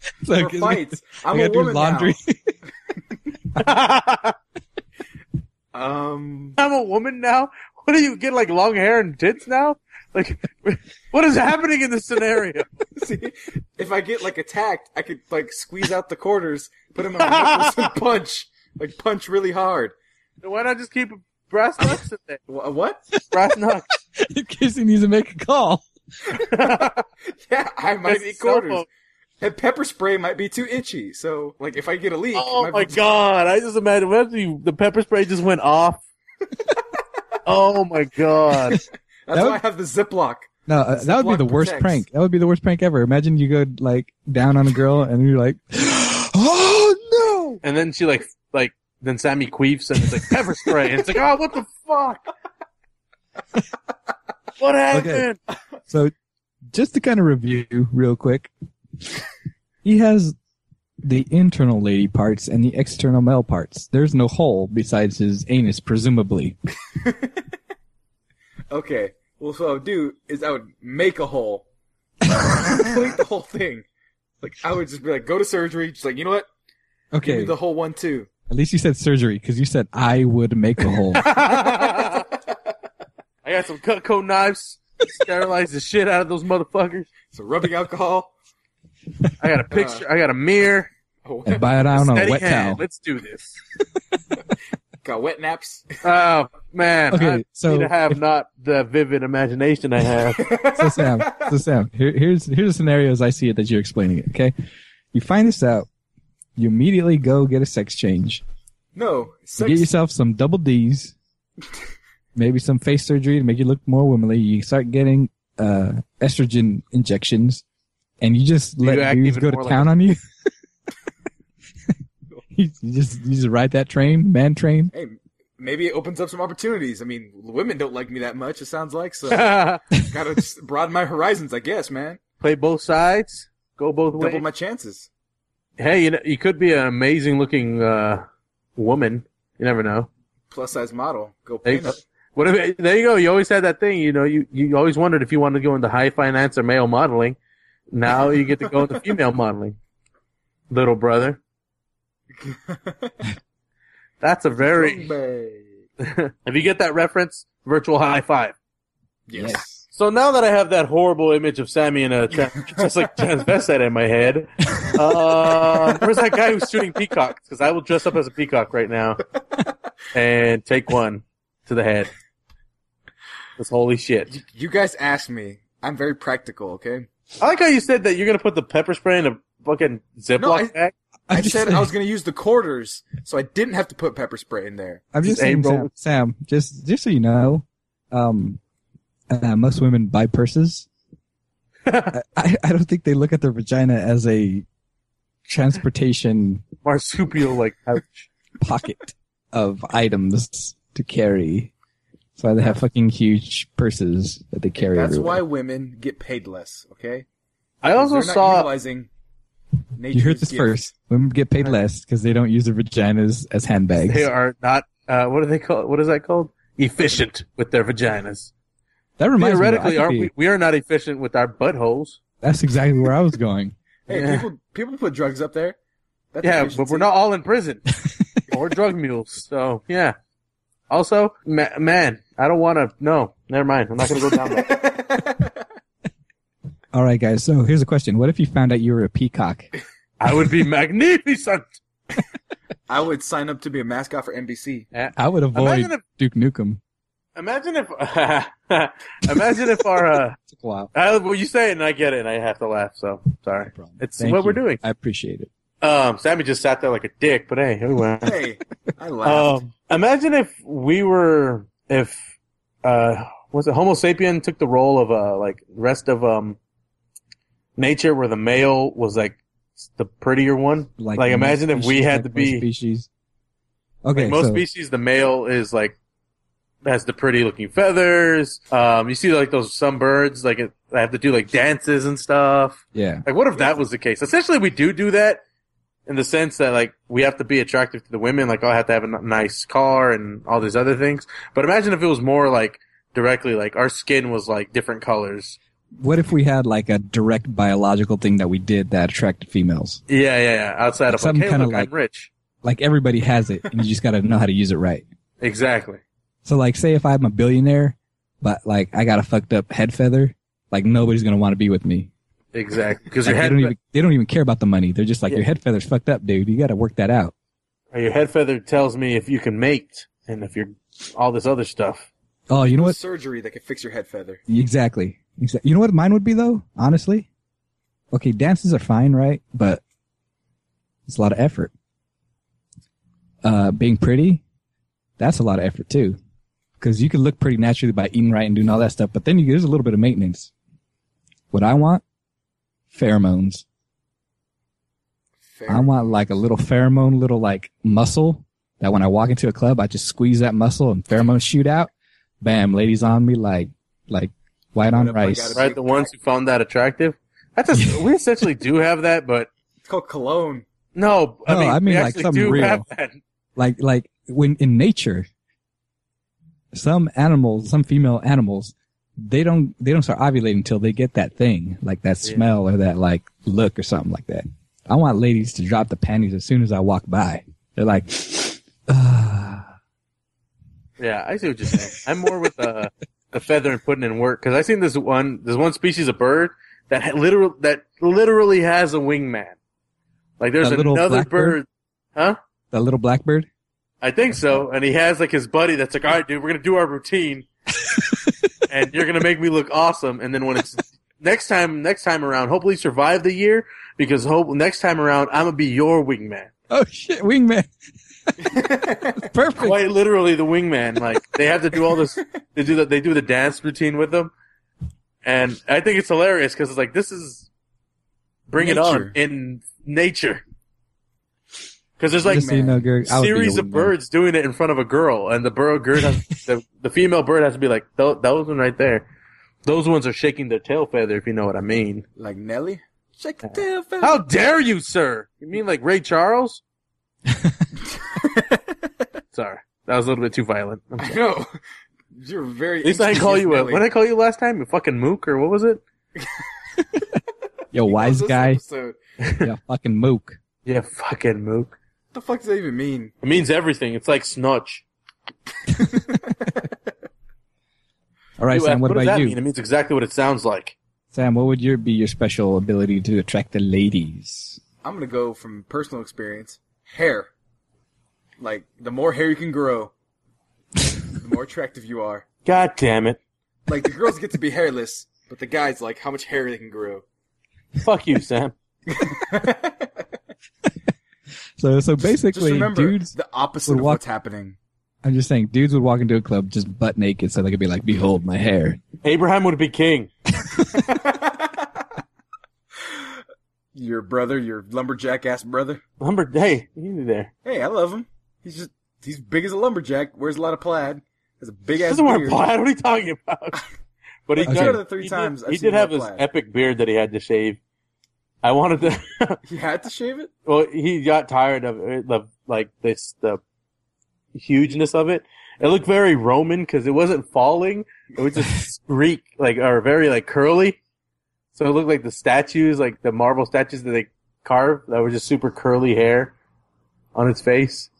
Speaker 1: It's
Speaker 3: for
Speaker 1: like-
Speaker 3: fights. I'm
Speaker 1: I
Speaker 3: a
Speaker 1: gotta do
Speaker 3: woman
Speaker 1: laundry.
Speaker 3: now. Um,
Speaker 2: I'm a woman now. What do you get like long hair and tits now? Like, what is happening in this scenario?
Speaker 3: See, if I get like attacked, I could like squeeze out the quarters, put them on my nipples, and punch, like punch really hard.
Speaker 2: Why not just keep brass knucks in there?
Speaker 3: Wha- What?
Speaker 2: Brass knucks.
Speaker 1: in case he needs to make a call.
Speaker 3: Yeah, I might
Speaker 2: That's
Speaker 3: need
Speaker 2: so
Speaker 3: quarters.
Speaker 2: funny.
Speaker 3: And pepper spray might be too itchy, so like if I get a leak,
Speaker 2: Oh my god! I just imagine what if you- the pepper spray just went off. oh my god!
Speaker 3: that's
Speaker 1: That
Speaker 3: why I
Speaker 1: would-
Speaker 3: have the Ziploc.
Speaker 1: No, uh, that would be
Speaker 3: Ziploc
Speaker 1: the worst
Speaker 3: protects.
Speaker 1: prank. That would be the worst prank ever. Imagine you go like down on a girl and you're like, "Oh
Speaker 2: And then she like like then Sammy queefs and it's like pepper spray. And it's like oh what the fuck? What happened?
Speaker 1: no!" So, just to kind of review real quick, he has the internal lady parts and the external male parts. There's no hole besides his anus, presumably.
Speaker 3: Okay, well, so what I would do is I would make a hole, complete the whole thing. Like I would just be like, go to surgery. Just like you know what, give
Speaker 1: Okay,
Speaker 3: me the whole one too.
Speaker 1: at least you said surgery because you said I would make a hole.
Speaker 2: I got some Cutco knives. Sterilize the shit out of those motherfuckers.
Speaker 3: So rubbing alcohol.
Speaker 2: I
Speaker 1: Uh.
Speaker 2: got a picture. I got a mirror.
Speaker 3: Oh,
Speaker 1: and buy it out on a
Speaker 2: steady
Speaker 1: wet
Speaker 2: hand.
Speaker 1: towel.
Speaker 2: Let's do this.
Speaker 3: got wet naps.
Speaker 2: Oh man!
Speaker 1: Okay,
Speaker 2: I
Speaker 1: so-
Speaker 2: need to have not the vivid imagination I have.
Speaker 1: So Sam, so Sam, here, here's here's the scenarios I see it that you're explaining it. Okay, you find this out, you immediately go get a sex change.
Speaker 3: No,
Speaker 1: You
Speaker 3: sex.
Speaker 1: get yourself some double D's, maybe some face surgery to make you look more womanly. You start getting uh, estrogen injections, and you just
Speaker 2: You
Speaker 1: let
Speaker 2: act
Speaker 1: dudes
Speaker 2: even
Speaker 1: go to
Speaker 2: more like
Speaker 1: town on you. you just you just ride that train, man train.
Speaker 3: hey, maybe it opens up some opportunities. I mean, women don't like me that much. It sounds like so. Gotta just broaden my horizons, I guess, man.
Speaker 2: Play both sides. Go both
Speaker 3: Double
Speaker 2: ways.
Speaker 3: my chances.
Speaker 2: hey, you know, you could be an amazing looking uh, woman. You never know.
Speaker 3: Plus size model. Go
Speaker 2: There
Speaker 3: pay
Speaker 2: you
Speaker 1: uh,
Speaker 2: go. What if, there you go. You always had that thing. You know, you, you always wondered if you wanted to go into high finance or male modeling. Now you get to go into female modeling. Little brother. That's a very. if you get that reference, virtual high five.
Speaker 3: Yes.
Speaker 2: So now that I have that horrible image of Sammy in a tra- just like transvestite in my head, um, where's that guy who's shooting peacocks? Because I will dress up as a peacock right now and take one to the head. This holy shit!
Speaker 3: You, you guys asked me. I'm very practical, okay?
Speaker 2: I like how you said that you're gonna put the pepper spray in a fucking Ziploc
Speaker 3: No, I-
Speaker 2: bag.
Speaker 3: I
Speaker 1: I'm just
Speaker 3: said
Speaker 1: saying-
Speaker 3: I was going to use the quarters, so I didn't have to put pepper spray in there.
Speaker 1: I'm just
Speaker 2: Just
Speaker 1: saying,
Speaker 2: April.
Speaker 1: Sam, Sam. Just just so you know, um, uh, most women buy purses. I, I I don't think they look at their vagina as a transportation
Speaker 2: Marsupial like pouch.
Speaker 1: pocket of items to carry. That's why they have fucking huge purses that they carry.
Speaker 3: That's why
Speaker 1: everywhere.
Speaker 3: women get paid less, okay?
Speaker 2: I also
Speaker 3: They're not
Speaker 2: saw.
Speaker 3: utilizing
Speaker 1: you heard
Speaker 3: nature's
Speaker 1: this
Speaker 3: gift.
Speaker 1: first. Women get paid less because they don't use their vaginas as handbags.
Speaker 2: They are not. Uh, what are they called? What is that called? Efficient with their vaginas.
Speaker 1: that reminds me. though, I
Speaker 2: Theoretically,
Speaker 1: could
Speaker 2: aren't
Speaker 1: be-
Speaker 2: we? We are not efficient with our buttholes.
Speaker 1: That's exactly where I was going.
Speaker 3: Hey,
Speaker 2: Yeah.
Speaker 3: people, people put drugs up there. That's
Speaker 2: Yeah, but
Speaker 3: efficiency.
Speaker 2: we're not all in prison or drug mules. So yeah. Also, ma- man, I don't want to. No, never mind. I'm not going to go down that.
Speaker 1: All right, guys. So here's a question: What if you found out you were a peacock?
Speaker 2: I would be magnificent.
Speaker 3: I would sign up to be a mascot for NBC.
Speaker 1: I would avoid
Speaker 2: Imagine if-
Speaker 1: Duke Nukem.
Speaker 2: Imagine if. imagine if our. Uh,
Speaker 1: took a while.
Speaker 2: I, well, you say it, and I get it, and I have to laugh. So sorry. It's
Speaker 1: Thank
Speaker 2: what we're
Speaker 1: you.
Speaker 2: doing.
Speaker 1: I appreciate it.
Speaker 2: Um, Sammy just sat there like a dick, but hey, anyway.
Speaker 3: Hey, I laughed.
Speaker 2: Um, imagine if we were if uh was it Homo sapien took the role of uh like rest of um nature where the male was like the prettier one. Like,
Speaker 1: most
Speaker 2: imagine if we
Speaker 1: species,
Speaker 2: had
Speaker 1: like
Speaker 2: to
Speaker 1: most
Speaker 2: be
Speaker 1: species. Okay,
Speaker 2: like, most
Speaker 1: so
Speaker 2: species the male is like has the pretty looking feathers. Um, you see like those some birds like it, they have to do like dances and stuff.
Speaker 1: yeah,
Speaker 2: Like what if that was the case? Essentially, we do do that. In the sense that, like, we have to be attractive to the women, like, oh, I have to have a n- nice car and all these other things. But imagine if it was more like directly, like, our skin was like different colors.
Speaker 1: what if we had like a direct biological thing that we did that attracted females?
Speaker 2: Yeah, yeah, yeah. Outside of
Speaker 1: Some
Speaker 2: like, hey,
Speaker 1: kinda
Speaker 2: look,
Speaker 1: like-
Speaker 2: I'm rich.
Speaker 1: Like everybody has it, and you just got to know how to use it right.
Speaker 2: Exactly.
Speaker 1: So like, say if I'm a billionaire, but like I got a fucked up head feather, like nobody's gonna want to be with me.
Speaker 2: Exactly. Because
Speaker 1: Like,
Speaker 2: your
Speaker 1: they
Speaker 2: head
Speaker 1: don't even they don't even care about the money. They're just like
Speaker 2: Yeah.
Speaker 1: your head feather's fucked up, dude. You got to work that out.
Speaker 2: fe- your head feather tells me if you can mate and if you're all this other stuff.
Speaker 1: Oh, you know what?
Speaker 3: Surgery that could fix your head feather.
Speaker 1: Exactly. Exactly. You know what mine would be though? Honestly, okay, dances are fine, right? But it's a lot of effort. Uh, being pretty, that's a lot of effort too, because you can look pretty naturally by eating right and doing all that stuff. But then you, there's a little bit of maintenance. What I want, pheromones.
Speaker 3: Fair.
Speaker 1: I want like a little pheromone, little like muscle that when I walk into a club, I just squeeze that muscle and pheromones shoot out. Bam, ladies on me like like white on
Speaker 3: What up, I
Speaker 1: rice.
Speaker 3: gotta
Speaker 2: Right? The ones who found that attractive. That's a, we essentially do have that, but
Speaker 3: It's called cologne.
Speaker 2: no. I
Speaker 1: No,
Speaker 2: mean,
Speaker 1: I mean,
Speaker 2: we
Speaker 1: like,
Speaker 2: actually
Speaker 1: something
Speaker 2: do
Speaker 1: real.
Speaker 2: have that.
Speaker 1: like like when in nature some animals some female animals they don't they don't start ovulating until they get that thing like that
Speaker 2: Yeah.
Speaker 1: smell or that like look or something like that i want ladies to drop the panties as soon as i walk by they're like ah.
Speaker 2: Yeah, I see what you're saying. I'm more with the the feather and putting in work because I seen this one this one species of bird that ha- literal that literally has a wingman. Like there's
Speaker 1: A little
Speaker 2: another
Speaker 1: black bird?
Speaker 2: bird, huh?
Speaker 1: that little blackbird
Speaker 2: I think so. And he has like his buddy that's like, all right, dude, we're gonna do our routine, and you're gonna make me look awesome. And then when it's next time, next time around, hopefully survive the year because hope next time around I'm gonna be your wingman.
Speaker 1: oh shit wingman perfect
Speaker 2: quite literally the wingman. Like they have to do all this. They do that. They do the dance routine with them, and I think it's hilarious because it's like this is bring it on
Speaker 3: Nature.
Speaker 2: in nature. Because there's like
Speaker 1: Just so you know, Gerg, I would be a
Speaker 2: series of
Speaker 1: wingman.
Speaker 2: birds doing it in front of a girl, and the bird girl has, the the female bird has to be like "Tho- those one right there. Those ones are shaking their tail feather, if you know what I mean.
Speaker 3: Like Nelly? Check the tail feather.
Speaker 2: Uh, How dare you, sir? You mean like Ray Charles? Sorry, that was a little bit too violent. I'm
Speaker 3: I know. You're very.
Speaker 2: At least I didn't call you a. What did I call you last time? You fucking mook or what was it?
Speaker 1: yo wise guy
Speaker 3: Episode.
Speaker 1: yeah fucking mook
Speaker 2: Yeah, fucking mook.
Speaker 3: What the fuck does that even mean?
Speaker 2: It means everything. It's like snotch.
Speaker 1: all right
Speaker 2: You
Speaker 1: sam
Speaker 2: ask,
Speaker 1: what,
Speaker 2: does
Speaker 1: about
Speaker 2: that
Speaker 1: you
Speaker 2: mean? It means exactly what it sounds like.
Speaker 1: sam what would your be your special ability to attract the ladies
Speaker 3: I'm gonna go from personal experience. Hair. Like the more hair you can grow, the more attractive you are.
Speaker 2: God damn it!
Speaker 3: Like the girls get to be hairless, but the guys like how much hair they can grow.
Speaker 2: Fuck you, Sam.
Speaker 1: so so
Speaker 3: Just
Speaker 1: basically
Speaker 3: remember
Speaker 1: dudes
Speaker 3: the opposite
Speaker 1: would
Speaker 3: of
Speaker 1: walk-
Speaker 3: what's happening.
Speaker 1: I'm just saying, dudes would walk into a club just butt naked, so they could be like, "Behold my hair."
Speaker 2: Abraham would be king.
Speaker 3: your brother, your lumberjack ass brother.
Speaker 2: Lumber. Hey, you there?
Speaker 3: Hey, I love him. He's just he's big as a lumberjack. Wears a lot of plaid. Has a big
Speaker 2: He
Speaker 3: ass
Speaker 2: doesn't wear
Speaker 3: beard.
Speaker 2: plaid. What are you talking about? But he
Speaker 1: Okay.
Speaker 2: does-
Speaker 1: Two out of
Speaker 3: the three
Speaker 2: he
Speaker 3: times I've
Speaker 2: Did, he
Speaker 3: seen
Speaker 2: did have
Speaker 3: him
Speaker 2: his
Speaker 3: wear plaid.
Speaker 2: epic beard that he had to shave. I wanted to.
Speaker 3: He had to shave it.
Speaker 2: well, he got tired of it, the like this the hugeness of it. It looked very Roman because it wasn't falling; it was just streak like or very like curly. So it looked like the statues, like the marble statues that they carved, that were just super curly hair on its face.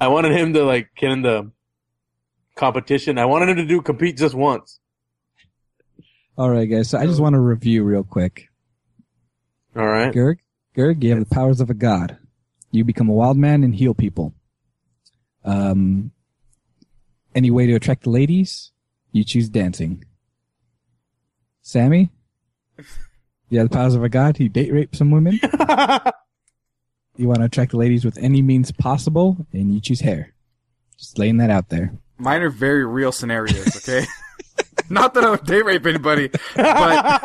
Speaker 2: I wanted him to like get in the competition. I wanted him to do compete just once.
Speaker 1: All right, guys. So I just want to review real quick.
Speaker 2: All right.
Speaker 1: Gerg, Gerg, you have the powers of a god. You become a wild man and heal people. Um, any way to attract the ladies? You choose dancing. Sammy, you have the powers of a god. You date rape some women. you want to attract the ladies with any means possible, and you choose hair. Just laying that out there.
Speaker 3: Mine are very real scenarios. Okay. Not that I would date rape anybody, but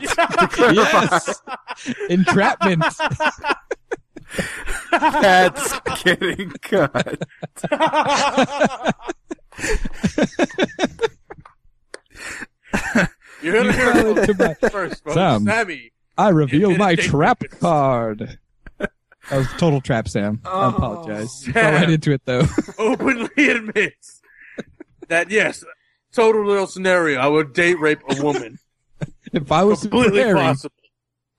Speaker 3: to clarify,
Speaker 1: Entrapment.
Speaker 3: that's getting cut.
Speaker 2: You're gonna hear
Speaker 1: fell
Speaker 2: it
Speaker 1: into my-
Speaker 2: first, folks.
Speaker 1: Sam.
Speaker 2: Sammy.
Speaker 1: I reveal
Speaker 2: Infinite
Speaker 1: my
Speaker 2: Date
Speaker 1: trap
Speaker 2: Rapist.
Speaker 1: card. That was a total trap, Sam. I
Speaker 3: Oh,
Speaker 1: apologize.
Speaker 2: Sam.
Speaker 1: Fell right into it though.
Speaker 2: openly admits that yes, total little scenario, I would date rape a woman.
Speaker 1: if I was
Speaker 2: Completely
Speaker 1: preparing,
Speaker 2: possible.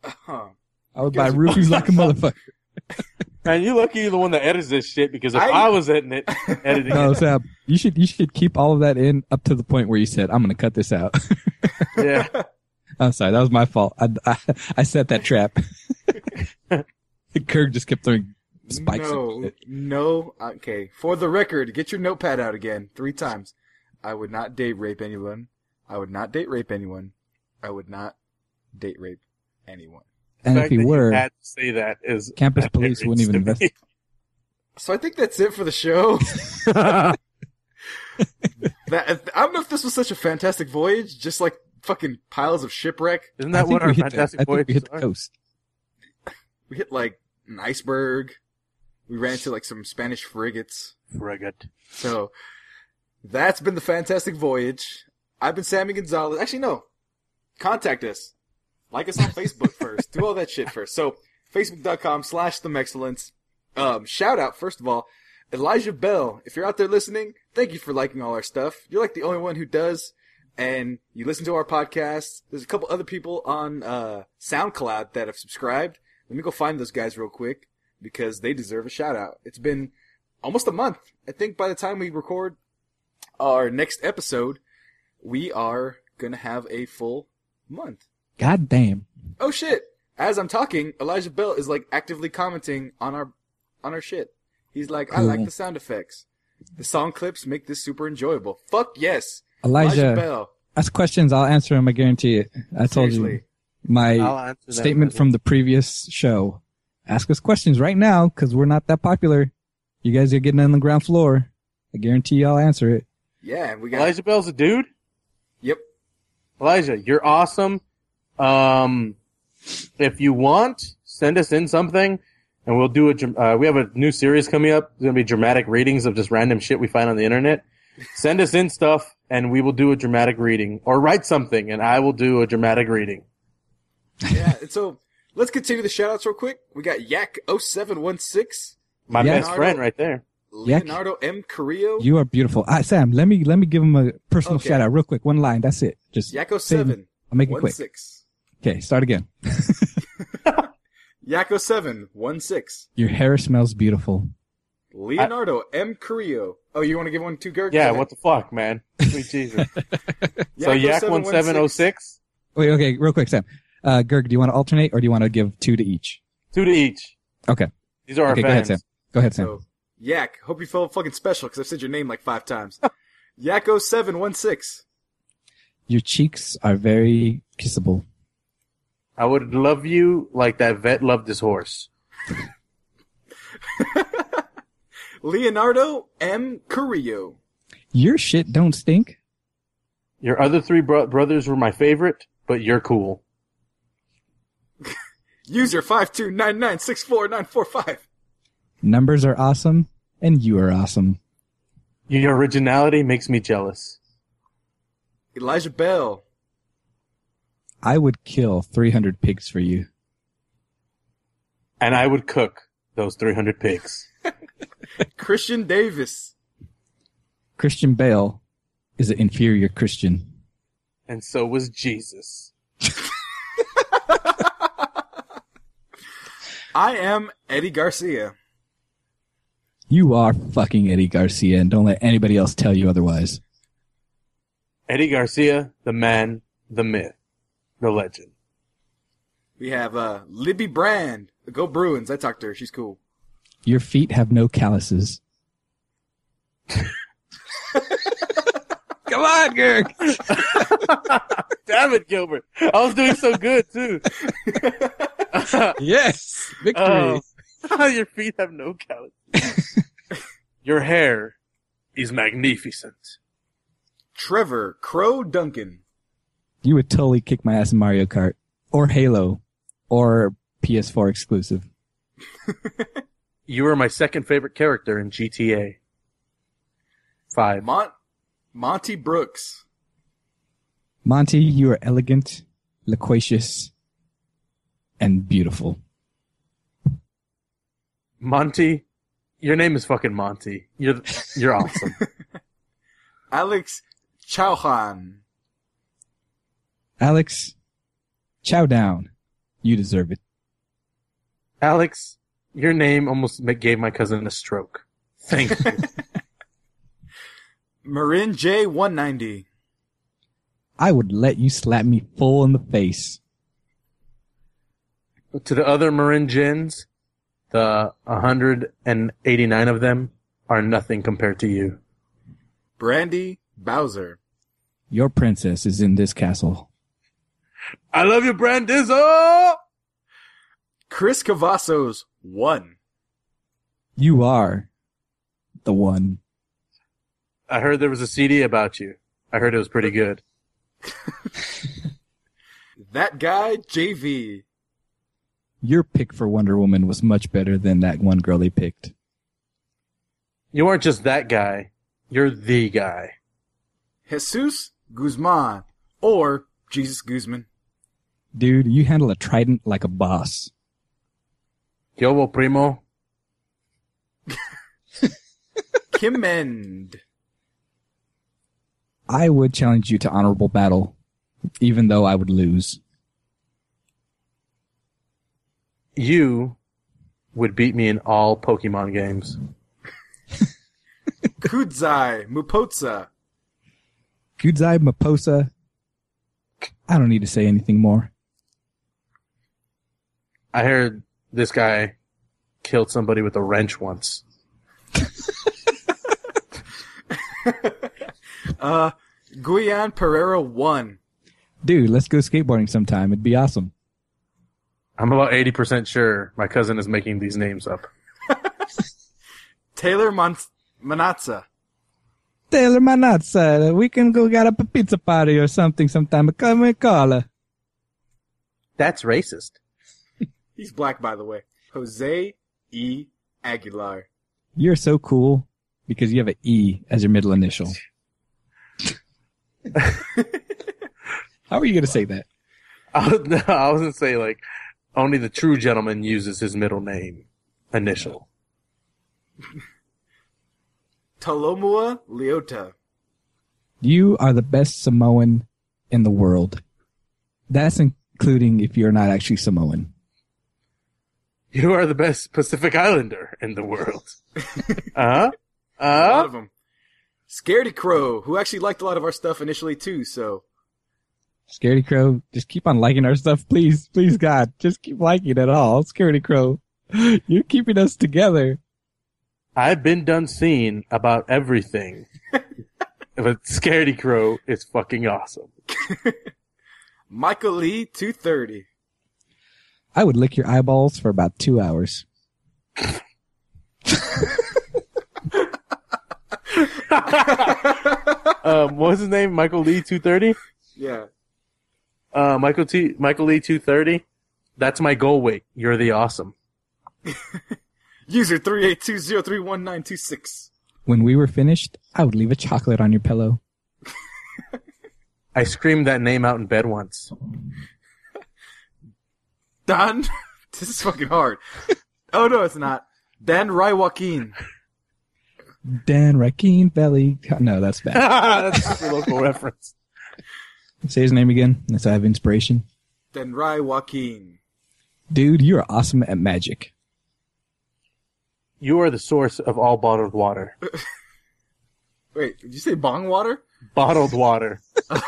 Speaker 3: Huh.
Speaker 1: I would buy rupees like a motherfucker.
Speaker 2: Man, you lucky you're the one that edits this shit because if I,
Speaker 3: I-
Speaker 2: was editing it, editing
Speaker 1: No,
Speaker 2: it,
Speaker 1: Sab, you should you should keep all of that in up to the point where you said, "I'm going to cut this out."
Speaker 2: yeah.
Speaker 1: I'm sorry, that was my fault. I, I, I set that trap. Kirk just kept throwing spikes. and
Speaker 3: no,
Speaker 1: shit.
Speaker 3: no. Okay, for the record, get your notepad out again three times. I would not date rape anyone. I would not date rape anyone. I would not date rape anyone.
Speaker 2: The
Speaker 1: And
Speaker 2: fact
Speaker 1: if he
Speaker 2: that you
Speaker 1: were,
Speaker 2: had to say that is
Speaker 1: campus police wouldn't even
Speaker 2: outrageous
Speaker 1: investigate.
Speaker 3: So I think that's it for the show.
Speaker 2: to me.
Speaker 3: that I don't know if this was such a fantastic voyage, just like fucking piles of shipwreck.
Speaker 2: Isn't
Speaker 1: I
Speaker 2: that
Speaker 1: think
Speaker 2: what our
Speaker 1: we hit the- I
Speaker 2: fantastic
Speaker 1: think we
Speaker 2: voyages
Speaker 1: hit the
Speaker 2: are?
Speaker 1: coast.
Speaker 3: We hit like an iceberg. We ran into like some Spanish frigates.
Speaker 2: Frigate.
Speaker 3: So that's been the fantastic voyage. I've been Sammy Gonzalez. Actually, no. Contact us. Like us on Facebook first. Do all that shit first. So facebook.com slash themexcellence. Um, shout out, first of all, Elijah Bell. If you're out there listening, thank you for liking all our stuff. You're like the only one who does. And you listen to our podcast. There's a couple other people on uh, SoundCloud that have subscribed. Let me go find those guys real quick because they deserve a shout out. It's been almost a month. I think by the time we record our next episode, we are gonna have a full month.
Speaker 1: God damn.
Speaker 3: Oh shit! As I'm talking, Elijah Bell is like actively commenting on our on our shit. He's like, I like
Speaker 1: Cool.
Speaker 3: the sound effects. The song clips make this super enjoyable. Fuck yes, Elijah,
Speaker 1: Elijah,
Speaker 3: Bell.
Speaker 1: ask questions. I'll answer them. I guarantee it. I told you
Speaker 3: Seriously.
Speaker 1: my
Speaker 2: I'll answer that
Speaker 1: statement
Speaker 2: message.
Speaker 1: from the previous show. Ask us questions right now because we're not that popular. You guys are getting on the ground floor. I guarantee you I'll answer it.
Speaker 3: Yeah, and we got.
Speaker 2: Elijah Bell's a dude.
Speaker 3: Yep.
Speaker 2: Elijah, you're awesome. Um, if you want, send us in something, and we'll do a. dr- Uh, we have a new series coming up. It's gonna be dramatic readings of just random shit we find on the internet. Send us in stuff, and we will do a dramatic reading, or write something, and I will do a dramatic reading.
Speaker 3: Yeah, and so let's continue the shout outs real quick. We got Yak0716,
Speaker 2: My
Speaker 1: Yeah.
Speaker 2: best friend, right there.
Speaker 1: Yak-
Speaker 3: Leonardo M. Carrillo,
Speaker 1: You are beautiful. Ah, Sam, let me let me give him a personal
Speaker 3: Okay.
Speaker 1: shout out real quick. One line. That's it. Just save him.
Speaker 3: Yakko7,
Speaker 1: I'll make it
Speaker 3: oh one
Speaker 1: quick.
Speaker 3: six.
Speaker 1: Okay, start again.
Speaker 3: Yakko seven one six.
Speaker 1: Your hair smells beautiful.
Speaker 3: Leonardo M Carrillo. Oh, you want to give one to Gert?
Speaker 2: Yeah, what the fuck, man? Sweet Jesus. so Yak one seven oh six,
Speaker 1: Wait, okay, real quick, Sam. Uh, Gerg, do you want to alternate or do you want to give two to each?
Speaker 2: two to each.
Speaker 1: Okay.
Speaker 2: These are our
Speaker 1: okay, go ahead,
Speaker 2: fans.
Speaker 1: Sam. Go ahead, Sam.
Speaker 3: So Yak, hope you felt fucking special because I've said your name like five times. Yakko seven one six.
Speaker 1: Your cheeks are very kissable.
Speaker 2: I would love you like that vet loved his horse.
Speaker 3: Leonardo M Carrillo.
Speaker 1: Your shit don't stink.
Speaker 2: Your other three bro- brothers were my favorite, but you're cool.
Speaker 3: User five two nine nine six four nine four five.
Speaker 1: Numbers are awesome, and you are awesome.
Speaker 2: Your originality makes me jealous.
Speaker 3: Elijah Bell.
Speaker 1: I would kill 300 pigs for you.
Speaker 2: And I would cook those 300 pigs.
Speaker 3: Christian Davis.
Speaker 1: Christian Bale is an inferior Christian.
Speaker 2: And so was Jesus.
Speaker 3: I am Eddie Garcia.
Speaker 1: You are fucking Eddie Garcia, and don't let anybody else tell you otherwise.
Speaker 2: Eddie Garcia, the man, the myth, the legend.
Speaker 3: We have uh Libby Brand. Go Bruins. I talked to her. She's cool.
Speaker 1: Your feet have no calluses. Come on, Gerg.
Speaker 2: Damn it, Gilbert. I was doing so good, too.
Speaker 1: Yes, victory.
Speaker 2: Oh. your feet have no callus. your hair is magnificent.
Speaker 3: Trevor Crow Duncan.
Speaker 1: You would totally kick my ass in Mario Kart or Halo or PS4 exclusive.
Speaker 2: You are my second favorite character in GTA 5.
Speaker 3: Mont Monty Brooks.
Speaker 1: Monty, you are elegant, loquacious, and beautiful.
Speaker 2: Monty, your name is fucking Monty. You're you're awesome.
Speaker 3: Alex Chauhan.
Speaker 1: Alex, chow down. You deserve it.
Speaker 2: Alex, Your name almost ma- gave my cousin a stroke. Thank you.
Speaker 3: Marin J190.
Speaker 1: I would let you slap me full in the face.
Speaker 2: to the other Marin Jins, the 189 of them are nothing compared to you.
Speaker 3: Brandy Bowser.
Speaker 1: Your princess is in this castle.
Speaker 2: I love you, Brandizzo!
Speaker 3: Chris Cavazos. 1.
Speaker 1: You are the one.
Speaker 2: I heard there was a CD about you. I heard it was pretty good.
Speaker 3: That guy, JV.
Speaker 1: Your pick for Wonder Woman was much better than that one girl they picked.
Speaker 2: You aren't just that guy. You're the guy.
Speaker 3: Jesus Guzman. Or Jesus Guzman.
Speaker 1: Dude, you handle a trident like a boss.
Speaker 2: Yo, well, primo.
Speaker 3: Kim Mend.
Speaker 1: I would challenge you to honorable battle, even though I would lose.
Speaker 2: You would beat me in all Pokemon games.
Speaker 3: Kudzai Mupotsa.
Speaker 1: Kudzai Maposa. I don't need to say anything more.
Speaker 2: I heard this guy killed somebody with a wrench once.
Speaker 3: Uh, Guyan Pereira 1.
Speaker 1: Dude, let's go skateboarding sometime. It'd be awesome.
Speaker 2: I'm about 80% sure my cousin is making these names up.
Speaker 3: Taylor Mon- Manatza.
Speaker 1: Taylor Manatza, we can go get up a pizza party or something sometime. Come and call her.
Speaker 2: That's racist.
Speaker 3: He's black, by the way. Jose E. Aguilar.
Speaker 1: You're so cool because you have an E as your middle initial. How are you going to say that?
Speaker 2: I was, no, I was gonna say like only the true gentleman uses his middle name initial.
Speaker 3: Talomua Leota.
Speaker 1: You are the best Samoan in the world. That's including if you're not actually Samoan.
Speaker 2: You are the best Pacific Islander in the world. uh
Speaker 3: A lot
Speaker 2: uh
Speaker 3: of them. Scaredy Crow, who actually liked a lot of our stuff initially too, so
Speaker 1: Scaredy Crow, just keep on liking our stuff, please, please, God, just keep liking it all. Scaredy Crow, you're keeping us together.
Speaker 2: I've been done seen about everything. but Scaredy Crow is fucking awesome.
Speaker 3: Michael Lee 230.
Speaker 1: I would lick your eyeballs for about two hours.
Speaker 2: Um, what was his name? Michael Lee two thirty?
Speaker 3: yeah.
Speaker 2: Uh Michael T Michael Lee two thirty? That's my goal weight. You're the awesome.
Speaker 3: User 382031926.
Speaker 1: When we were finished, I would leave a chocolate on your pillow.
Speaker 2: I screamed that name out in bed once.
Speaker 3: Don This is fucking hard. Oh no, it's not. Dan Rai Joaquin.
Speaker 1: Dan Rakeen Belly. No, that's bad.
Speaker 2: That's just a local reference.
Speaker 1: Say his name again. Let's have inspiration.
Speaker 3: Dan Rai Joaquin.
Speaker 1: Dude, you're awesome at magic.
Speaker 2: You are the source of all bottled water.
Speaker 3: Wait, did you say bong water?
Speaker 2: Bottled water.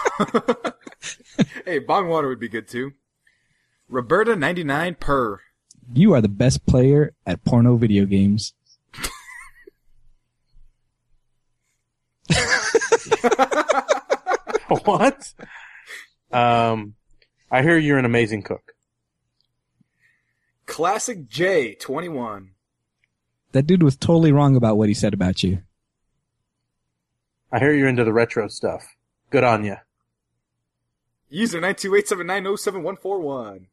Speaker 3: Hey, bong water would be good too. Roberta 99 per.
Speaker 1: You are the best player at porno video games.
Speaker 2: what? Um, I hear you're an amazing cook.
Speaker 3: Classic J 21.
Speaker 1: That dude was totally wrong about what he said about you.
Speaker 2: I hear you're into the retro stuff. Good on you.
Speaker 3: User 92879071141.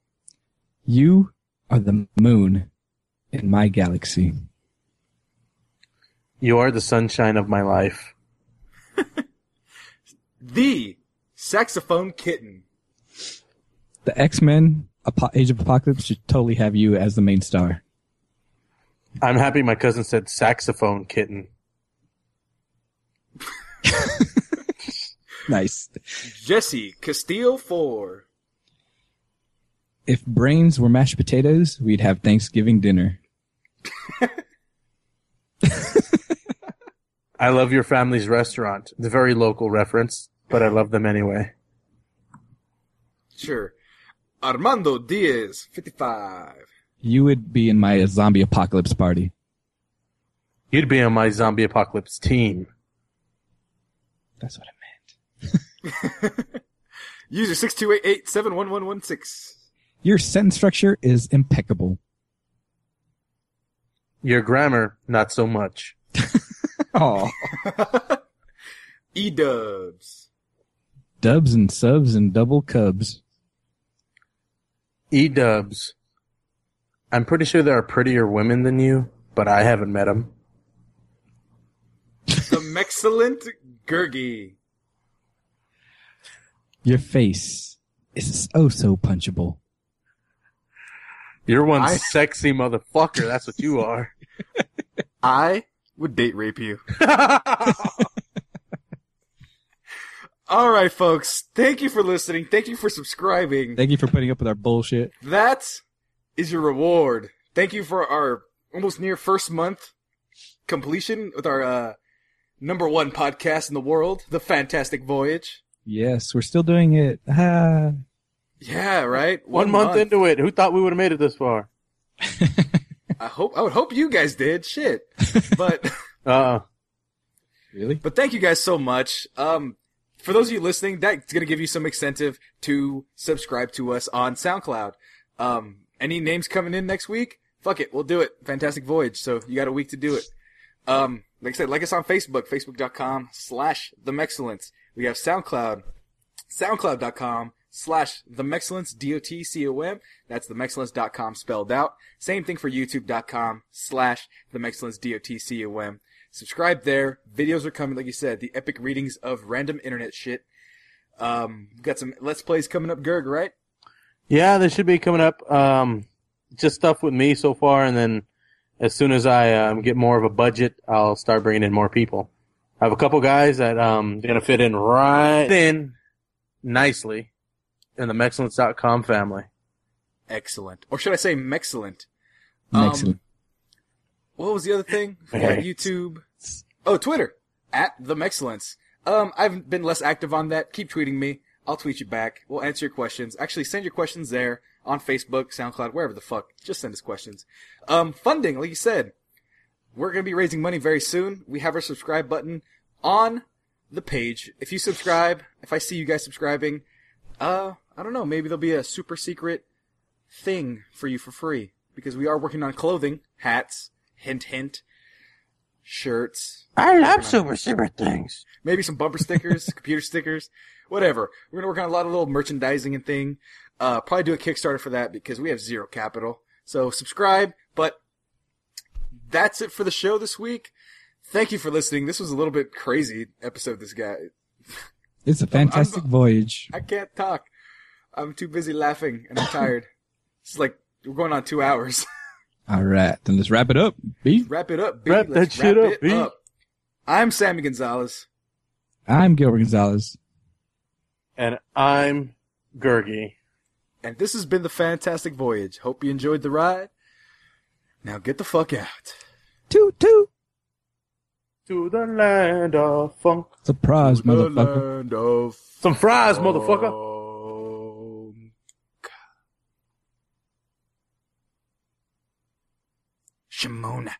Speaker 1: You are the moon in my galaxy.
Speaker 2: You are the sunshine of my life.
Speaker 3: The Saxophone Kitten.
Speaker 1: The X Men Age of Apocalypse should totally have you as the main star.
Speaker 2: I'm happy my cousin said saxophone kitten.
Speaker 1: Nice.
Speaker 3: Jesse Castillo 4.
Speaker 1: If brains were mashed potatoes, we'd have Thanksgiving dinner.
Speaker 2: I love your family's restaurant. The very local reference, but I love them anyway.
Speaker 3: Sure. Armando Diaz, 55.
Speaker 1: You would be in my zombie apocalypse party.
Speaker 2: You'd be on my zombie apocalypse team.
Speaker 1: That's what I meant.
Speaker 3: User 6288711116.
Speaker 1: Your sentence structure is impeccable.
Speaker 2: Your grammar, not so much.
Speaker 1: Oh,
Speaker 3: E dubs.
Speaker 1: dubs and subs and double cubs.
Speaker 2: E dubs. I'm pretty sure there are prettier women than you, but I haven't met them.
Speaker 3: The excellent Gurgi.
Speaker 1: Your face is oh so punchable.
Speaker 2: You're one
Speaker 3: I-
Speaker 2: sexy motherfucker. That's what you are.
Speaker 3: I would date rape you. All right, folks. Thank you for listening. Thank you for subscribing.
Speaker 1: Thank you for putting up with our bullshit.
Speaker 3: That is your reward. Thank you for our almost near first month completion with our uh, number one podcast in the world, The Fantastic Voyage.
Speaker 1: Yes, we're still doing it. Ah.
Speaker 3: Yeah, right.
Speaker 2: One month into it. Who thought we would have made it this far?
Speaker 3: I hope I would hope you guys did. Shit, but.
Speaker 2: Uh,
Speaker 1: Really?
Speaker 3: But thank you guys so much. Um, for those of you listening, that's going to give you some incentive to subscribe to us on SoundCloud. Um, any names coming in next week? Fuck it. We'll do it. Fantastic Voyage. So you got a week to do it. Um, like I said, like us on Facebook, facebook.com slash themexcellence. We have SoundCloud, soundcloud.com slash themexcellence, D-O-T-C-O-M. That's themexcellence.com spelled out. Same thing for youtube.com slash themexcellence, D-O-T-C-O-M. Subscribe there. Videos are coming, like you said, the epic readings of random internet shit. Um, we've got some Let's Plays coming up, Gerg, right?
Speaker 2: yeah, they should be coming up. Um, just stuff with me so far, and then as soon as I um, get more of a budget, I'll start bringing in more people. I have a couple guys that um gonna fit in right in nicely in the Mexcellence.com family.
Speaker 3: Excellent. Or should I say Mexcellent?
Speaker 1: Excellent.
Speaker 3: Um, what was the other thing? We got
Speaker 2: Okay.
Speaker 3: YouTube. Oh, Twitter. At the Mexcellence. Um, I've been less active on that. Keep tweeting me. I'll tweet you back. We'll answer your questions. Actually, send your questions there on Facebook, SoundCloud, wherever the fuck. Just send us questions. Um, funding, like you said, we're going to be raising money very soon. We have our subscribe button on the page. If you subscribe, if I see you guys subscribing, uh, I don't know, maybe there'll be a super secret thing for you for free because we are working on clothing, hats, hint hint, shirts,
Speaker 2: I love super super things.
Speaker 3: maybe some bumper stickers, computer stickers, whatever. We're gonna work on a lot of little merchandising and thing. Uh, probably do a Kickstarter for that because we have zero capital. So subscribe. But that's it for the show this week. Thank you for listening. This was a little bit crazy episode. This guy,
Speaker 1: it's a fantastic voyage.
Speaker 3: I can't talk. I'm too busy laughing and I'm tired. it's like we're going on two hours.
Speaker 1: All right, then let's wrap it up. B.
Speaker 3: wrap it up, B.
Speaker 2: Wrap
Speaker 3: Let's
Speaker 2: that shit
Speaker 3: wrap
Speaker 2: up,
Speaker 3: it
Speaker 2: B.
Speaker 3: up. I'm Sammy Gonzalez.
Speaker 1: I'm Gilbert Gonzalez.
Speaker 2: And I'm Gurgi.
Speaker 3: And this has been the Fantastic Voyage. Hope you enjoyed the ride. Now get the fuck out.
Speaker 1: Toot toot.
Speaker 2: To the land of funk.
Speaker 1: Surprise,
Speaker 3: To the
Speaker 1: motherfucker.
Speaker 3: land of
Speaker 2: Some fries, motherfucker.
Speaker 3: funk. Shimona.